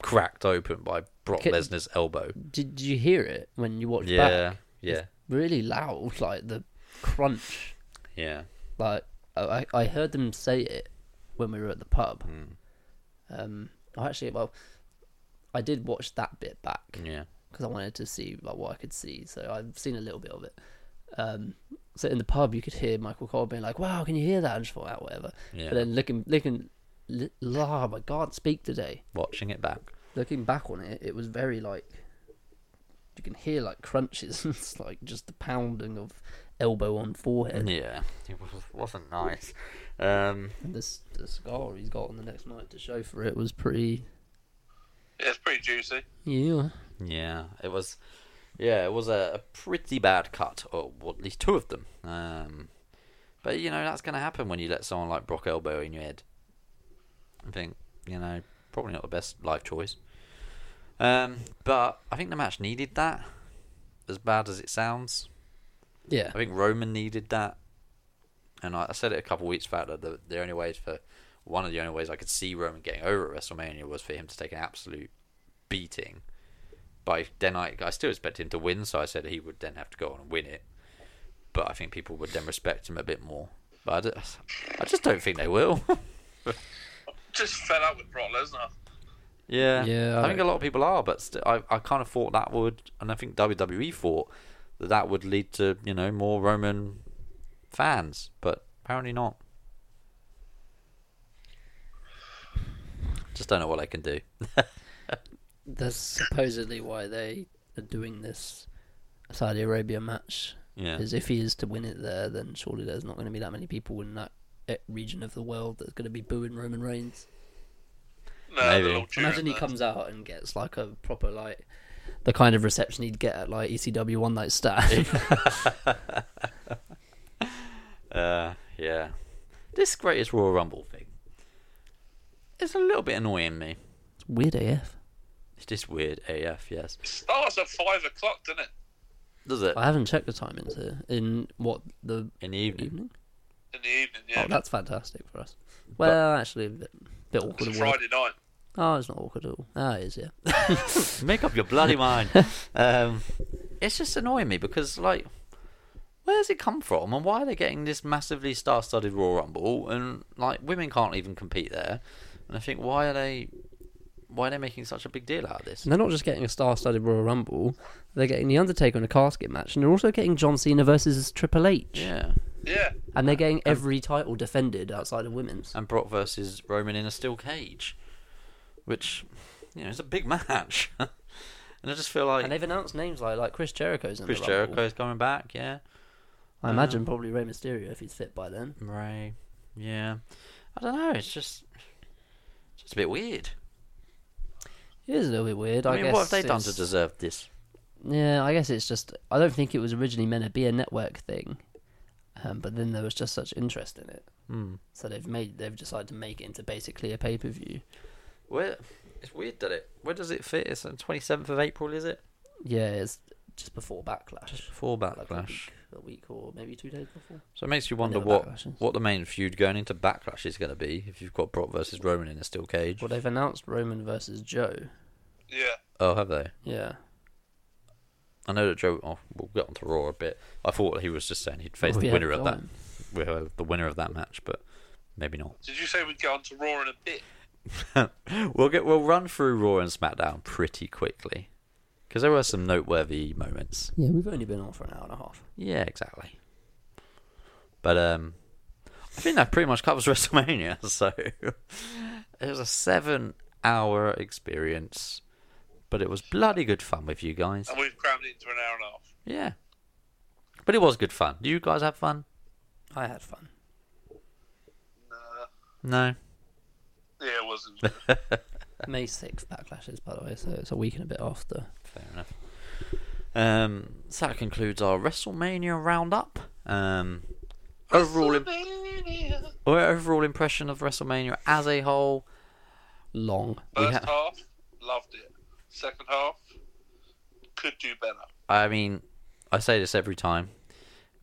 Speaker 2: cracked open by Brock
Speaker 6: Could-
Speaker 2: Lesnar's elbow?
Speaker 6: Did you hear it when you watched
Speaker 2: Yeah.
Speaker 6: back?
Speaker 2: Yeah.
Speaker 6: Really loud, like the crunch.
Speaker 2: Yeah.
Speaker 6: like I, I I heard them say it when we were at the pub. Um, I actually well, I did watch that bit back
Speaker 2: Yeah.
Speaker 6: because I wanted to see like, what I could see. So I've seen a little bit of it. Um, so in the pub, you could hear Michael Cole being like, "Wow, can you hear that?" And just thought, "Ah, whatever."
Speaker 2: Yeah.
Speaker 6: But then looking, looking, li- la, I can't speak today.
Speaker 2: Watching it back.
Speaker 6: Looking back on it, it was very like you can hear like crunches and it's like just the pounding of elbow on forehead.
Speaker 2: Yeah. It was, wasn't nice. Um,
Speaker 6: this the scar he's got on the next night to show for it was pretty
Speaker 4: Yeah, it's pretty juicy.
Speaker 6: yeah
Speaker 2: Yeah, it was. Yeah, it was a, a pretty bad cut, or well, at least two of them. Um, but you know that's going to happen when you let someone like Brock elbow in your head. I think you know probably not the best life choice. Um, but I think the match needed that. As bad as it sounds,
Speaker 6: yeah
Speaker 2: I think Roman needed that. And I, I said it a couple weeks back that the, the only ways for one of the only ways I could see Roman getting over at WrestleMania was for him to take an absolute beating. But then I, I still expect him to win, so I said he would then have to go on and win it. But I think people would then respect him a bit more. But I d- I just, don't think they will.
Speaker 4: Just fed up with Brock Lesnar.
Speaker 2: yeah,
Speaker 6: Yeah,
Speaker 2: I,
Speaker 6: I
Speaker 2: think a lot of people are, but st- I, I kind of thought that would, and I think E WWE thought that that would lead to you know more Roman fans, but Apparently not. Just don't know what I can do.
Speaker 6: That's supposedly why they are doing this Saudi Arabia match.
Speaker 2: Yeah.
Speaker 6: Because if he is to win it there, then surely there's not going to be that many people in that eh, region of the world that's going to be booing Roman Reigns.
Speaker 4: No,
Speaker 2: Maybe.
Speaker 4: they'll all cheer
Speaker 6: Imagine
Speaker 4: him
Speaker 6: he
Speaker 4: there.
Speaker 6: comes out and gets like a proper like the kind of reception he'd get at like ECW One Night Stand.
Speaker 2: Uh, yeah. This greatest Royal Rumble thing. It's a little bit annoying me.
Speaker 6: It's Weird AF.
Speaker 2: It's just weird AF, yes.
Speaker 4: Starts Oh, at five o'clock, doesn't it?
Speaker 2: Does it?
Speaker 6: I haven't checked the timings here. In what the
Speaker 2: In the evening.
Speaker 6: evening?
Speaker 4: In the evening, yeah.
Speaker 6: Oh, that's fantastic for us. Well, actually, a bit,
Speaker 4: it's
Speaker 6: bit
Speaker 4: a
Speaker 6: awkward. at work.
Speaker 4: Friday night.
Speaker 6: Oh, it's not awkward at all. Ah, it is, yeah.
Speaker 2: Make up your bloody mind. um, it's just annoying me because, like, where does it come from and why are they getting this massively star studded Royal Rumble and, like, women can't even compete there? And I think, why are they. Why are they making such a big deal out of this?
Speaker 6: And they're not just getting a star-studded Royal Rumble; they're getting the Undertaker in a casket match, and they're also getting John Cena versus Triple H,
Speaker 2: Yeah.
Speaker 4: Yeah.
Speaker 6: and they're getting every title defended outside of women's.
Speaker 2: and Brock versus Roman in a steel cage, which you know is a big match. and I just feel like
Speaker 6: And they've announced names like like Chris Jericho's in
Speaker 2: Chris
Speaker 6: the Rumble.
Speaker 2: Jericho's coming back. Yeah,
Speaker 6: I imagine probably Rey Mysterio if he's fit by then.
Speaker 2: Ray. Yeah, I don't know. It's just it's just a bit weird.
Speaker 6: It is a little bit weird. I,
Speaker 2: I mean,
Speaker 6: guess
Speaker 2: what have they done to
Speaker 6: it's-
Speaker 2: deserve this?
Speaker 6: Yeah, I guess it's just I don't think it was originally meant to be a network thing, um, but then there was just such interest in it,
Speaker 2: Hmm.
Speaker 6: mm. so they've made they've decided to make it into basically a pay-per-view.
Speaker 2: Where it's weird that it. Where does it fit? It's on twenty seventh of April, is it?
Speaker 6: Yeah, it's just before Backlash.
Speaker 2: Before
Speaker 6: like a
Speaker 2: Backlash,
Speaker 6: week, a week or maybe two days before.
Speaker 2: so it makes you wonder
Speaker 6: the
Speaker 2: what
Speaker 6: Backlash is.
Speaker 2: what the main feud going into Backlash is going to be if you've got Brock versus Roman in a steel cage.
Speaker 6: Well, they've announced Roman versus Joe.
Speaker 4: Yeah.
Speaker 2: Oh, have they?
Speaker 6: Yeah,
Speaker 2: I know that Joe. Oh, we'll get onto Raw a bit. I thought he was just saying he'd face
Speaker 6: Oh,
Speaker 2: the
Speaker 6: yeah,
Speaker 2: winner of
Speaker 6: go
Speaker 2: that,
Speaker 6: on.
Speaker 2: well, uh, the winner of that match, but maybe not.
Speaker 4: Did you say we'd go on to Raw in a bit?
Speaker 2: We'll get we'll run through Raw and SmackDown pretty quickly because there were some noteworthy moments.
Speaker 6: yeah. We've only been on for an hour and a half.
Speaker 2: Yeah, exactly. But um, I think that pretty much covers WrestleMania. So it was a seven-hour experience, but it was bloody good fun with you guys.
Speaker 4: And we've crammed it into an hour and a half.
Speaker 2: Yeah, but it was good fun. Do you guys have fun?
Speaker 6: I had fun.
Speaker 2: No.
Speaker 4: Yeah, it wasn't.
Speaker 6: May sixth, Backlash is by the way, so it's a week and a bit after.
Speaker 2: Fair enough. Um, so that concludes our WrestleMania roundup. Um, overall, im- our overall impression of WrestleMania as a whole.
Speaker 6: Long.
Speaker 2: We
Speaker 4: First
Speaker 2: ha-
Speaker 4: half, loved it. Second half, could do better.
Speaker 2: I mean, I say this every time.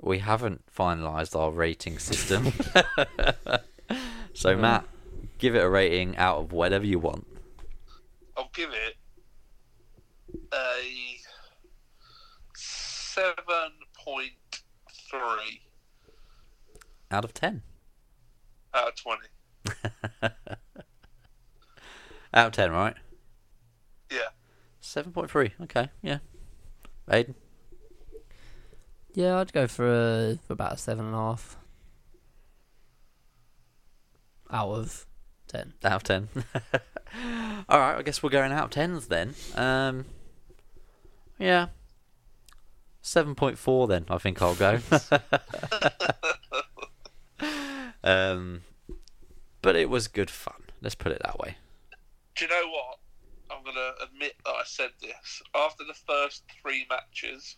Speaker 2: We haven't finalised our rating system. so Matt, give it a rating out of whatever you want.
Speaker 4: I'll give it a seven point three
Speaker 2: Out of ten.
Speaker 4: out of twenty.
Speaker 2: Out of ten, right?
Speaker 4: Yeah.
Speaker 2: Seven point three. Okay. Yeah. Aiden.
Speaker 6: Yeah, I'd go for, a, for about a seven and a half out of ten.
Speaker 2: Out of ten. All right, I guess we're going out of tens then. Um, yeah, seven point four then. I think I'll go. um, but it was good fun. Let's put it that way.
Speaker 4: Do you know what? I'm gonna admit that I said this. After the first three matches,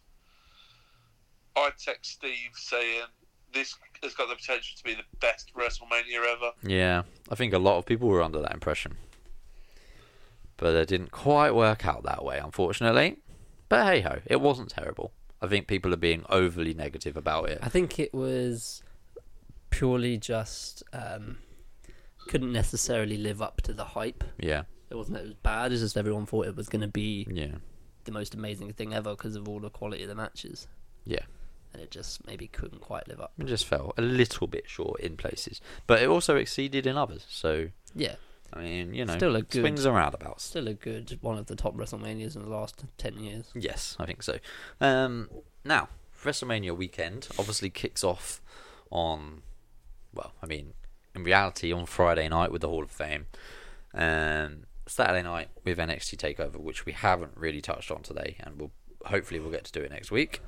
Speaker 4: I text Steve saying this has got the potential to be the best WrestleMania ever.
Speaker 2: Yeah, I think a lot of people were under that impression, but it didn't quite work out that way, unfortunately. But hey ho, it wasn't terrible. I think people are being overly negative about it.
Speaker 6: I think it was purely just um, couldn't necessarily live up to the hype.
Speaker 2: Yeah,
Speaker 6: It wasn't that it was bad. It's just everyone thought it was going to be
Speaker 2: yeah,
Speaker 6: the most amazing thing ever because of all the quality of the matches,
Speaker 2: yeah.
Speaker 6: and it just maybe couldn't quite live up.
Speaker 2: It just fell a little bit short in places, but it also exceeded in others. So
Speaker 6: Yeah,
Speaker 2: I mean, you know,
Speaker 6: Still a good-
Speaker 2: swings and roundabouts.
Speaker 6: still a good one of the top WrestleManias in the last ten years.
Speaker 2: Yes, I think so. Um, now, WrestleMania weekend obviously kicks off on well, I mean, in reality, on Friday night with the Hall of Fame, um, Saturday night with NXT Takeover, which we haven't really touched on today, and we'll hopefully we'll get to do it next week.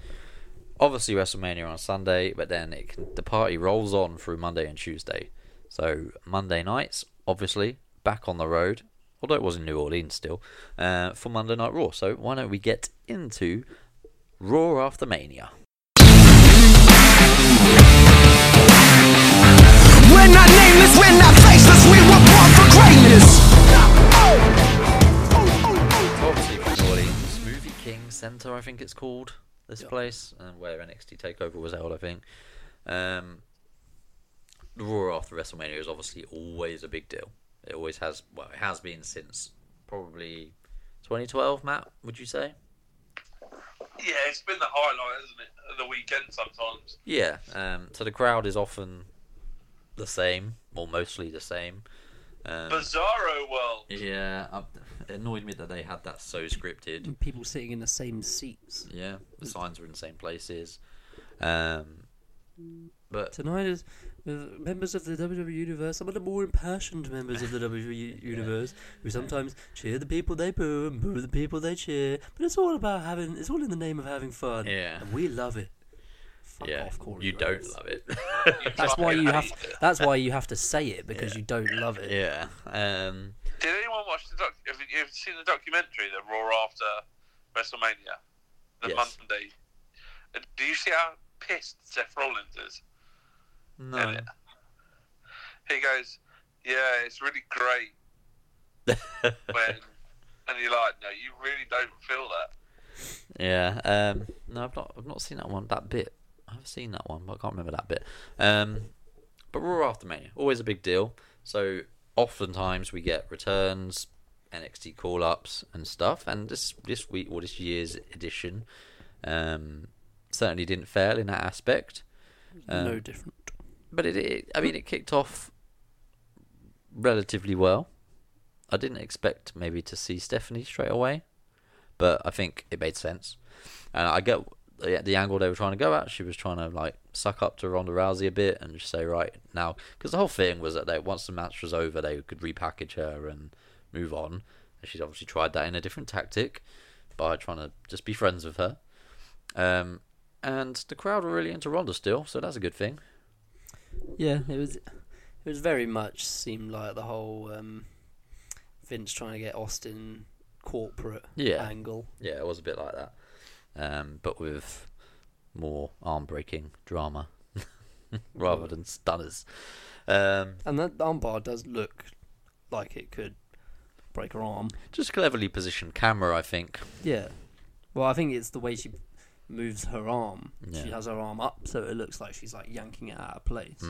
Speaker 2: Obviously, WrestleMania on Sunday, but then it can, the party rolls on through Monday and Tuesday. So Monday nights, obviously, back on the road, although it was in New Orleans still, uh, for Monday Night Raw. So why don't we get into Raw after Mania?
Speaker 14: We're not nameless, we're not faceless, we were born for greatness.
Speaker 2: obviously from New Orleans, Movie King Center, I think it's called this place, and where NXT Takeover was held, I think. Um, the Raw after WrestleMania is obviously always a big deal. It always has, well, it has been since probably 2012. Matt, would you say?
Speaker 4: Yeah, it's been the highlight, isn't it? Of the weekend sometimes.
Speaker 2: Yeah. Um, so the crowd is often the same, or mostly the same. Um,
Speaker 4: Bizarro World.
Speaker 2: yeah, um, it annoyed me that they had that so scripted.
Speaker 3: People sitting in the same seats.
Speaker 2: Yeah, the signs were in the same places. Um, but
Speaker 6: Tonight is with members of the WWE universe, some of the more impassioned members of the WWE universe, who sometimes cheer the people they boo and boo the people they cheer. But it's all about having. It's all in the name of having fun.
Speaker 2: Yeah.
Speaker 6: and we love it. Fuck
Speaker 2: yeah,
Speaker 6: off, Corey
Speaker 2: you
Speaker 6: Graves.
Speaker 2: don't love it.
Speaker 6: That's why you have.
Speaker 4: Did
Speaker 6: That's why you have to say it because you don't love it.
Speaker 2: yeah. Um,
Speaker 4: anyone watch the doc? Have you, have you seen the documentary, The Raw After WrestleMania, the
Speaker 2: Yes.
Speaker 4: Monday? Uh, Do you see how pissed Seth Rollins is?
Speaker 2: no.
Speaker 4: it. He goes, "Yeah, it's really great." when and you're like, "No, you really don't feel that."
Speaker 2: Yeah. Um, no, I've not. I've not seen that one. That bit. I've seen that one, but I can't remember that bit. Um, but Raw after Mania, always a big deal. So oftentimes we get returns, NXT call ups and stuff. And this this week or this year's edition, um, certainly didn't fail in that aspect. Um,
Speaker 6: no different.
Speaker 2: but it, it I mean it kicked off relatively well. I didn't expect maybe to see Stephanie straight away, but I think it made sense. And I get the, the angle they were trying to go at. She was trying to like suck up to Ronda Rousey a bit and just say right now because the whole thing was that they once the match was over they could repackage her and move on. And she's obviously tried that in a different tactic by trying to just be friends with her. Um, and the crowd were really into Ronda still, so that's a good thing.
Speaker 6: Yeah, it was. It was very much seemed like the whole um, Vince trying to get Austin corporate
Speaker 2: Yeah.
Speaker 6: angle.
Speaker 2: Yeah, it was a bit like that, um, but with more arm-breaking drama rather than stunners. Um,
Speaker 6: And that armbar does look like it could break her arm.
Speaker 2: just cleverly positioned camera, I think.
Speaker 6: Yeah. Well, I think it's the way she moves her arm. She
Speaker 2: Yeah.
Speaker 6: has her arm up, so it looks like she's like yanking it out of place.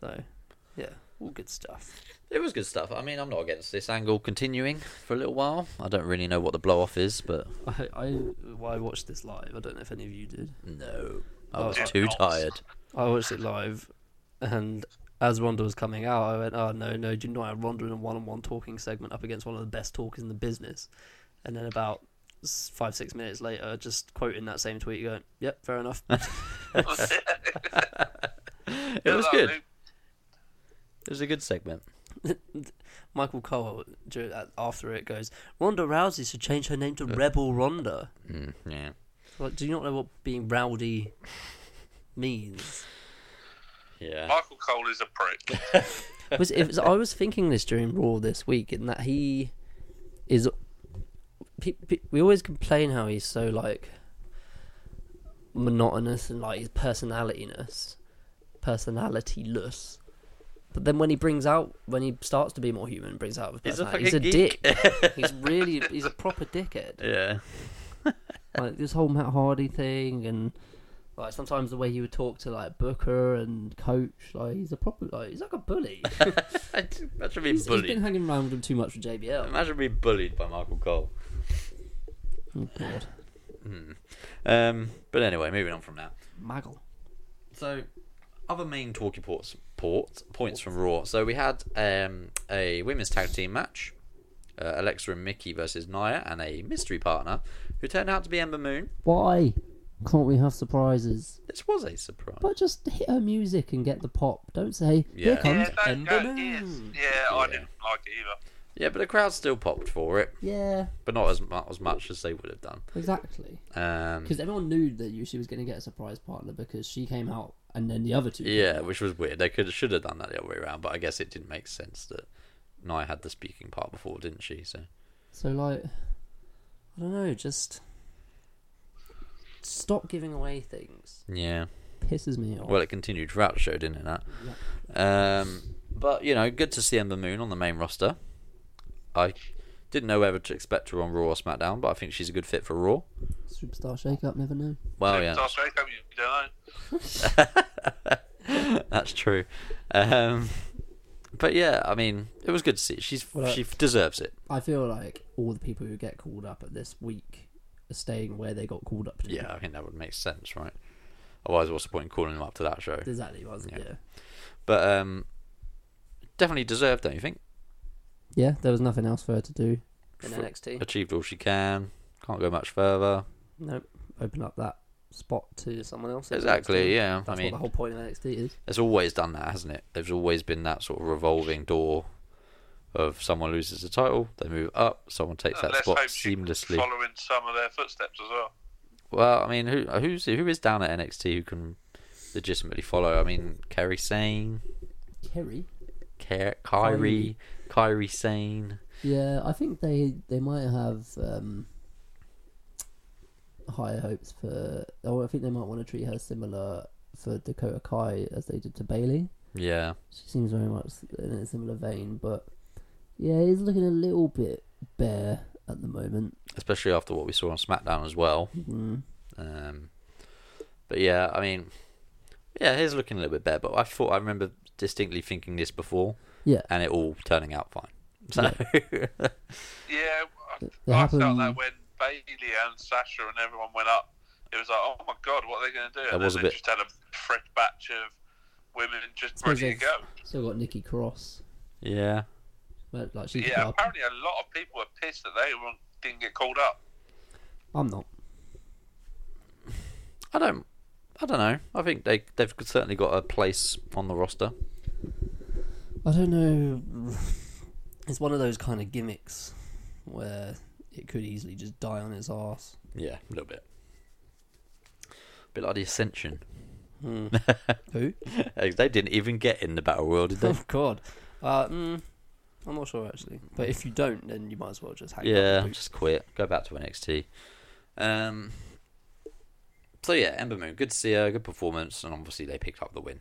Speaker 6: So, yeah, all good stuff.
Speaker 2: It was good stuff. I mean, I'm not against this angle continuing for a little while. I don't really know what the blow-off is, but
Speaker 6: I I, well, I watched this live. I don't know if any of you did.
Speaker 2: no, I
Speaker 6: Oh,
Speaker 2: was
Speaker 6: yeah.
Speaker 2: too tired.
Speaker 6: I watched it live, and as Ronda was coming out, I went, "Oh no, no! Do you not have Ronda in a one-on-one talking segment up against one of the best talkers in the business?" And then about s- five, six minutes later, just quoting that same tweet, going, "Yep, fair enough."
Speaker 2: It was
Speaker 4: Like,
Speaker 2: good.
Speaker 4: Luke,
Speaker 2: It was a good segment.
Speaker 6: Michael Cole dur- uh, after it goes, Ronda Rousey should change her name to Rebel Ronda.
Speaker 2: Yeah.
Speaker 6: Like, do you not know what being rowdy means?
Speaker 2: Yeah.
Speaker 4: Michael Cole is a prick.
Speaker 3: was it was, I was thinking this during Raw this week, in that he is. Pe- pe- we always complain how he's so like monotonous and like his personalityness, personalityless. But then when he brings out, when he starts to be more human, and brings out his
Speaker 2: He's a
Speaker 3: personality, he's a,
Speaker 2: fucking
Speaker 3: dick. he's really, he's a proper dickhead
Speaker 2: Yeah.
Speaker 3: like this whole Matt Hardy thing, and like sometimes the way he would talk to like Booker and Coach, like he's a proper like he's like a bully.
Speaker 2: Imagine being
Speaker 3: he's, he's
Speaker 2: bullied.
Speaker 3: been hanging around with him too much for JBL.
Speaker 2: Imagine being bullied by Michael Cole.
Speaker 3: Oh, God,
Speaker 2: Um, but anyway, moving on from that.
Speaker 3: Maggle.
Speaker 2: So, other main talking ports, port, points from Raw. So we had um, a women's tag team match, uh, Alexa and Mickey versus Nia, and a mystery partner who turned out to be Ember Moon.
Speaker 3: Why?
Speaker 6: Can't we have surprises?
Speaker 2: This was a surprise.
Speaker 6: But just hit her music and get the pop. Don't say
Speaker 2: Yeah.
Speaker 6: here
Speaker 4: Yeah,
Speaker 6: comes
Speaker 4: don't
Speaker 2: And
Speaker 4: go.
Speaker 2: the
Speaker 4: Yes.
Speaker 2: moon.
Speaker 4: Yeah, I
Speaker 2: Yeah.
Speaker 4: didn't like it either.
Speaker 2: Yeah, but the crowd still popped for it,
Speaker 6: yeah
Speaker 2: but not as much as, much as they would have done.
Speaker 6: exactly
Speaker 2: Um,
Speaker 6: because everyone knew that you- she was going to get a surprise partner because she came out and then the other two. came
Speaker 2: yeah,
Speaker 6: out.
Speaker 2: which was weird. They could should have done that the other way around, but I guess it didn't make sense that Nia had the speaking part before, didn't she? So
Speaker 6: So like,
Speaker 15: I don't know. Just stop giving away things.
Speaker 2: yeah.
Speaker 6: pisses me off.
Speaker 2: Well, it continued throughout the show, didn't it? That. Um, but you know, good to see Ember Moon on the main roster. I didn't know whether to expect her on Raw or SmackDown, but I think she's a good fit for Raw.
Speaker 6: Superstar shake up, never know.
Speaker 2: Well,
Speaker 4: Next
Speaker 2: Oh, yeah,
Speaker 4: time, straight up, you don't know.
Speaker 2: that's true. Um, but yeah, I mean, it was good to see. She's
Speaker 15: uh,
Speaker 6: Well,
Speaker 2: she deserves it.
Speaker 6: I feel like all the people who get called up at this week are staying where they got called up to.
Speaker 2: Yeah, I think that would make sense, right? Otherwise, what's the point in calling them up to that show?
Speaker 6: exactly. Was yeah. yeah,
Speaker 2: But um, definitely deserved, don't you think?
Speaker 6: There was nothing else for her to do. uh,
Speaker 15: In NXT,
Speaker 2: Achieved all she can. Can't go much further.
Speaker 15: nope.
Speaker 6: Open up that spot to.
Speaker 15: To someone else. in
Speaker 2: Exactly.
Speaker 15: NXT.
Speaker 2: Yeah.
Speaker 15: That's
Speaker 2: I
Speaker 15: what
Speaker 2: mean,
Speaker 15: the whole point of NXT is.
Speaker 2: it's always done that, hasn't it? There's always been that sort of revolving door of someone loses the title, they move up, someone takes
Speaker 4: And
Speaker 2: that
Speaker 4: Uh, let's
Speaker 2: spot
Speaker 4: hope she's
Speaker 2: seamlessly.
Speaker 4: following some of their footsteps as well.
Speaker 2: Well, I mean, who who's who is down at NXT who can legitimately follow? I mean, Kerry Sane,
Speaker 6: Kerry.
Speaker 2: Ker- Kyrie, Kyrie Sane.
Speaker 6: Yeah, I think they they might have um, higher hopes for. Oh, I think they might want to treat her similar for Dakota Kai as they did to Bailey.
Speaker 2: Yeah,
Speaker 6: She seems very much in a similar vein, but yeah, he's looking a little bit bare at the moment.
Speaker 2: especially after what we saw on SmackDown as well.
Speaker 6: Mm.
Speaker 2: Um, but yeah, I mean, yeah, he's looking a little bit better. But I thought I remember distinctly thinking this before,
Speaker 6: Yeah,
Speaker 2: and it all turning out fine. So
Speaker 4: Yeah, I,
Speaker 6: They
Speaker 4: I
Speaker 6: happen-
Speaker 4: felt that when Bailey and Sasha and everyone went up, it was like, oh my god, what are they going to do? And
Speaker 2: was a
Speaker 4: then they
Speaker 2: bit-
Speaker 4: just had a fresh batch of women just
Speaker 6: Suppose
Speaker 4: ready to
Speaker 6: they've-
Speaker 4: go.
Speaker 6: still got Nikki Cross,
Speaker 2: yeah,
Speaker 6: but like she's
Speaker 4: Yeah,
Speaker 6: up.
Speaker 4: apparently a lot of people were pissed that they weren't- didn't get called up.
Speaker 6: I'm not.
Speaker 2: I don't, I don't know. I think they they've certainly got a place on the roster.
Speaker 15: I don't know. It's one of those kind of gimmicks where it could easily just die on its ass.
Speaker 2: Yeah, a little bit. bit like the Ascension.
Speaker 15: Who?
Speaker 2: they didn't even get in the Battle Royal, did they?
Speaker 15: Oh God. Uh, mm, I'm not sure actually. But if you don't, then you might as well just hang. up
Speaker 2: yeah,
Speaker 15: the boots.
Speaker 2: just quit. Go back to NXT. Um. So yeah, Ember Moon, good to see her, good performance, and obviously they picked up the win.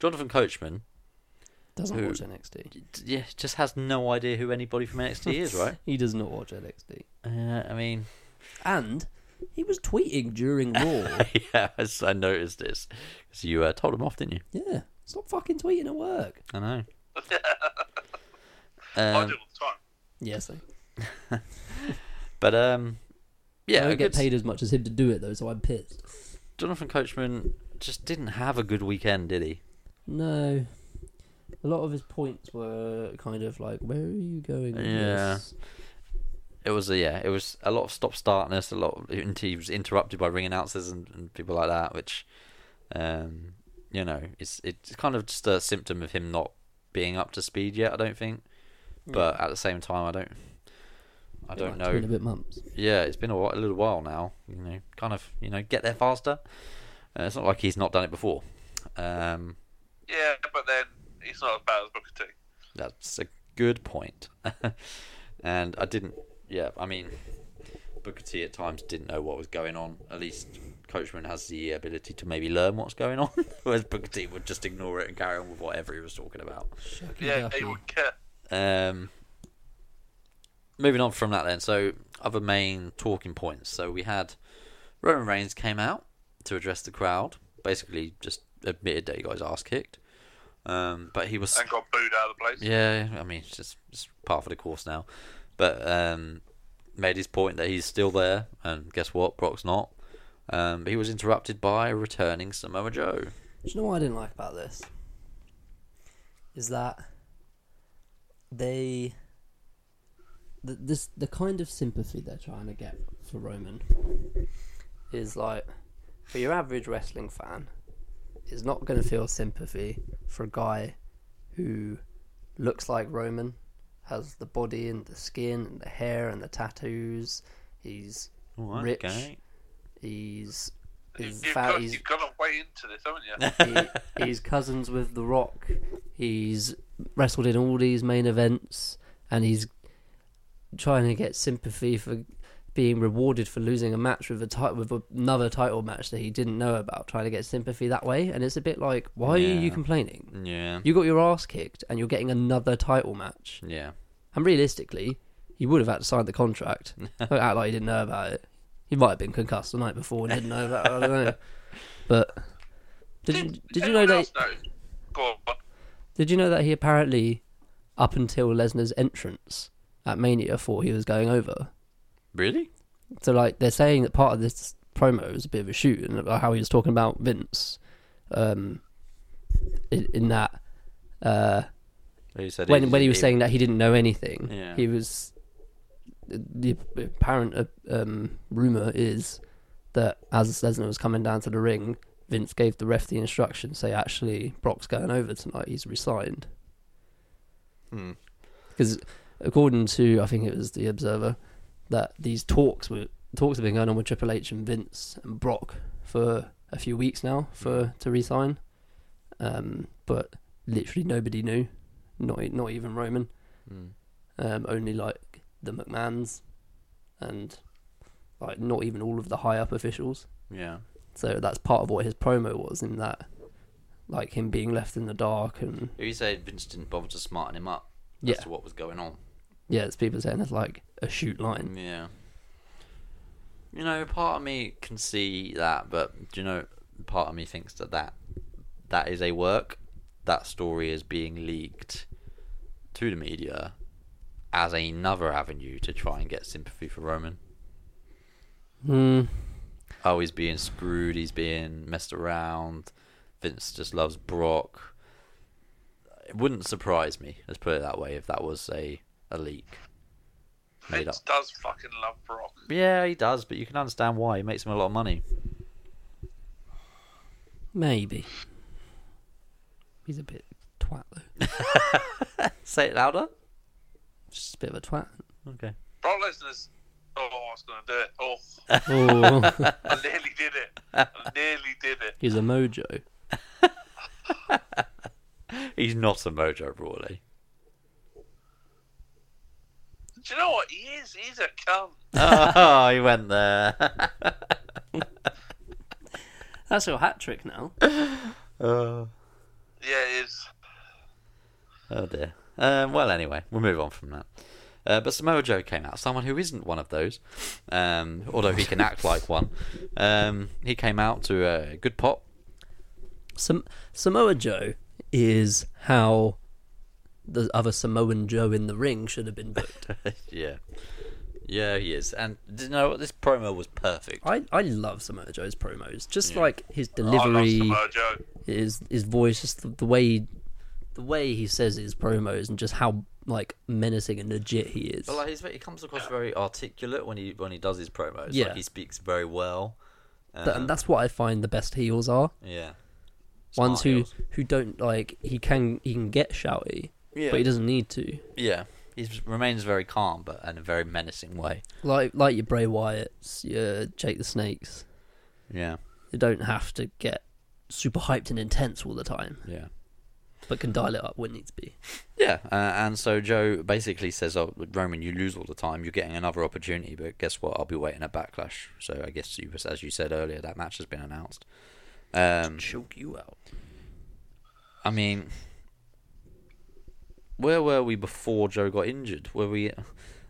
Speaker 2: Jonathan Coachman,
Speaker 15: Doesn't
Speaker 2: who-
Speaker 15: watch NXT.
Speaker 2: d- yeah, just has no idea who anybody from NXT is, right?
Speaker 15: He does not watch NXT.
Speaker 2: Uh, I mean,
Speaker 15: And he was tweeting during Raw.
Speaker 2: yeah, I s- I noticed this 'Cause you uh, told him off, didn't you?
Speaker 15: yeah. Stop fucking tweeting at work.
Speaker 2: I know.
Speaker 4: I
Speaker 2: um,
Speaker 4: did all the time.
Speaker 15: Yes. I
Speaker 2: but um, yeah,
Speaker 6: I
Speaker 2: a
Speaker 6: don't get
Speaker 2: good-
Speaker 6: paid as much as him to do it though, so I'm pissed.
Speaker 2: Jonathan Coachman just didn't have a good weekend, did he?
Speaker 6: No. A lot of his points were kind of like, where are you going? with
Speaker 2: Yeah.
Speaker 6: this?
Speaker 2: It was a, yeah, it was a lot of stop startness, a lot of and he was interrupted by ring announcers and, and people like that, which, um, you know, it's it's kind of just a symptom of him not being up to speed yet. I don't think,
Speaker 6: Hmm.
Speaker 2: but at the same time, I don't, I don't
Speaker 6: Like,
Speaker 2: know.
Speaker 6: Twin a bit mumps.
Speaker 2: yeah, it's been a, while, a little while now. You know, kind of, you know, get there faster. Uh, it's not like he's not done it before. Um,
Speaker 4: Yeah, but then he's not as bad as Booker T.
Speaker 2: That's a good point. and I didn't. Yeah, I mean, Booker T at times didn't know what was going on. At least Coachman has the ability to maybe learn what's going on, whereas Booker T would just ignore it and carry on with whatever he was talking about.
Speaker 4: Yeah, he would care.
Speaker 2: Um, moving on from that, then. So other main talking points. So we had Roman Reigns came out to address the crowd, basically just admitted that he got his ass kicked. Um, but he was
Speaker 4: And got booed out of the place.
Speaker 2: yeah, I mean, it's just it's part of the course now. But um, made his point that he's still there, and guess what? Brock's not. Um, but he was interrupted by a returning Samoa Joe.
Speaker 15: Do you know what I didn't like about this? Is that they
Speaker 6: The, this the kind of sympathy they're trying to get for Roman is like for your average wrestling fan is not going to feel sympathy for a guy who looks like Roman, has the body and the skin and the hair and the tattoos. He's
Speaker 2: Alright,
Speaker 6: rich.
Speaker 2: okay.
Speaker 6: He's
Speaker 4: You,
Speaker 6: he's,
Speaker 4: you've,
Speaker 6: fat,
Speaker 4: got,
Speaker 6: he's
Speaker 4: you've got to weigh into this, haven't you?
Speaker 6: he, he's cousins with The Rock. He's wrestled in all these main events, and he's trying to get sympathy for being rewarded for losing a match with a ti- with another title match that he didn't know about. Trying to get sympathy that way, and it's a bit like, why are you
Speaker 2: Yeah.
Speaker 6: complaining?
Speaker 2: Yeah.
Speaker 6: You got your ass kicked, and you're getting another title match.
Speaker 2: Yeah.
Speaker 6: And realistically, he would have had to sign the contract. Don't act like he didn't know about it. He might have been concussed the night before and didn't know about it. I don't know. But did you, did you know
Speaker 4: anyone
Speaker 6: that
Speaker 4: else know? Go on.
Speaker 6: did you know that he apparently up until Lesnar's entrance at Mania thought he was going over?
Speaker 2: Really?
Speaker 6: So like they're saying that part of this promo is a bit of a shoot and about how he was talking about Vince um in, in that uh
Speaker 2: He said
Speaker 6: when when he was saying that he didn't know anything,
Speaker 2: Yeah.
Speaker 6: he was the apparent uh, um, rumor is that as Lesnar was coming down to the ring, Vince gave the ref the instruction say actually Brock's going over tonight. He's resigned because according to I think it was the Observer that these talks were talks have been going on with Triple H and Vince and Brock for a few weeks now for to resign, um, but literally nobody knew, not e- not even Roman, um, only like the McMahons, and like not even all of the high up officials.
Speaker 2: Yeah.
Speaker 6: So that's part of what his promo was in that, like him being left in the dark and
Speaker 2: He said Vince didn't bother to smarten him up as
Speaker 6: Yeah.
Speaker 2: to what was going on.
Speaker 6: yeah, it's people saying it's like a shoot line.
Speaker 2: Yeah. You know, part of me can see that, but do you know, part of me thinks that that, that is a work. That story is being leaked to the media as another avenue to try and get sympathy for Roman.
Speaker 6: Hmm.
Speaker 2: Oh, he's being screwed. He's being messed around. Vince just loves Brock. It wouldn't surprise me. Let's put it that way. If that was a a leak, made up.
Speaker 4: Vince does fucking love Brock.
Speaker 2: Yeah, he does, but you can understand why. He makes him a lot of money.
Speaker 6: Maybe. He's a bit twat though.
Speaker 2: Say it louder.
Speaker 6: Just a bit of a twat.
Speaker 2: Okay.
Speaker 4: Brock Lesnar's. Oh, I was going to do it. Oh,
Speaker 6: Oh,
Speaker 4: I nearly did it. I nearly did it.
Speaker 6: he's a mojo.
Speaker 2: He's not a Mojo Rawley.
Speaker 4: Do you know what? He is. He's a cunt.
Speaker 2: oh, he went there.
Speaker 6: That's your hat trick now.
Speaker 4: Yeah, he is.
Speaker 2: Oh dear. Um, well, anyway, we'll move on from that. Uh, but Samoa Joe came out, someone who isn't one of those, um, although he can act like one. Um, he came out to a good pop.
Speaker 6: Sam- Samoa Joe is how the other Samoan Joe in the ring should have been booked.
Speaker 2: yeah, yeah, he is. And do you know what? This promo was perfect.
Speaker 6: I, I love Samoa Joe's promos. Just like his
Speaker 4: I love
Speaker 6: delivery,
Speaker 4: Samoa Joe.
Speaker 6: his his voice, just the, the way the way he says his promos and just how like menacing and legit he is.
Speaker 2: But like he's, he comes across very articulate when he when he does his promos. Yeah,
Speaker 6: Yeah.
Speaker 2: he speaks very well. Um,
Speaker 6: Th- and that's what I find the best heels are.
Speaker 2: Yeah, Smart
Speaker 6: ones who
Speaker 2: heels.
Speaker 6: who don't like he can he can get shouty, but he doesn't need to.
Speaker 2: yeah. He remains very calm, but in a very menacing way.
Speaker 6: Like like your Bray Wyatts, your Jake the Snakes,
Speaker 2: Yeah,
Speaker 6: they don't have to get super hyped and intense all the time,
Speaker 2: yeah.
Speaker 6: but can dial it up when needs be.
Speaker 2: Yeah, uh, and so Joe basically says, "Oh, Roman, you lose all the time. You're getting another opportunity, but guess what? I'll be waiting at Backlash." So I guess you, as you said earlier, that match has been announced. Um,
Speaker 6: Choke you out.
Speaker 2: I mean, where were we before Joe got injured? Were we?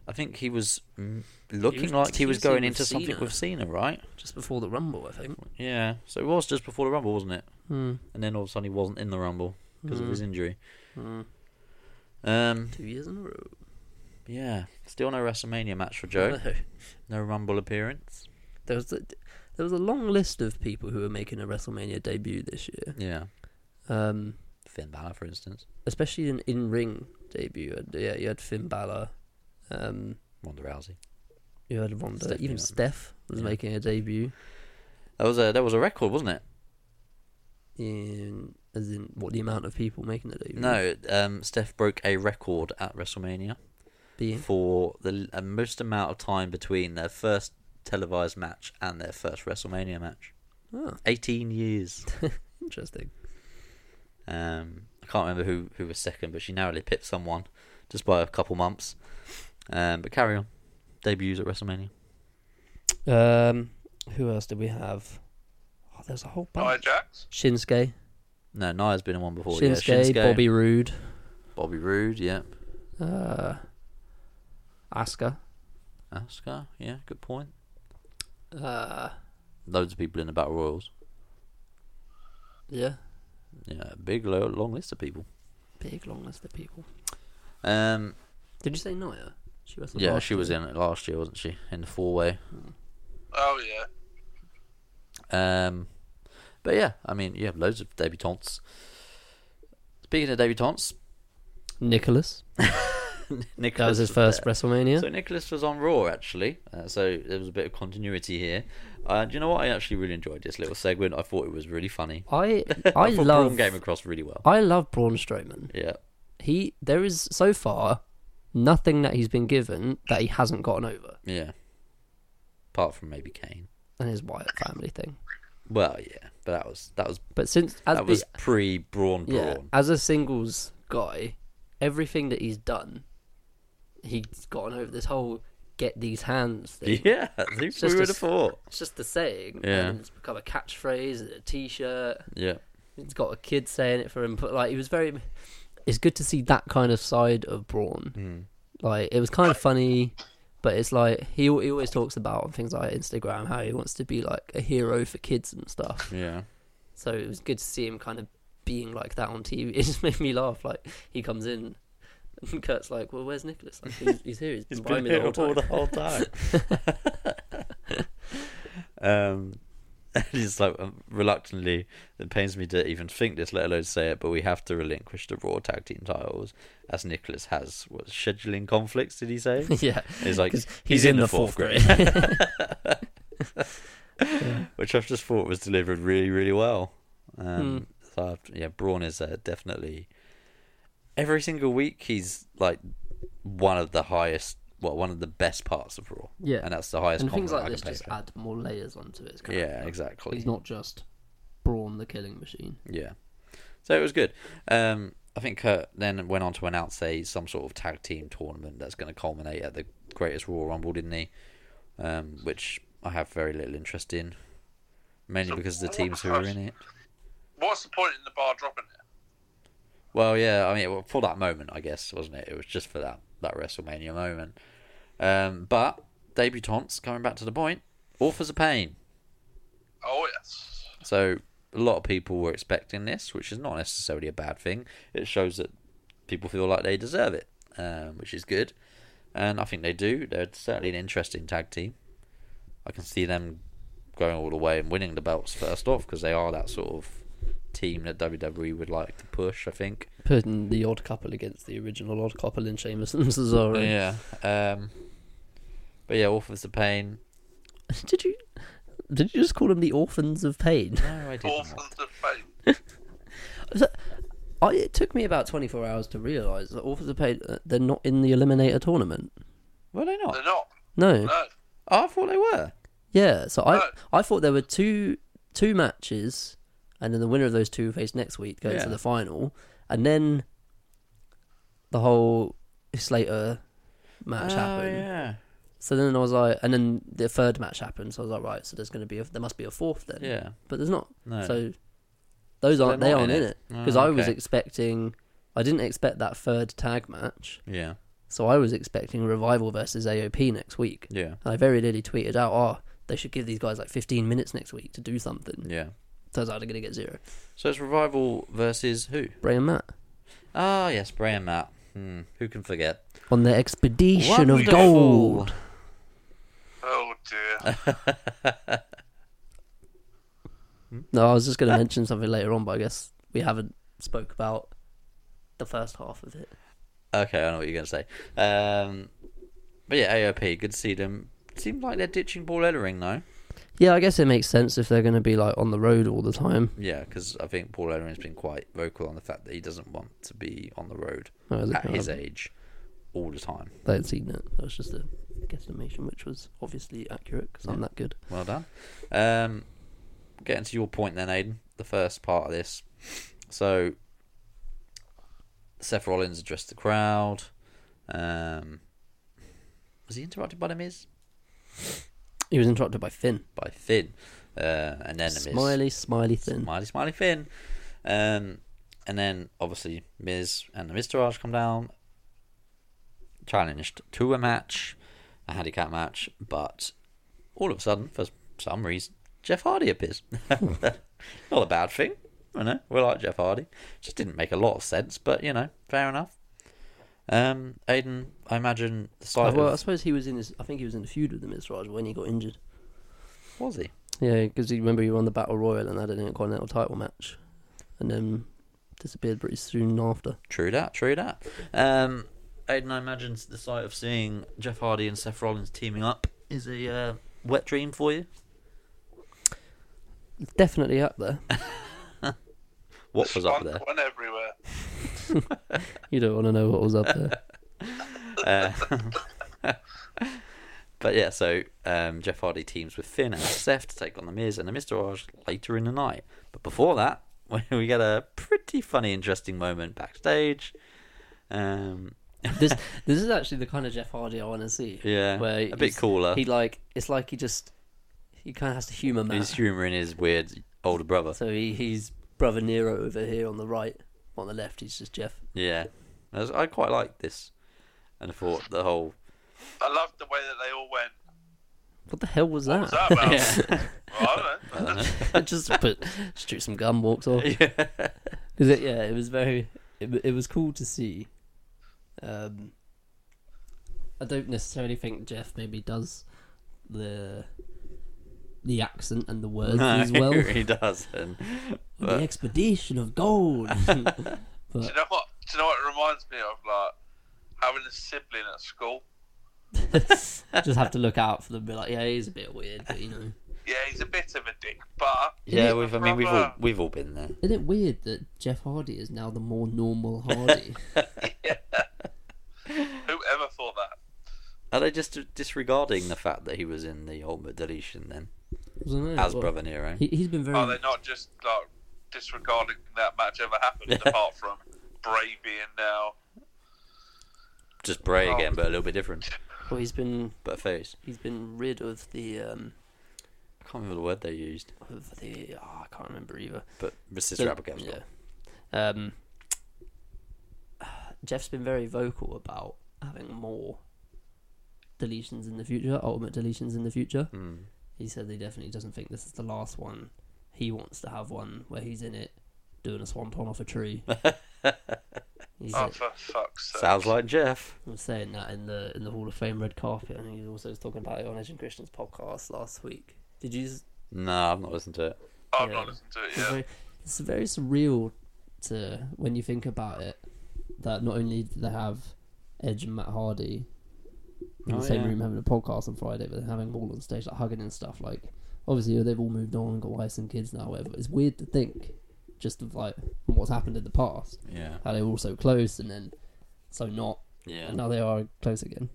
Speaker 2: I think he was mm, looking like he was
Speaker 6: teasing
Speaker 2: going
Speaker 6: with
Speaker 2: into something
Speaker 6: Cena.
Speaker 2: with Cena, right?
Speaker 6: Just before the rumble, I think.
Speaker 2: Yeah. So it was just before the Rumble, wasn't it? Mm. And then all of a sudden he wasn't in the Rumble because of his injury. Um.
Speaker 6: Two years in a row.
Speaker 2: Yeah. Still no WrestleMania match for Joe.
Speaker 6: No.
Speaker 2: No Rumble appearance.
Speaker 6: There was a, there was a long list of people who were making a WrestleMania debut this year.
Speaker 2: Yeah.
Speaker 6: Um,
Speaker 2: Finn Balor, for instance.
Speaker 6: especially an in ring debut. Yeah, you had Finn Balor, um,
Speaker 2: Ronda Rousey.
Speaker 6: You heard of Ronda.
Speaker 2: Stephanie
Speaker 6: Even
Speaker 2: Martin.
Speaker 6: Steph was making a debut.
Speaker 2: That was a that was a record, wasn't it?
Speaker 6: In as in what the amount of people making the leap?
Speaker 2: No, um, Steph broke a record at WrestleMania
Speaker 6: being
Speaker 2: for the uh, most amount of time between their first televised match and their first WrestleMania match.
Speaker 6: Oh.
Speaker 2: 18 years.
Speaker 6: interesting.
Speaker 2: Um, I can't remember who, who was second, but she narrowly pipped someone just by a couple months. Um, but carry on. Debuts at WrestleMania.
Speaker 6: Um, who else did we have? Oh, there's a whole
Speaker 4: Nia
Speaker 6: bunch.
Speaker 4: Jax.
Speaker 6: Shinsuke,
Speaker 2: No, Nia's been in one before.
Speaker 6: Shinsuke,
Speaker 2: yeah, Shinsuke,
Speaker 6: Bobby Roode,
Speaker 2: Bobby Roode, yeah.
Speaker 6: uh, Asuka.
Speaker 2: Asuka, yeah, good point.
Speaker 6: Uh,
Speaker 2: Loads of people in the Battle Royals.
Speaker 6: yeah,
Speaker 2: Yeah, a big, lo- long list of people.
Speaker 6: big long list of people.
Speaker 2: Um,
Speaker 6: Did you say Nia? She was.
Speaker 2: yeah, she was in it last year, wasn't she? In the four way.
Speaker 4: Oh yeah.
Speaker 2: Um, but yeah, I mean, you have loads of debutantes. Speaking of debutantes,
Speaker 6: Nicholas.
Speaker 2: Nicholas
Speaker 6: That was his first
Speaker 2: there.
Speaker 6: WrestleMania.
Speaker 2: So Nicholas was on Raw actually, uh, so there was a bit of continuity here. Uh, do you know what? I actually really enjoyed this little segment. I thought it was really funny.
Speaker 6: I
Speaker 2: I
Speaker 6: I
Speaker 2: thought
Speaker 6: love
Speaker 2: Braun came across really well.
Speaker 6: I love Braun Strowman.
Speaker 2: Yeah,
Speaker 6: He there is so far nothing that he's been given that he hasn't gotten over,
Speaker 2: yeah. Apart from maybe Kane.
Speaker 6: and his Wyatt family thing.
Speaker 2: Well, yeah, but that was that was
Speaker 6: But since as
Speaker 2: that
Speaker 6: the-
Speaker 2: was pre Braun Braun.
Speaker 6: yeah, as a singles guy, everything that he's done, he's gotten over this whole get these hands thing.
Speaker 2: Yeah, who
Speaker 6: It's just
Speaker 2: would have
Speaker 6: a-
Speaker 2: thought?
Speaker 6: It's just the saying.
Speaker 2: Yeah.
Speaker 6: And it's become a catchphrase, and a t shirt.
Speaker 2: Yeah,
Speaker 6: He's got a kid saying it for him. But, like, he was very. It's good to see that kind of side of Braun. Like, it was kind of funny, but it's like he, al- he always talks about on things like Instagram how he wants to be, like, a hero for kids and stuff.
Speaker 2: yeah,
Speaker 6: So it was good to see him kind of being like that on TV. It just made me laugh. Like he comes in, and Kurt's like, "Well, where's Nicholas? Like, he's, he's here. He's, been by me the whole time."
Speaker 2: the whole time. um, and it's like um, reluctantly, it pains me to even think this, let alone say it. But we have to relinquish the Raw tag team titles, as Nicholas has what scheduling conflicts. Did he say?
Speaker 6: yeah,
Speaker 2: He's like
Speaker 6: 'Cause
Speaker 2: he's, in, the fourth, grade, which I've just thought was delivered really, really well.
Speaker 6: Hmm.
Speaker 2: Um, So I've, yeah, Braun is uh, definitely every single week he's like one of the highest, well, one of the best parts of Raw.
Speaker 6: Yeah.
Speaker 2: and that's the highest.
Speaker 6: and things
Speaker 2: compliment I can
Speaker 6: like this
Speaker 2: pay
Speaker 6: just
Speaker 2: for him.
Speaker 6: add more layers onto his character.
Speaker 2: Yeah, exactly.
Speaker 6: He's not just Braun the Killing Machine.
Speaker 2: Yeah. So it was good. Um, I think Kurt then went on to announce a some sort of tag team tournament that's going to culminate at the Greatest Royal Rumble, didn't he? Um, which I have very little interest in, mainly because of the teams who are in it.
Speaker 4: What's the point in the bar dropping it?
Speaker 2: Well, yeah, I mean, well, for that moment, I guess, wasn't it? It was just for that, that WrestleMania moment. Um, but debutantes, coming back to the point, Authors of Pain.
Speaker 4: Oh yes.
Speaker 2: So a lot of people were expecting this, which is not necessarily a bad thing. It shows that people feel like they deserve it, um, which is good. And I think they do. They're certainly an interesting tag team. I can see them going all the way and winning the belts first off because they are that sort of team that WWE would like to push. I think.
Speaker 6: Putting the odd couple against the original odd couple in Sheamus and Cesaro.
Speaker 2: Oh, Yeah. Um, but yeah, Orphans of Pain.
Speaker 6: Did you? Did you just call them the orphans of pain?
Speaker 2: No, I didn't.
Speaker 4: Orphans of Fame.
Speaker 6: I, it took me about 24 hours to realise that Orphans of Pain, uh, they're not in the Eliminator tournament.
Speaker 2: Were they
Speaker 4: They're
Speaker 2: not?
Speaker 4: not.
Speaker 6: No.
Speaker 4: No.
Speaker 2: Oh, I thought they were.
Speaker 6: Yeah, so I
Speaker 4: No.
Speaker 6: I thought there were two two matches, and then the winner of those two faced next week going
Speaker 2: Yeah.
Speaker 6: to the final, and then the whole Slater match happened.
Speaker 2: Oh, yeah.
Speaker 6: So then I was like, and then the third match happened. So I was like, right, so there's going to be a, there must be a fourth then.
Speaker 2: Yeah.
Speaker 6: but there's not.
Speaker 2: No.
Speaker 6: So those aren't
Speaker 2: they're
Speaker 6: they
Speaker 2: not
Speaker 6: aren't
Speaker 2: in
Speaker 6: in
Speaker 2: it.
Speaker 6: it
Speaker 2: Ah,
Speaker 6: because I was
Speaker 2: okay.
Speaker 6: expecting I didn't expect that third tag match.
Speaker 2: Yeah.
Speaker 6: So I was expecting Revival versus AOP next week.
Speaker 2: Yeah.
Speaker 6: And I very nearly tweeted out, oh, they should give these guys like 15 minutes next week to do something.
Speaker 2: Yeah.
Speaker 6: Turns out they're going to get zero.
Speaker 2: So it's Revival versus who?
Speaker 6: Bray and Matt
Speaker 2: Ah, yes, Bray and Matt. Hmm, who can forget?
Speaker 6: on their expedition of
Speaker 2: Wonderful.
Speaker 6: gold.
Speaker 4: Oh dear.
Speaker 6: No, I was just going to mention something later on, but I guess we haven't spoke about the first half of it.
Speaker 2: Okay, I know what you're going to say. Um, but yeah, AOP, good to see them. Seemed like they're ditching Paul Ellering, though.
Speaker 6: Yeah, I guess it makes sense if they're going to be like on the road all the time.
Speaker 2: Yeah, because I think Paul Aaron's been quite vocal on the fact that he doesn't want to be on the road
Speaker 6: Oh, is it?
Speaker 2: at his
Speaker 6: Oh.
Speaker 2: age all the time.
Speaker 6: They had seen it. That was just a guesstimation, which was obviously accurate because I'm that good.
Speaker 2: Well done. Um, getting to your point then, Aiden, the first part of this. So, Seth Rollins addressed the crowd. Um, was he interrupted by The Miz?
Speaker 6: He was interrupted by Finn.
Speaker 2: By Finn. Uh, and then The Miz.
Speaker 6: Smiley, smiley Finn.
Speaker 2: Smiley, smiley Finn. Um, and then obviously Miz and the Miztourage come down, challenged to a match, a handicap match, but all of a sudden, for some reason, Jeff Hardy appears. Not a bad thing, you know. We like Jeff Hardy. Just didn't make a lot of sense, but you know, fair enough. Um, Aiden, I imagine the
Speaker 6: Oh,
Speaker 2: sight
Speaker 6: well, I
Speaker 2: of,
Speaker 6: suppose he was in this. I think he was in a feud with the Miz Raj when he got injured.
Speaker 2: was he?
Speaker 6: Yeah, because you remember you won the Battle Royal and had an Intercontinental title match, and then disappeared pretty soon after.
Speaker 2: True that, true that. Um, Aiden, I imagine the sight of seeing Jeff Hardy and Seth Rollins teaming up is a uh, wet dream for you.
Speaker 6: It's definitely up there.
Speaker 2: What was up
Speaker 4: Spunk
Speaker 2: there?
Speaker 4: Went everywhere.
Speaker 6: You don't want to know what was up there.
Speaker 2: But yeah, so um, Jeff Hardy teams with Finn and Seth to take on the Miz and the Miztourage later in the night. But before that, we get a pretty funny, interesting moment backstage. Um,
Speaker 6: this this is actually the kind of Jeff Hardy I want to see.
Speaker 2: Yeah,
Speaker 6: where
Speaker 2: a bit
Speaker 6: he's-
Speaker 2: cooler.
Speaker 6: He like it's like he just he kind of has to humour Matt.
Speaker 2: he's humouring his weird older brother.
Speaker 6: So he, he's brother Nero over here on the right. On the left, he's just Jeff.
Speaker 2: Yeah, I was- I quite like this, and I thought the whole
Speaker 4: I loved the way that they all went.
Speaker 6: What the hell was that?
Speaker 4: What's that about? Well, I don't know.
Speaker 6: just put, shoot some gun, walks off. Is it, yeah, it was very. It, w- it was cool to see. Um,
Speaker 16: I don't necessarily think Jeff maybe does the the accent and the words as well.
Speaker 2: he does, and
Speaker 16: the expedition of gold.
Speaker 4: Do you know what? Do you know what it reminds me of? Like having a sibling at school.
Speaker 16: Just have to look out for them. Be like, yeah, he's a bit weird, but you know,
Speaker 4: Yeah, he's a bit of a dick, but
Speaker 2: yeah, we've, I mean, we've all
Speaker 4: Brother.
Speaker 2: we've all been there.
Speaker 16: isn't it weird that Jeff Hardy is now the more normal Hardy?
Speaker 4: whoever thought that?
Speaker 2: Are they just disregarding the fact that he was in the Ultimate Deletion then,
Speaker 16: I don't know,
Speaker 2: as
Speaker 16: what-
Speaker 2: Brother Nero?
Speaker 16: He, he's been very.
Speaker 4: Are Oh, they not just like disregarding that match ever happened? apart from Bray being now.
Speaker 2: Just Bray again, but a little bit different,
Speaker 6: well, he's been
Speaker 2: but a face.
Speaker 6: he's been rid of the um
Speaker 2: I can't remember the word they used,
Speaker 6: of the
Speaker 16: ah,
Speaker 6: oh, I can't remember either.
Speaker 2: but Mrs.
Speaker 6: So-
Speaker 2: Abigail's got-
Speaker 6: Uh, yeah. Um, Jeff's been very vocal about having more
Speaker 16: deletions in the future, ultimate deletions in the future. He said he definitely doesn't think this is the last one. He wants to have one where he's in it doing a swanton off a tree. he's
Speaker 4: Oh,
Speaker 16: uh,
Speaker 4: for fuck's sake!
Speaker 2: Sounds like Jeff.
Speaker 16: was saying that in the in the Hall of Fame red carpet, and he also was talking about it on Edge and Christian's podcast last week. Did you?
Speaker 2: No, I've not listened to it.
Speaker 4: I've
Speaker 16: yeah.
Speaker 4: not listened to it
Speaker 16: It's
Speaker 4: yet.
Speaker 16: very, it's very surreal to when you think about it that not only do they have Edge and Matt Hardy in
Speaker 2: Oh,
Speaker 16: the same
Speaker 2: yeah.
Speaker 16: room having a podcast on Friday, but then having them all on stage like hugging and stuff. Like obviously they've all moved on, got wives and kids now, whatever. It's weird to think just of like what's happened in the past.
Speaker 2: Yeah,
Speaker 6: Uh,
Speaker 16: How they were all so close and then so not,
Speaker 2: yeah,
Speaker 16: and now they are close again.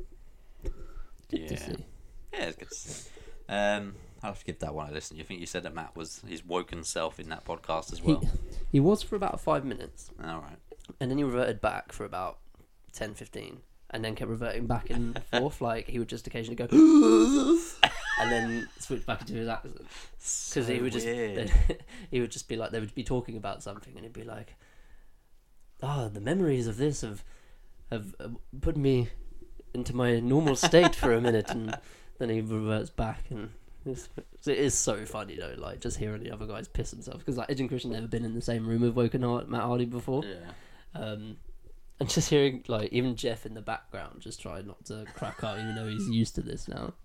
Speaker 2: yeah.
Speaker 16: To see.
Speaker 2: Yeah, it's good. To see. Um, I'll have to give that one a listen. You think you said that Matt was his woken self in that podcast as well?
Speaker 16: He,
Speaker 6: He was for about five minutes,
Speaker 2: All right.
Speaker 6: and then he reverted back for about 10, 15, and then kept reverting back and forth. Like he would just occasionally go, and then switch back into his accent because he would just
Speaker 2: weird.
Speaker 6: he would just be like they would be talking about something, and he'd be like, "Ah, the memories of this have have uh, put me into my normal state for a minute," and then he reverts back and. It's, it is so funny though, like just hearing the other guys piss themselves because like Edge and Christian never been in the same room with Woken Hart, Matt Hardy before
Speaker 2: Yeah.
Speaker 6: um, and just hearing like even Jeff in the background just trying not to crack up, even though he's used to this now.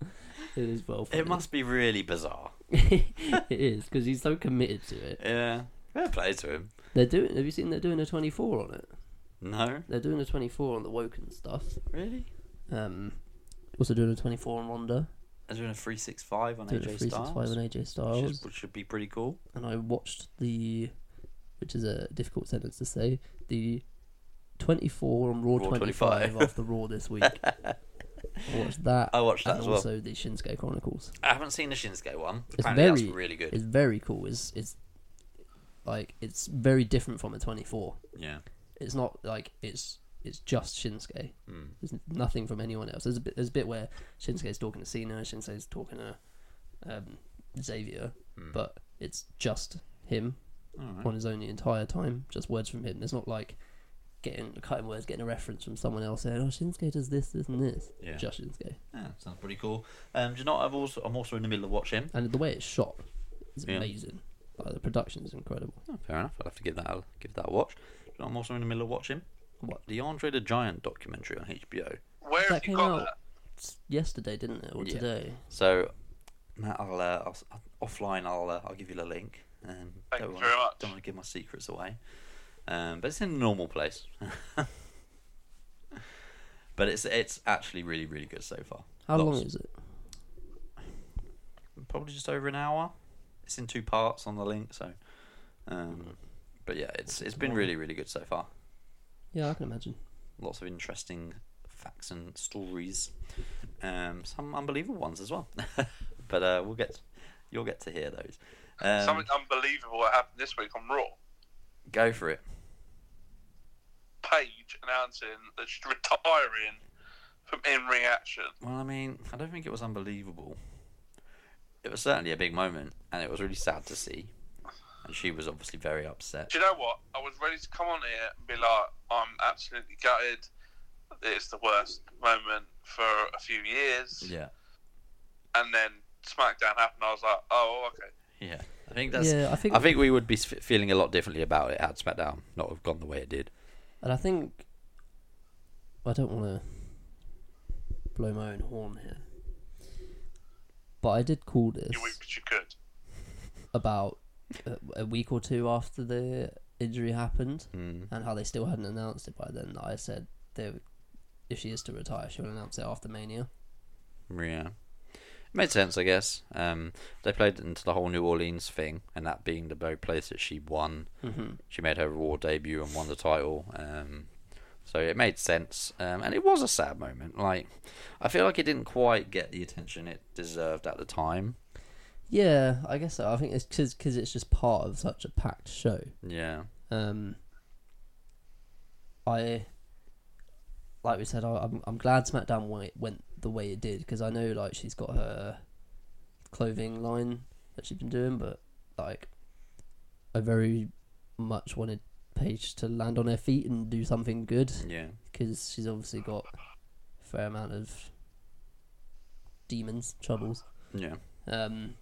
Speaker 6: It is well. Funny.
Speaker 2: It must be really bizarre.
Speaker 6: it is because he's so committed to it.
Speaker 2: Yeah. Fair play to him.
Speaker 6: They're doing. Have you seen they're doing a twenty four on it?
Speaker 2: No.
Speaker 6: They're doing a twenty four on the Woken stuff.
Speaker 2: Really?
Speaker 6: Um, also doing a twenty four on Ronda.
Speaker 2: As doing a three six five on
Speaker 6: doing a
Speaker 2: AJ
Speaker 6: 365
Speaker 2: Styles,
Speaker 6: and AJ
Speaker 2: which
Speaker 6: Styles.
Speaker 2: is- which should be pretty cool.
Speaker 6: and I watched the, which is a difficult sentence to say, the 24 on Raw,
Speaker 2: Raw
Speaker 6: 25,
Speaker 2: 25.
Speaker 6: after Raw this week. I watched that.
Speaker 2: I watched that
Speaker 6: and
Speaker 2: as well.
Speaker 6: also the Shinsuke Chronicles.
Speaker 2: I haven't seen the Shinsuke one.
Speaker 6: It's
Speaker 2: Apparently,
Speaker 6: very-
Speaker 2: that's really good.
Speaker 6: It's very cool. It's it's like it's very different from a 24.
Speaker 2: Yeah,
Speaker 6: It's not like it's it's just Shinsuke.
Speaker 2: Mm.
Speaker 6: There's nothing from anyone else. There's a bit there's a bit where Shinsuke's talking to Cena, Shinsuke's talking to um, Xavier,
Speaker 2: Hmm.
Speaker 6: but it's just him on his own the entire time. Just words from him. There's not like getting cutting words, getting a reference from someone else saying, "Oh, Shinsuke does this, this, and this."
Speaker 2: Yeah.
Speaker 6: Just Shinsuke,
Speaker 2: yeah, sounds pretty cool. Um, do you know? what I've also I'm also in the middle of watching.
Speaker 6: and the way it's shot is
Speaker 2: Yeah.
Speaker 6: amazing. Like, the production is incredible.
Speaker 2: Oh, fair enough. I'll have to give that a, give that a watch. Do you know what I'm also in the middle of watching
Speaker 6: What?
Speaker 2: the Andre the Giant documentary on HBO.
Speaker 4: Where
Speaker 6: that
Speaker 4: have you
Speaker 6: came
Speaker 4: got
Speaker 6: out
Speaker 4: that?
Speaker 6: s- yesterday, didn't it, or
Speaker 2: Yeah.
Speaker 6: today?
Speaker 2: So, Matt, I'll, uh, I'll s- offline. I'll uh, I'll give you the link. Um, don't
Speaker 4: Thank you
Speaker 2: wanna-
Speaker 4: very much.
Speaker 2: Don't want to give my secrets away. Um, but it's in a normal place. but it's it's actually really really good so far.
Speaker 6: How
Speaker 2: Lots.
Speaker 6: long is it?
Speaker 2: Probably just over an hour. It's in two parts on the link. So, um, but yeah, it's it's been really really good so far.
Speaker 6: Yeah, I can imagine.
Speaker 2: Lots of interesting facts and stories. Um, some unbelievable ones as well. but uh, we'll get you'll get to hear those. Um,
Speaker 4: Something unbelievable that happened this week on Raw.
Speaker 2: Go for it.
Speaker 4: Paige announcing that she's retiring from in ring action.
Speaker 2: Well, I mean, I don't think it was unbelievable. It was certainly a big moment, and it was really sad to see. And she was obviously very upset.
Speaker 4: Do you know what? I was ready to come on here and be like, I'm absolutely gutted. It's the worst moment for a few years.
Speaker 2: Yeah,
Speaker 4: And then SmackDown happened. I was like, oh, okay.
Speaker 2: yeah. I think that's.
Speaker 6: Yeah, I think-
Speaker 2: I think we would be s- feeling a lot differently about it had SmackDown not have gone the way it did.
Speaker 6: And I think I don't want to blow my own horn here, but I did call this
Speaker 4: You wish that you could.
Speaker 6: about a, a week or two after the injury happened, and how they still hadn't announced it by then. That I said they, would- if she is to retire, she will announce it after Mania.
Speaker 2: Yeah. It made sense, I guess. Um, they played into the whole New Orleans thing, and that being the very place that she won. Mm-hmm. She made her Raw debut and won the title. Um, so it made sense. Um, and it was a sad moment. Like, I feel like it didn't quite get the attention it deserved at the time.
Speaker 6: Yeah, I guess so. I think it's because it's just part of such a packed show.
Speaker 2: Yeah.
Speaker 6: Um, I, like we said, I, I'm I'm glad SmackDown went, went the way it did because I know like she's got her clothing line that she's been doing, but like I very much wanted Paige to land on her feet and do something good
Speaker 2: Yeah.
Speaker 6: because she's obviously got a fair amount of demons troubles.
Speaker 2: Yeah.
Speaker 6: Um,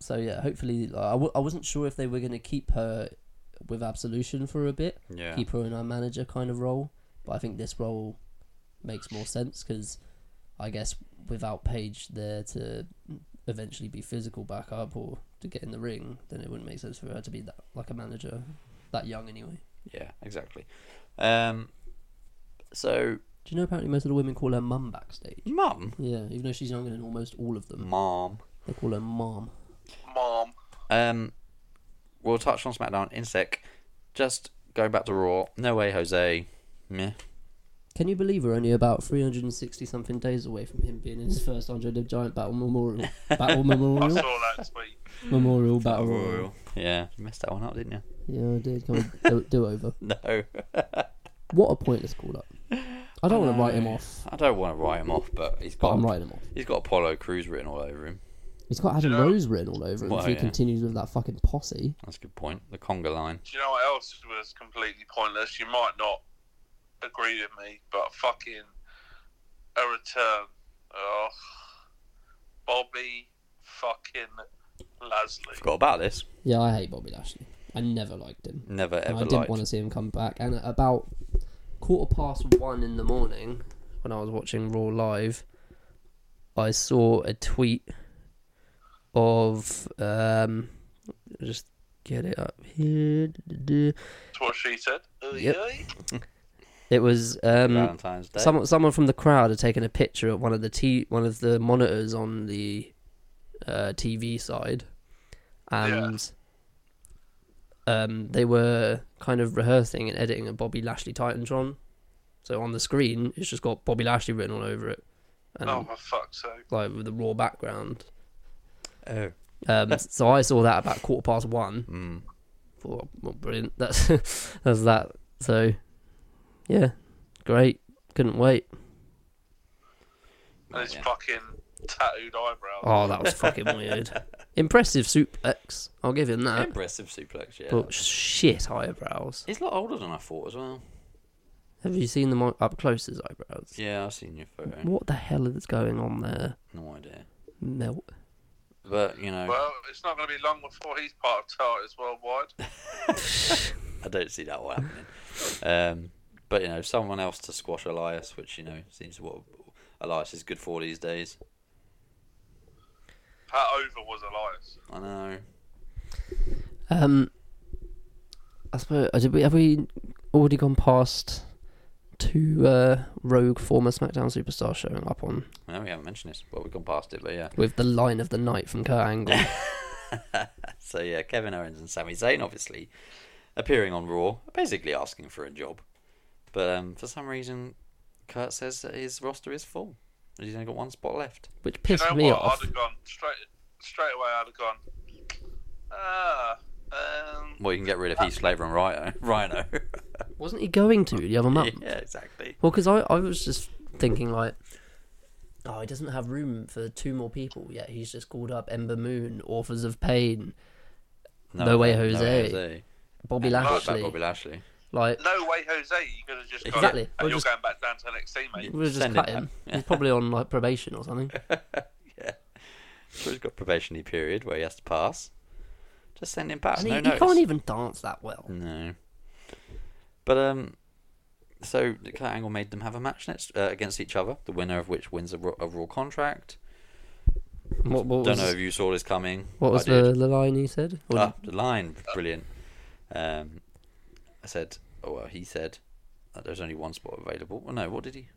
Speaker 6: so yeah, hopefully, like, I, w- I wasn't sure if they were going to keep her with Absolution for a bit,
Speaker 2: Yeah.
Speaker 6: keep her in our manager kind of role, but I think this role makes more sense because I guess without Paige there to eventually be physical backup or to get in the ring, then it wouldn't make sense for her to be that like a manager that young anyway.
Speaker 2: Yeah, exactly. Um, so,
Speaker 6: Do you know apparently most of the women call her mum backstage?
Speaker 2: Mum.
Speaker 6: Yeah, even though she's younger than almost all of them,
Speaker 2: Mom.
Speaker 6: they call her mom.
Speaker 4: Mom.
Speaker 2: Um, we'll touch on SmackDown in a sec. Just go back to Raw. No way, Jose. Meh.
Speaker 6: Can you believe we're only about 360 something days away from him being in his first Andre the Giant Battle Memorial? Battle
Speaker 4: I
Speaker 6: Memorial?
Speaker 4: saw that tweet.
Speaker 6: Memorial Battle Royal.
Speaker 2: Yeah, you messed that one up, didn't you?
Speaker 6: Yeah, I did. Come on, do, do over.
Speaker 2: No.
Speaker 6: What a pointless call up. I don't want to write him off,
Speaker 2: I don't want to write him off, but he's
Speaker 6: but
Speaker 2: got
Speaker 6: I'm writing him off.
Speaker 2: he's got Apollo Crews written all over him.
Speaker 6: He's got Adam Rose written all over him
Speaker 2: Well,
Speaker 6: if he
Speaker 2: yeah.
Speaker 6: continues with that fucking posse.
Speaker 2: That's a good point. The conga line.
Speaker 4: Do you know what else was completely pointless? You might not agree with me, but fucking a return. Oh, Bobby fucking Leslie.
Speaker 2: Forgot about this.
Speaker 6: Yeah, I hate Bobby Lashley. I never liked him.
Speaker 2: Never
Speaker 6: And
Speaker 2: ever
Speaker 6: I didn't
Speaker 2: liked.
Speaker 6: want to see him come back. And at about quarter past one in the morning, when I was watching Raw live, I saw a tweet of um, just get it up here.
Speaker 4: That's what she said.
Speaker 6: Yep.
Speaker 4: Oy, oy.
Speaker 6: It was um,
Speaker 17: Valentine's Day.
Speaker 6: someone someone from the crowd had taken a picture at one of the t- one of the monitors on the uh, TV side, and um, they were kind of rehearsing and editing a Bobby Lashley Titantron. So on the screen, it's just got Bobby Lashley written all over it, and
Speaker 4: Oh, for fuck's sake.
Speaker 6: like with the raw background.
Speaker 17: Oh.
Speaker 6: Um, so I saw that about quarter past one. Thought, well, brilliant. That's that's that. So, yeah, great. Couldn't wait.
Speaker 4: And his
Speaker 2: yeah.
Speaker 4: fucking tattooed eyebrows.
Speaker 6: Oh, that was fucking weird. Impressive suplex. I'll give him that.
Speaker 2: Uh, Impressive suplex, yeah.
Speaker 6: But shit eyebrows.
Speaker 2: He's a lot older than I thought as well.
Speaker 6: Have you seen them up close? His eyebrows.
Speaker 2: Yeah, I've seen your photo.
Speaker 6: What the hell is going on there?
Speaker 2: No idea.
Speaker 6: Melt.
Speaker 2: But, you know,
Speaker 4: Well, it's not going to be long before he's part of TARDIS worldwide.
Speaker 2: I don't see that one happening. Um, but, you know, someone else to squash Elias, which, you know, seems what Elias is good for these days.
Speaker 4: Pat Over was Elias.
Speaker 2: I know.
Speaker 6: Um, I suppose. uh, Did we have we already gone past two uh, rogue former SmackDown superstars showing up on
Speaker 2: No, we haven't mentioned this. Well, we've gone past it, but yeah.
Speaker 6: with the line of the night from Kurt Angle?
Speaker 2: So, yeah, Kevin Owens and Sami Zayn, obviously, appearing on Raw, basically asking for a job. But um, for some reason, Kurt says that his roster is full. He's only got one spot left.
Speaker 6: which
Speaker 4: You
Speaker 6: pissed
Speaker 4: know
Speaker 6: me
Speaker 4: what?
Speaker 6: off.
Speaker 4: I'd have gone straight, straight away. I'd have gone. Ah, um,
Speaker 2: Well, you can get rid of
Speaker 6: Uh,
Speaker 2: Heath Slater and Rhino. Rhino.
Speaker 6: Wasn't he going to the other month?
Speaker 2: yeah, exactly.
Speaker 6: Well, because I, I was just thinking like, oh, he doesn't have room for two more people yet. He's just called up Ember Moon, Authors of Pain, No Way Jose. Bobby
Speaker 2: What about
Speaker 6: Lashley.
Speaker 2: Bobby Lashley.
Speaker 6: Like,
Speaker 4: no way, Jose. You could have just gone.
Speaker 6: Exactly.
Speaker 4: And
Speaker 6: We'll
Speaker 4: you're
Speaker 6: just-
Speaker 4: going back down to NXT, mate.
Speaker 6: we'll just
Speaker 2: Send
Speaker 6: cut
Speaker 2: him
Speaker 6: him. He's probably on like probation or something.
Speaker 2: Sure, he's got probationary period where he has to pass. Just send him back.
Speaker 6: And
Speaker 2: no Hmm.
Speaker 6: he, he
Speaker 2: notice.
Speaker 6: can't even dance that well.
Speaker 2: No. But um, so Kurt Angle made them have a match next uh, against each other. The winner of which wins a, Raw- a Raw contract.
Speaker 6: What, what
Speaker 2: Don't
Speaker 6: was,
Speaker 2: know if you saw this coming.
Speaker 6: what was
Speaker 2: I did.
Speaker 6: the, the line he said? Or
Speaker 2: Ah, the line was brilliant. Um, I said, oh well, he said that there's only one spot available. Well, no, what did he?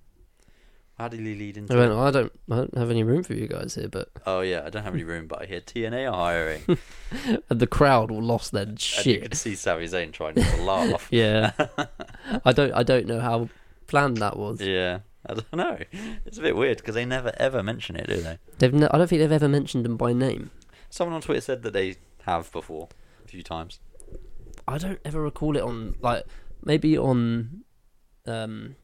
Speaker 2: How did he lead into?
Speaker 6: I went, I don't, I don't have any room for you guys here, but
Speaker 2: Oh yeah, I don't have any room, but I hear TNA are hiring. and
Speaker 6: and the crowd all lost their
Speaker 2: you could
Speaker 6: shit.
Speaker 2: see Sami Zayn trying not to laugh.
Speaker 6: Yeah, I don't, I don't know how planned that was.
Speaker 2: yeah, I don't know. It's a bit weird because they never ever mention it, do they?
Speaker 6: They've, ne- I don't think they've ever mentioned him by name.
Speaker 2: Someone on Twitter said that they have before a few times.
Speaker 6: I don't ever recall it on like maybe on um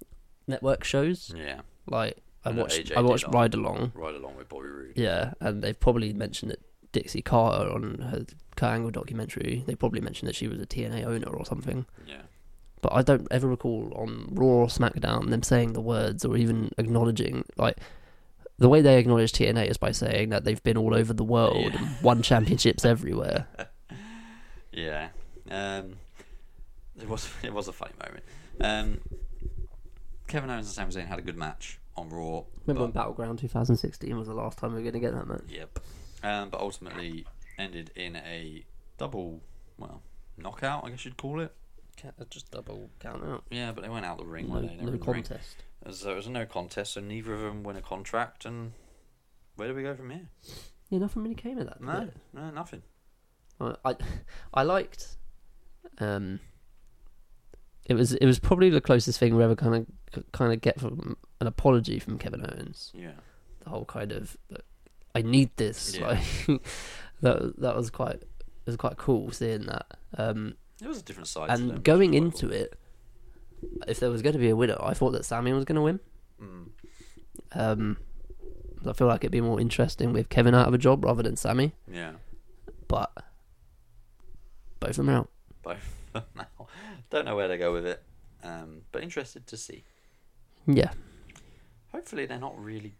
Speaker 6: network shows.
Speaker 2: Yeah,
Speaker 6: Like I
Speaker 2: I know
Speaker 6: watched
Speaker 2: AJ
Speaker 6: I
Speaker 2: did
Speaker 6: watched
Speaker 2: on-
Speaker 6: Ride Along.
Speaker 2: right along with Bobby Roode.
Speaker 6: Yeah, and they've probably mentioned that Dixie Carter on her Kurt Angle documentary. They probably mentioned that she was a TNA owner or something.
Speaker 2: Yeah.
Speaker 6: But I don't ever recall on Raw or SmackDown them saying the words or even acknowledging like the way they acknowledge TNA is by saying that they've been all over the world and won championships everywhere.
Speaker 2: Yeah. Um, it was it was a funny moment. Um, Kevin Owens and Sami Zayn had a good match on Raw.
Speaker 6: Remember when
Speaker 2: but-
Speaker 6: Battleground 2016 was the last time we were going to get that match?
Speaker 2: Yep. Um, but ultimately ended in a double, well, knockout, I guess you'd call it.
Speaker 6: Just double count out.
Speaker 2: Yeah, but they went out the ring,
Speaker 6: No,
Speaker 2: weren't they? They were
Speaker 6: no
Speaker 2: in the ring.
Speaker 6: contest.
Speaker 2: So it was a no contest, so neither of them win a contract. And where do we go from here?
Speaker 6: Yeah, nothing really came of that. did
Speaker 2: No,
Speaker 6: it?
Speaker 2: no, nothing.
Speaker 6: I, I, I liked. Um, it was it was probably the closest thing we ever kind of kind of get from an apology from Kevin Owens.
Speaker 2: Yeah.
Speaker 6: The whole kind of, I need this.
Speaker 2: Yeah.
Speaker 6: Like that that was quite it was quite cool seeing that. Um,
Speaker 2: It was a different side. to them, which
Speaker 6: and
Speaker 2: was
Speaker 6: going
Speaker 2: quite
Speaker 6: into it, if there was going to be a winner, I thought that Sammy was going to win.
Speaker 2: Mm,
Speaker 6: Um, I feel like it'd be more interesting with Kevin out of a job rather than Sammy,
Speaker 2: cool. Yeah.
Speaker 6: but both of them are out.
Speaker 2: Both of them now. Don't know where to go with it, um, but interested to see.
Speaker 6: Yeah.
Speaker 2: Hopefully, they're not really.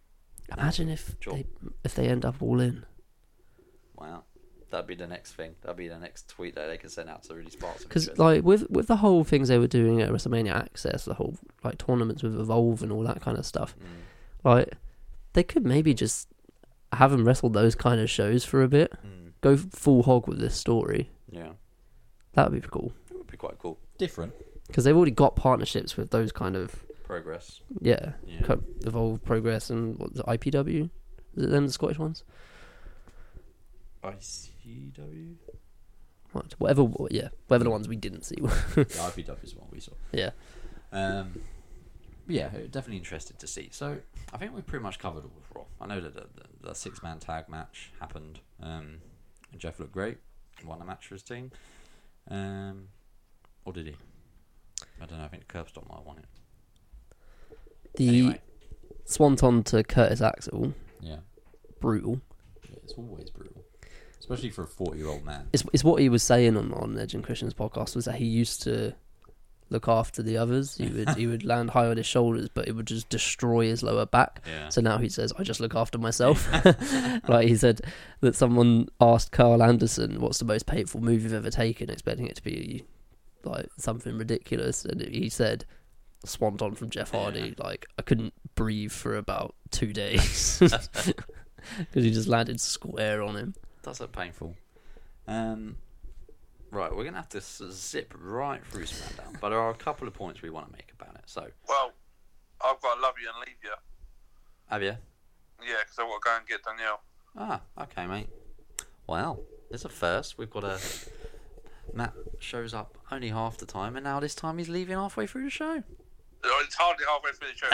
Speaker 6: Imagine if
Speaker 2: Sure.
Speaker 6: they if they end up all in.
Speaker 2: Wow. That'd be the next thing. That'd be the next tweet that they can send out to really spark some
Speaker 6: Because
Speaker 2: interest.
Speaker 6: like with with the whole things they were doing at WrestleMania Access, the whole like tournaments with Evolve and all that kind of stuff,
Speaker 2: Mm,
Speaker 6: like they could maybe just have them wrestle those kind of shows for a bit, go full hog with this story.
Speaker 2: mm, yeah,
Speaker 6: That would be cool.
Speaker 2: it would be quite cool.
Speaker 5: Different.
Speaker 6: because they've already got partnerships with those kind of
Speaker 2: Progress.
Speaker 6: yeah,
Speaker 2: Yeah.
Speaker 6: Co- Evolve Progress and what, the IPW. Is it them the Scottish ones?
Speaker 2: ICW?
Speaker 6: What, whatever, yeah, whatever the ones we didn't see.
Speaker 2: The IPW is what we saw.
Speaker 6: yeah,
Speaker 2: Um, but yeah, definitely interested to see. So I think we pretty much covered all of Raw. I know that the, the, the six man tag match happened. Um, and Jeff looked great, won the match for his team. Um, or did he? I don't know. I think Curb Stomp might have won it.
Speaker 6: the
Speaker 2: Anyway,
Speaker 6: Swanton to Curtis Axel,
Speaker 2: yeah.
Speaker 6: brutal.
Speaker 2: yeah, it's always brutal, especially for a forty-year-old man.
Speaker 6: It's it's what he was saying on on Edge and Christian's podcast was that he used to look after the others. He would he would land high on his shoulders, but it would just destroy his lower back.
Speaker 2: Yeah.
Speaker 6: So now he says, "I just look after myself." like he said that someone asked Carl Anderson, "What's the most painful move you've ever taken?" expecting it to be like something ridiculous, and he said, "Swanton from Jeff Hardy." Like I couldn't breathe for about two days because he just landed square on him.
Speaker 2: That's so painful. Um, right, we're gonna have to s- zip right through SmackDown, but there are a couple of points we want to make about it. So,
Speaker 4: Well, I've got to love you and leave you.
Speaker 2: have you?
Speaker 4: Yeah, because I've got to go and get Danielle.
Speaker 2: Ah, okay, mate. Wow, there's a first. We've got a Matt shows up only half the time, and now this time he's leaving halfway through the show.
Speaker 4: Uh, It's hardly halfway through the show.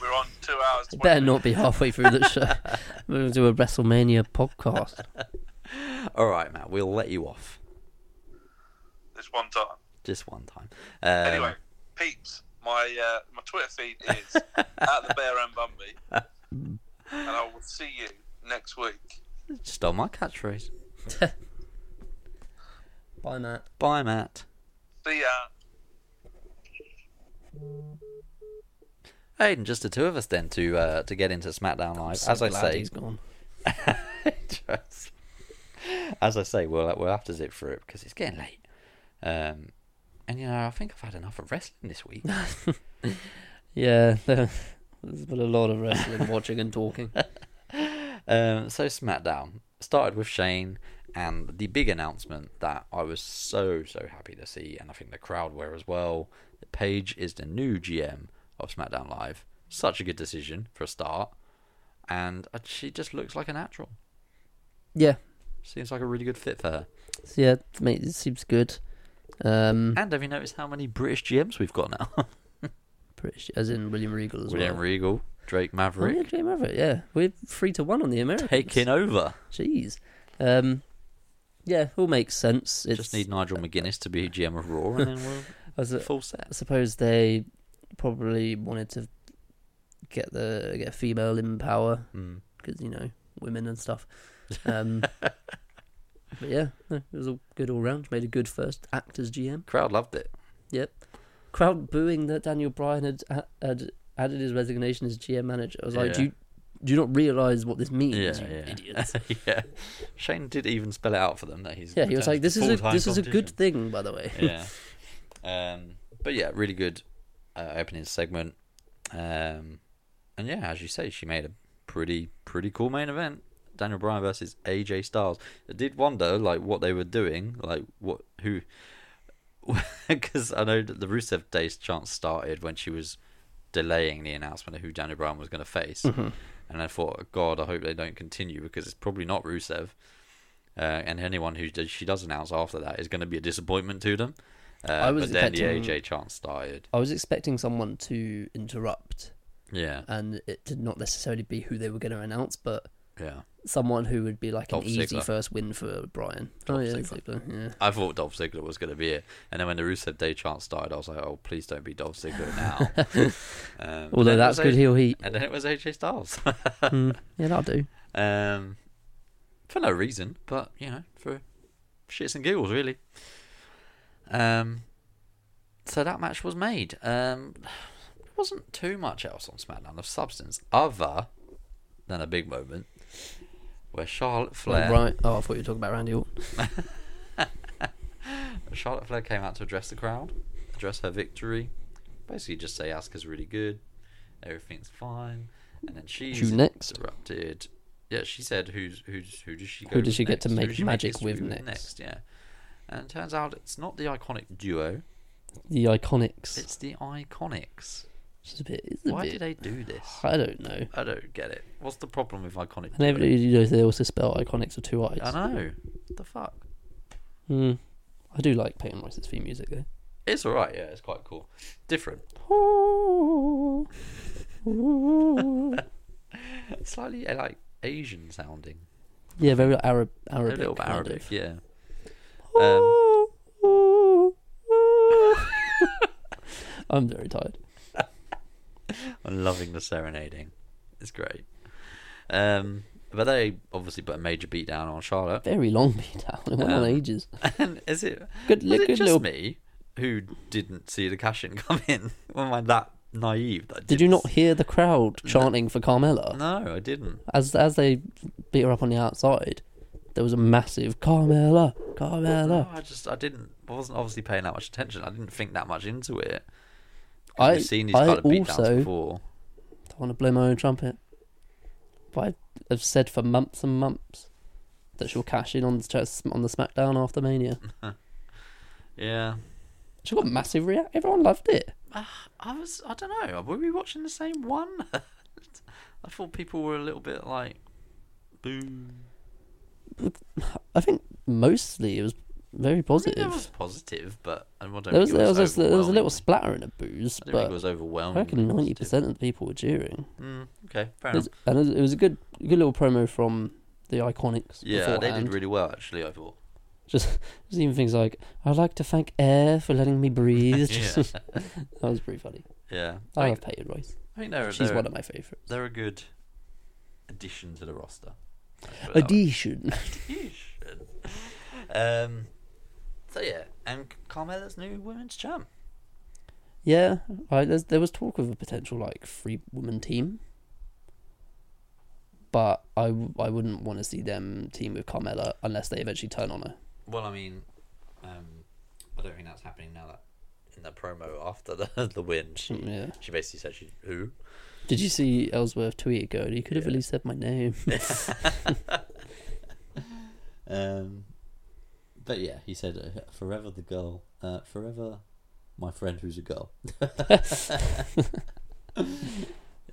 Speaker 4: We're, we're on two hours.
Speaker 6: It
Speaker 4: 20
Speaker 6: better not be halfway through the show. We're gonna do a WrestleMania podcast.
Speaker 2: All right, Matt, we'll let you off
Speaker 4: This one time.
Speaker 2: just one time. Um,
Speaker 4: Anyway, peeps, my uh, my Twitter feed is at the Bear and Bumby, and I will see you next week.
Speaker 2: stole my catchphrase.
Speaker 6: Bye, Matt.
Speaker 2: Bye, Matt.
Speaker 4: See ya.
Speaker 2: Aiden, just the two of us then to uh, to get into SmackDown Live. As I
Speaker 6: Glad
Speaker 2: say,
Speaker 6: he's gone.
Speaker 2: Just- as I say, we'll we'll have to zip through it because it's getting late. Um, and you know, I think I've had enough of wrestling this week.
Speaker 6: Yeah, there's been a lot of wrestling watching and talking.
Speaker 2: um, so SmackDown started with Shane and the big announcement that I was so so happy to see, and I think the crowd were as well. That Paige is the new GM of SmackDown Live. Such a good decision for a start, and uh, she just looks like a natural.
Speaker 6: Yeah,
Speaker 2: Seems like a really good fit for her.
Speaker 6: so yeah, mate, it seems good. Um,
Speaker 2: And have you noticed how many British GMs we've got now?
Speaker 6: British, as in William Regal as
Speaker 2: William
Speaker 6: well.
Speaker 2: Regal, Drake
Speaker 6: Oh, yeah,
Speaker 2: Maverick
Speaker 6: Jay Maverick, yeah. We're three to one on the Americans.
Speaker 2: taking over.
Speaker 6: Jeez. Um, yeah, all makes sense. It's,
Speaker 2: Just need Nigel McGuinness to be GM of Raw, and then we're
Speaker 6: I was-
Speaker 2: full
Speaker 6: I
Speaker 2: set.
Speaker 6: suppose they probably wanted to get the get a female in power
Speaker 2: Mm.
Speaker 6: because you know women and stuff. Um, but yeah, no, it was all good all round. Made a good first act as GM.
Speaker 2: Crowd loved it.
Speaker 6: Yep. Crowd booing that Daniel Bryan had, had added his resignation as GM manager. I was like,
Speaker 2: Yeah.
Speaker 6: do you, do you not realise what this means,
Speaker 2: Yeah,
Speaker 6: you
Speaker 2: yeah.
Speaker 6: idiots?
Speaker 2: yeah, Shane did even spell it out for them that he's
Speaker 6: yeah, he was like, this is a
Speaker 2: full-time
Speaker 6: this is a good
Speaker 2: competition."
Speaker 6: thing, by the way.
Speaker 2: yeah. Um, but yeah, really good uh, opening segment. Um, and yeah, as you say, she made a pretty pretty cool main event. Daniel Bryan versus AJ Styles. I did wonder like what they were doing, like what who, because I know that the Rusev Day's chance started when she was delaying the announcement of who Daniel Bryan was going to face,
Speaker 6: Mm-hmm.
Speaker 2: and I thought, God, I hope they don't continue because it's probably not Rusev. Uh, and anyone who does, she does announce after that is going to be a disappointment to them. Uh,
Speaker 6: I was
Speaker 2: but then the
Speaker 6: expecting-
Speaker 2: AJ chance started.
Speaker 6: I was expecting someone to interrupt,
Speaker 2: Yeah,
Speaker 6: and it did not necessarily be who they were going to announce, but
Speaker 2: yeah.
Speaker 6: someone who would be like an
Speaker 2: Dolph
Speaker 6: easy
Speaker 2: Ziggler.
Speaker 6: first win for Bryan. oh
Speaker 2: Dolph
Speaker 6: yeah,
Speaker 2: Ziggler.
Speaker 6: Ziggler, yeah.
Speaker 2: I thought Dolph Ziggler was going to be it, and then when the Rusev Day chance started, I was like, "Oh, please don't be Dolph Ziggler now." um,
Speaker 6: Although
Speaker 2: and it
Speaker 6: that's
Speaker 2: was
Speaker 6: good
Speaker 2: A-
Speaker 6: heel heat.
Speaker 2: And then it was AJ Styles,
Speaker 6: Mm, yeah, that'll do.
Speaker 2: um, for no reason, but you know, for shits and giggles, really. Um, so that match was made. Um, there wasn't too much else on SmackDown of substance, other than a big moment where Charlotte Flair.
Speaker 6: Right. Oh, I thought you were talking about Randy Orton.
Speaker 2: Charlotte Flair came out to address the crowd, address her victory, basically just say Asuka's really good, everything's fine, and then she's
Speaker 6: Who next?
Speaker 2: interrupted. Yeah, she said, "Who's who's who does she go
Speaker 6: Who does
Speaker 2: with
Speaker 6: she get to
Speaker 2: next? Who
Speaker 6: make
Speaker 2: does she
Speaker 6: magic
Speaker 2: history
Speaker 6: with next?
Speaker 2: Yeah, and it turns out it's not the iconic duo
Speaker 6: the Iconics.
Speaker 2: It's the Iconics.
Speaker 6: It's just a bit. It's a
Speaker 2: Why
Speaker 6: bit,
Speaker 2: do they do this?
Speaker 6: I don't know.
Speaker 2: I don't get it. What's the problem with Iconic?
Speaker 6: And everybody you know, they also spell Iconics with two I's.
Speaker 2: I know. The fuck.
Speaker 6: Hmm. I do like Peyton Royce's theme music though.
Speaker 2: It's alright, yeah, it's quite cool. Different. Slightly uh, like Asian sounding.
Speaker 6: Yeah, very Arab,
Speaker 2: A
Speaker 6: Arabic.
Speaker 2: little bit
Speaker 6: kind
Speaker 2: Arabic,
Speaker 6: of.
Speaker 2: yeah. Um,
Speaker 6: I'm very tired.
Speaker 2: I'm loving the serenading. It's great. Um, but they obviously put a major beat down on Charlotte.
Speaker 6: Very long beat down. It
Speaker 2: Um,
Speaker 6: went on ages.
Speaker 2: And is it
Speaker 6: Good
Speaker 2: was
Speaker 6: li-
Speaker 2: it
Speaker 6: good
Speaker 2: just
Speaker 6: little-
Speaker 2: me who didn't see the cash in come in? Or am I that naive? That I
Speaker 6: Did you
Speaker 2: didn't
Speaker 6: not hear the crowd chanting for Carmella?
Speaker 2: s- No, I didn't.
Speaker 6: As as they beat her up on the outside, there was a massive Carmella,
Speaker 2: No,
Speaker 6: Carmella.
Speaker 2: I just I didn't. I wasn't obviously paying that much attention. I didn't think that much into it.
Speaker 6: I-
Speaker 2: have seen these
Speaker 6: I
Speaker 2: kind of beatdowns
Speaker 6: also-
Speaker 2: before.
Speaker 6: I want to blow my own trumpet. But I have said for months and months that she'll cash in on the chest- on the SmackDown after Mania.
Speaker 2: Yeah,
Speaker 6: She got massive react. Everyone loved it.
Speaker 2: I was. I don't know. Were we watching the same one? I thought people were a little bit like, boo.
Speaker 6: I think mostly it was very
Speaker 2: I mean,
Speaker 6: positive.
Speaker 2: it was positive, but I don't
Speaker 6: There was
Speaker 2: think
Speaker 6: there
Speaker 2: it
Speaker 6: was, a, there was a little
Speaker 2: overwhelming.
Speaker 6: splatter and a booze,
Speaker 2: I don't think it
Speaker 6: but
Speaker 2: was
Speaker 6: I
Speaker 2: overwhelming.
Speaker 6: reckon ninety percent of the people were cheering.
Speaker 2: Mm, okay, fair enough.
Speaker 6: It was, and it was- it was a good good little promo from the Iconics.
Speaker 2: Yeah,
Speaker 6: beforehand.
Speaker 2: they did really well actually. I thought.
Speaker 6: just, just even things like I'd like to thank air for letting me breathe. Just- that was pretty funny.
Speaker 2: Yeah, I,
Speaker 6: I love
Speaker 2: think,
Speaker 6: Peyton Royce.
Speaker 2: I think they're,
Speaker 6: She's
Speaker 2: they're,
Speaker 6: one of my favourites.
Speaker 2: they're a good addition to the roster. Let's put it that way.
Speaker 6: Addition.
Speaker 2: um. So yeah, and Carmella's new women's champ.
Speaker 6: yeah, I, there's, there was talk of a potential like three woman team, but I, w- I wouldn't want to see them team with Carmella unless they eventually turn on her.
Speaker 2: Well, I mean, um, I don't think that's happening now. That in that promo after the the win, she
Speaker 6: Yeah.
Speaker 2: she basically said she who
Speaker 6: Did you see Ellsworth tweet ago? He could have at least said my name.
Speaker 18: Um, but yeah, he said, uh, "Forever the girl, uh, forever my friend who's a girl." yeah,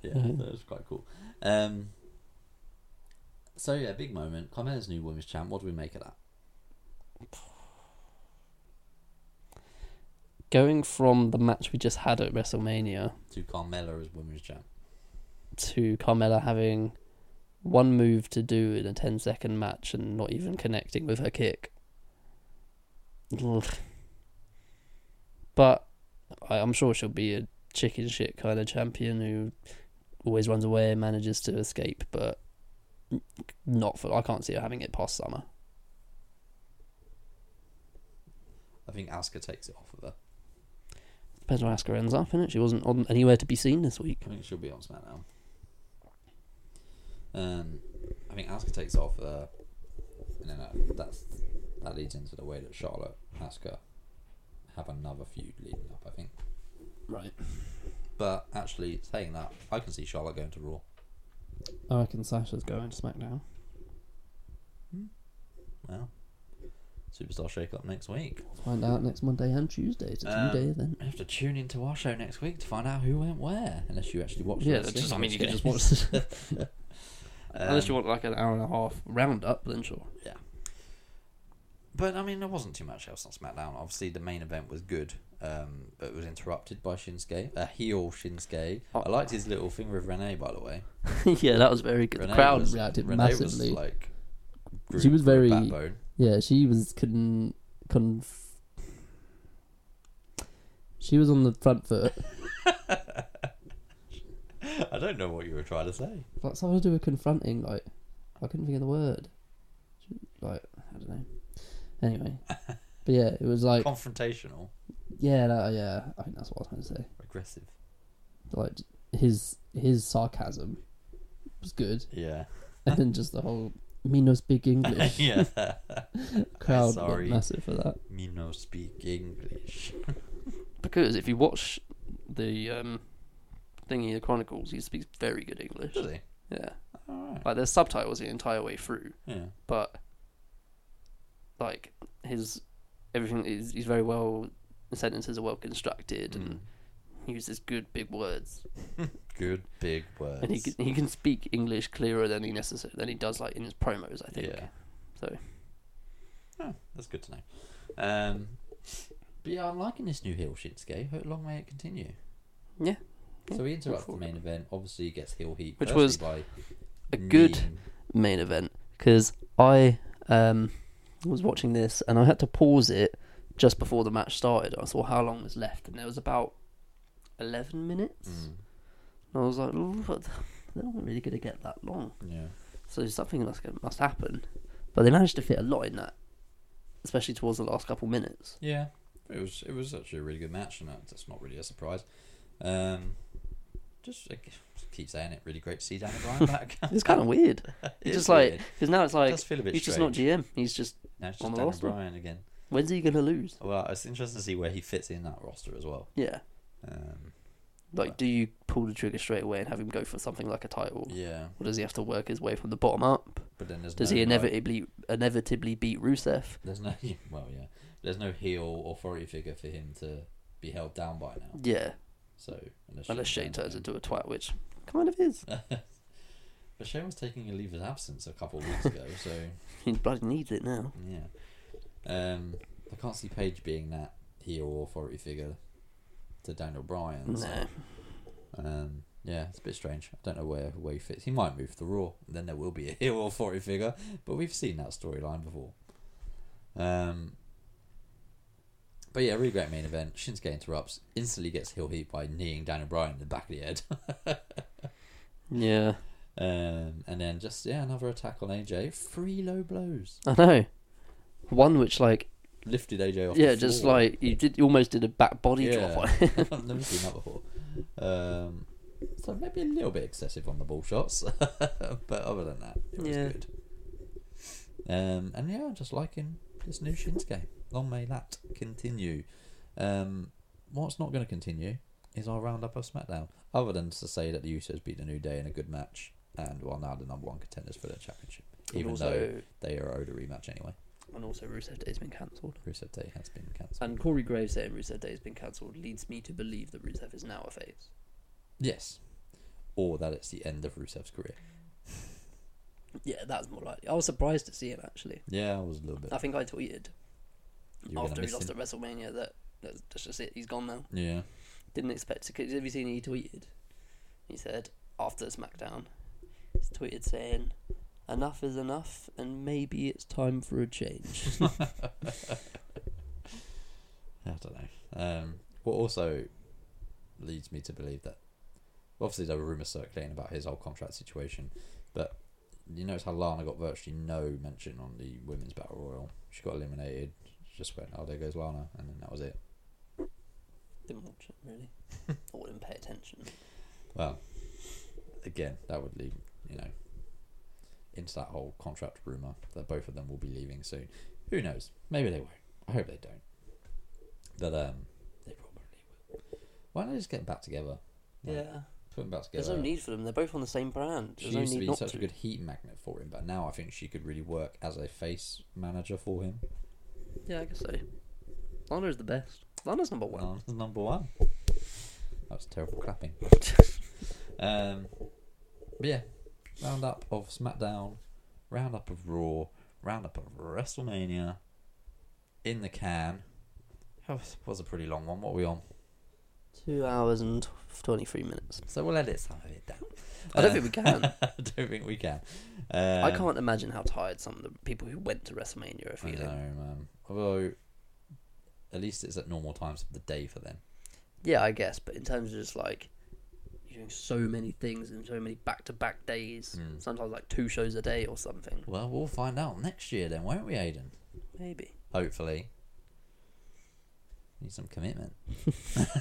Speaker 18: that was quite cool. Um, so yeah, big moment. Carmella's new women's champ. What do we make of that?
Speaker 6: Going from the match we just had at WrestleMania
Speaker 18: To Carmella as women's champ.
Speaker 6: to Carmella having one move to do in a 10 second match and not even connecting with her kick. Ugh. But I, I'm sure she'll be a chicken shit kind of champion who always runs away and manages to escape, but n- not for. I can't see her having it past summer.
Speaker 18: I think Asuka takes it off of her.
Speaker 6: Depends where Asuka ends up, innit? She wasn't on anywhere to be seen this week.
Speaker 18: I think she'll be on SmackDown. Um, I think Asuka takes it off of her, and then that, that's that leads into the way that Charlotte Asuka have another feud leading up. I think.
Speaker 19: Right.
Speaker 18: But actually, saying that, I can see Charlotte going to Raw.
Speaker 19: I reckon Sasha's going to SmackDown.
Speaker 18: Well, superstar shake up next week.
Speaker 19: Find out next Monday and Tuesday. It's a
Speaker 18: Um,
Speaker 19: two-day event.
Speaker 18: You have to tune into our show next week to find out who went where, unless you actually watch.
Speaker 6: Yeah,
Speaker 18: the
Speaker 6: that's just- I
Speaker 18: wrestling,
Speaker 6: mean, you
Speaker 18: which
Speaker 6: could just
Speaker 18: is-
Speaker 6: watch. Unless you want like an hour and a half roundup, then sure.
Speaker 18: But I mean, there wasn't too much else on SmackDown. Obviously, the main event was good, um, but it was interrupted by Shinsuke, a heel Shinsuke. I liked his little thing with Renee, by the way.
Speaker 6: yeah, that was very good.
Speaker 18: Renee
Speaker 6: the crowd
Speaker 18: was,
Speaker 19: reacted
Speaker 18: Renee
Speaker 19: massively.
Speaker 18: Was, like,
Speaker 19: She was
Speaker 18: group
Speaker 19: very-
Speaker 18: backbone.
Speaker 19: Yeah, she was couldn't conf- She was on the front foot.
Speaker 18: I don't know what you were trying to say.
Speaker 19: That's how I do a confronting. Like, I couldn't think of the word. She- Like, I don't know. Anyway, but yeah, it was like
Speaker 18: Confrontational,
Speaker 19: yeah, no, yeah. I think that's what I was trying to say.
Speaker 18: aggressive.
Speaker 19: Like his his sarcasm was good,
Speaker 18: Yeah,
Speaker 19: and then just the whole me no speak English
Speaker 18: yeah.
Speaker 19: crowd went
Speaker 18: sorry.
Speaker 19: massive for that.
Speaker 18: Me no speak English.
Speaker 6: Because if you watch the um, thingy, the Chronicles, he speaks very good English.
Speaker 18: Does he?
Speaker 6: Yeah,
Speaker 18: All right.
Speaker 6: like there's subtitles the entire way through,
Speaker 18: Yeah.
Speaker 6: but like his everything is he's very well sentences are well constructed
Speaker 18: Mm.
Speaker 6: and uses good big words.
Speaker 2: Good big words.
Speaker 6: And he can, he can speak English clearer than he necessary than he does like in his promos, I think.
Speaker 2: Yeah.
Speaker 6: So
Speaker 2: Oh, that's good to know. Um, but yeah, I'm liking this new heel Shinsuke. Hope long may it continue.
Speaker 6: yeah,
Speaker 2: So he interrupts the
Speaker 6: forward.
Speaker 2: main event. Obviously, he gets heel heat,
Speaker 6: Which
Speaker 2: firstly
Speaker 6: was
Speaker 2: by
Speaker 6: a good
Speaker 2: kneeing-
Speaker 6: main event because I um, was watching this and I had to pause it just before the match started. I saw how long was left and there was about 11 minutes.
Speaker 2: Mm.
Speaker 6: And I was like, "Ooh, but they're not really going to get that long.
Speaker 2: mm, Yeah,
Speaker 6: So something must, must happen. But they managed to fit a lot in that, especially towards the last couple minutes.
Speaker 2: yeah. It was it was actually a really good match, and that- that's not really a surprise. Um, just I keep saying it. Really great to see Daniel Bryan back.
Speaker 6: It's kind of weird.
Speaker 2: It
Speaker 6: It's
Speaker 2: is
Speaker 6: just
Speaker 2: weird.
Speaker 6: like, because now it's like,
Speaker 2: does feel a bit
Speaker 6: he's just not
Speaker 2: strange.
Speaker 6: GM. He's just,
Speaker 2: now it's just
Speaker 6: on the
Speaker 2: Daniel
Speaker 6: last one.
Speaker 2: Bryan again.
Speaker 6: when's he going to lose?
Speaker 2: Well, it's interesting to see where he fits in that roster as well.
Speaker 6: Yeah.
Speaker 2: Um,
Speaker 6: Like, do you pull the trigger straight away and have him go for something like a title?
Speaker 2: yeah,
Speaker 6: Or does he have to work his way from the bottom up?
Speaker 2: but then there's
Speaker 6: Does
Speaker 2: no,
Speaker 6: he
Speaker 2: like-
Speaker 6: inevitably inevitably beat Rusev?
Speaker 2: There's no well, yeah. There's no heel authority figure for him to be held down by now.
Speaker 6: Yeah,
Speaker 2: So unless,
Speaker 6: unless Shay
Speaker 2: turns
Speaker 6: turns into a twat, which kind of is.
Speaker 2: But Shane was taking a leave of absence a couple of weeks ago, so
Speaker 6: He bloody needs it now.
Speaker 2: yeah. Um, I can't see Paige being that heel authority figure to Daniel Bryan. So,
Speaker 6: No,
Speaker 2: um, yeah, it's a bit strange. I don't know where where he fits. He might move to Raw, and then there will be a heel authority figure. But we've seen that storyline before. Um, but yeah, really great main event. Shinsuke interrupts, instantly gets heel heat by kneeing Daniel Bryan in the back of the head.
Speaker 6: yeah,
Speaker 2: Um, and then just yeah, another attack on AJ. Three low blows
Speaker 6: I know. One which like
Speaker 2: lifted AJ off.
Speaker 6: yeah,
Speaker 2: the
Speaker 6: just
Speaker 2: floor.
Speaker 6: like you did, you almost did a back body drop. on
Speaker 2: yeah.
Speaker 6: him.
Speaker 2: I've never seen that before. Um, so maybe a little bit excessive on the ball shots, but other than that, it was
Speaker 6: Yeah.
Speaker 2: good. Um, and yeah, just liking this new Shinsuke. Long may that continue. Um, what's not going to continue is our roundup of SmackDown, other than to say that the Usos beat the New Day in a good match and are now the number one contenders for their championship,
Speaker 6: And
Speaker 2: even though
Speaker 6: also-
Speaker 2: they are owed a rematch anyway.
Speaker 6: and also Rusev Day's been cancelled.
Speaker 2: Rusev Day has been cancelled.
Speaker 6: And Corey Graves saying Rusev Day's been cancelled leads me to believe that Rusev is now a face,
Speaker 2: Yes. Or that it's the end of Rusev's career.
Speaker 6: Yeah, that's more likely. I was surprised to see him actually.
Speaker 2: Yeah, I was a little bit.
Speaker 6: I think I tweeted
Speaker 2: You were gonna
Speaker 6: after he
Speaker 2: miss
Speaker 6: lost
Speaker 2: him.
Speaker 6: at WrestleMania that that's that's just it. He's gone now.
Speaker 2: Yeah.
Speaker 6: Didn't expect to. Cause have you seen he tweeted? He said after SmackDown, he's tweeted saying, "Enough is enough, and maybe it's time for a change."
Speaker 2: I don't know. Um, what also leads me to believe that obviously there were rumours circulating about his whole contract situation, but you notice how Lana got virtually no mention on the women's battle royal. She got eliminated. She Just went, oh, there goes Lana, and then that was it.
Speaker 6: didn't watch it really. I wouldn't pay attention.
Speaker 2: Well, again, that would lead you know into that whole contract rumor that both of them will be leaving soon. Who knows? Maybe they won't. I hope they don't. But um, they probably will. Why don't they just get them back together? Like, put them back together.
Speaker 6: there's no need for them. They're both on the same brand.
Speaker 2: She
Speaker 6: There's no
Speaker 2: used to
Speaker 6: need
Speaker 2: be
Speaker 6: not
Speaker 2: such
Speaker 6: to.
Speaker 2: a good heat magnet for him, but now I think she could really work as a face manager for him.
Speaker 6: Yeah, I guess so. Lana is the best. Lana's number one.
Speaker 2: Lana's number one. That was terrible clapping. um, but yeah, roundup of SmackDown, roundup of Raw, roundup of WrestleMania, in the can. That was, was a pretty long one. What are we on?
Speaker 6: Two hours and tw- twenty-three minutes.
Speaker 2: So we'll edit some of it down.
Speaker 6: I don't think we can.
Speaker 2: I don't think we can. Um,
Speaker 6: I can't imagine how tired some of the people who went to WrestleMania are
Speaker 2: I know,
Speaker 6: feeling.
Speaker 2: man. Although, at least it's at normal times of the day for them.
Speaker 6: Yeah, I guess, but in terms of just like you're doing so many things and so many back to back days, sometimes like two shows a day or something.
Speaker 2: Well, we'll find out next year then, won't we, Aiden?
Speaker 6: Maybe.
Speaker 2: Hopefully. Need some commitment.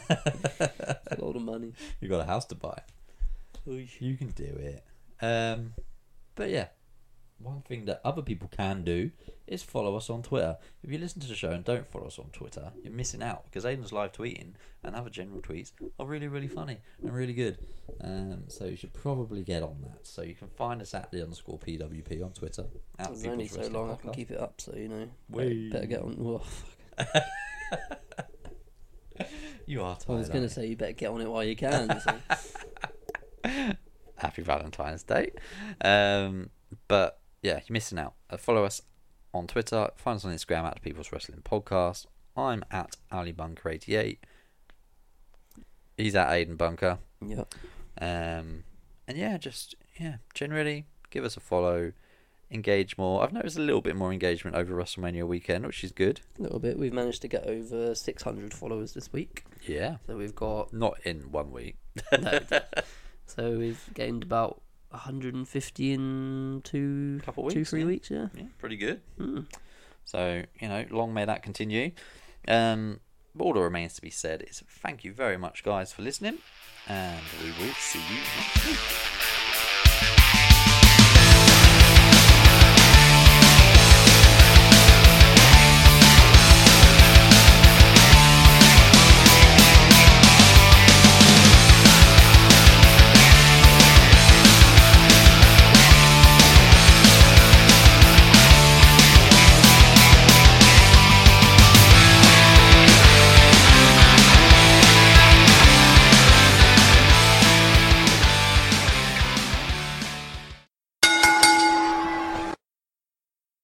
Speaker 6: A lot of money.
Speaker 2: you got a house to buy. You can do it. Um, but yeah, one thing that other people can do is follow us on Twitter. If you listen to the show and don't follow us on Twitter, you're missing out because Aiden's live tweeting and other general tweets are really, really funny and really good. Um, so you should probably get on that. So you can find us at the underscore PWP on Twitter. At
Speaker 6: It's only
Speaker 2: People's
Speaker 6: so
Speaker 2: Wrestling
Speaker 6: long I can
Speaker 2: Podcast.
Speaker 6: keep it up, so you know.
Speaker 2: Whey.
Speaker 6: Better, better get on. Well, fuck.
Speaker 2: You are
Speaker 6: I
Speaker 2: tired.
Speaker 6: was going to
Speaker 2: aren't
Speaker 6: say you better get on it while you can. so-
Speaker 2: you? Happy Valentine's Day. Um, but yeah, you're missing out. Uh, follow us on Twitter. Find us on Instagram at People's Wrestling Podcast. I'm at Ali Bunker 88. He's at Aiden Bunker.
Speaker 6: Yep.
Speaker 2: Um, and yeah, just yeah, generally give us a follow, engage more. I've noticed a little bit more engagement over WrestleMania weekend, which is good.
Speaker 6: A little bit. We've managed to get over 600 followers this week.
Speaker 2: Yeah,
Speaker 6: So we've got
Speaker 2: not in one week.
Speaker 6: so we've gained about 150 in two
Speaker 2: Couple
Speaker 6: two
Speaker 2: weeks,
Speaker 6: three
Speaker 2: yeah.
Speaker 6: weeks. Yeah.
Speaker 2: Yeah, pretty good. So you know, long may that continue. Um, but all that remains to be said is thank you very much, guys, for listening, and we will see you next week.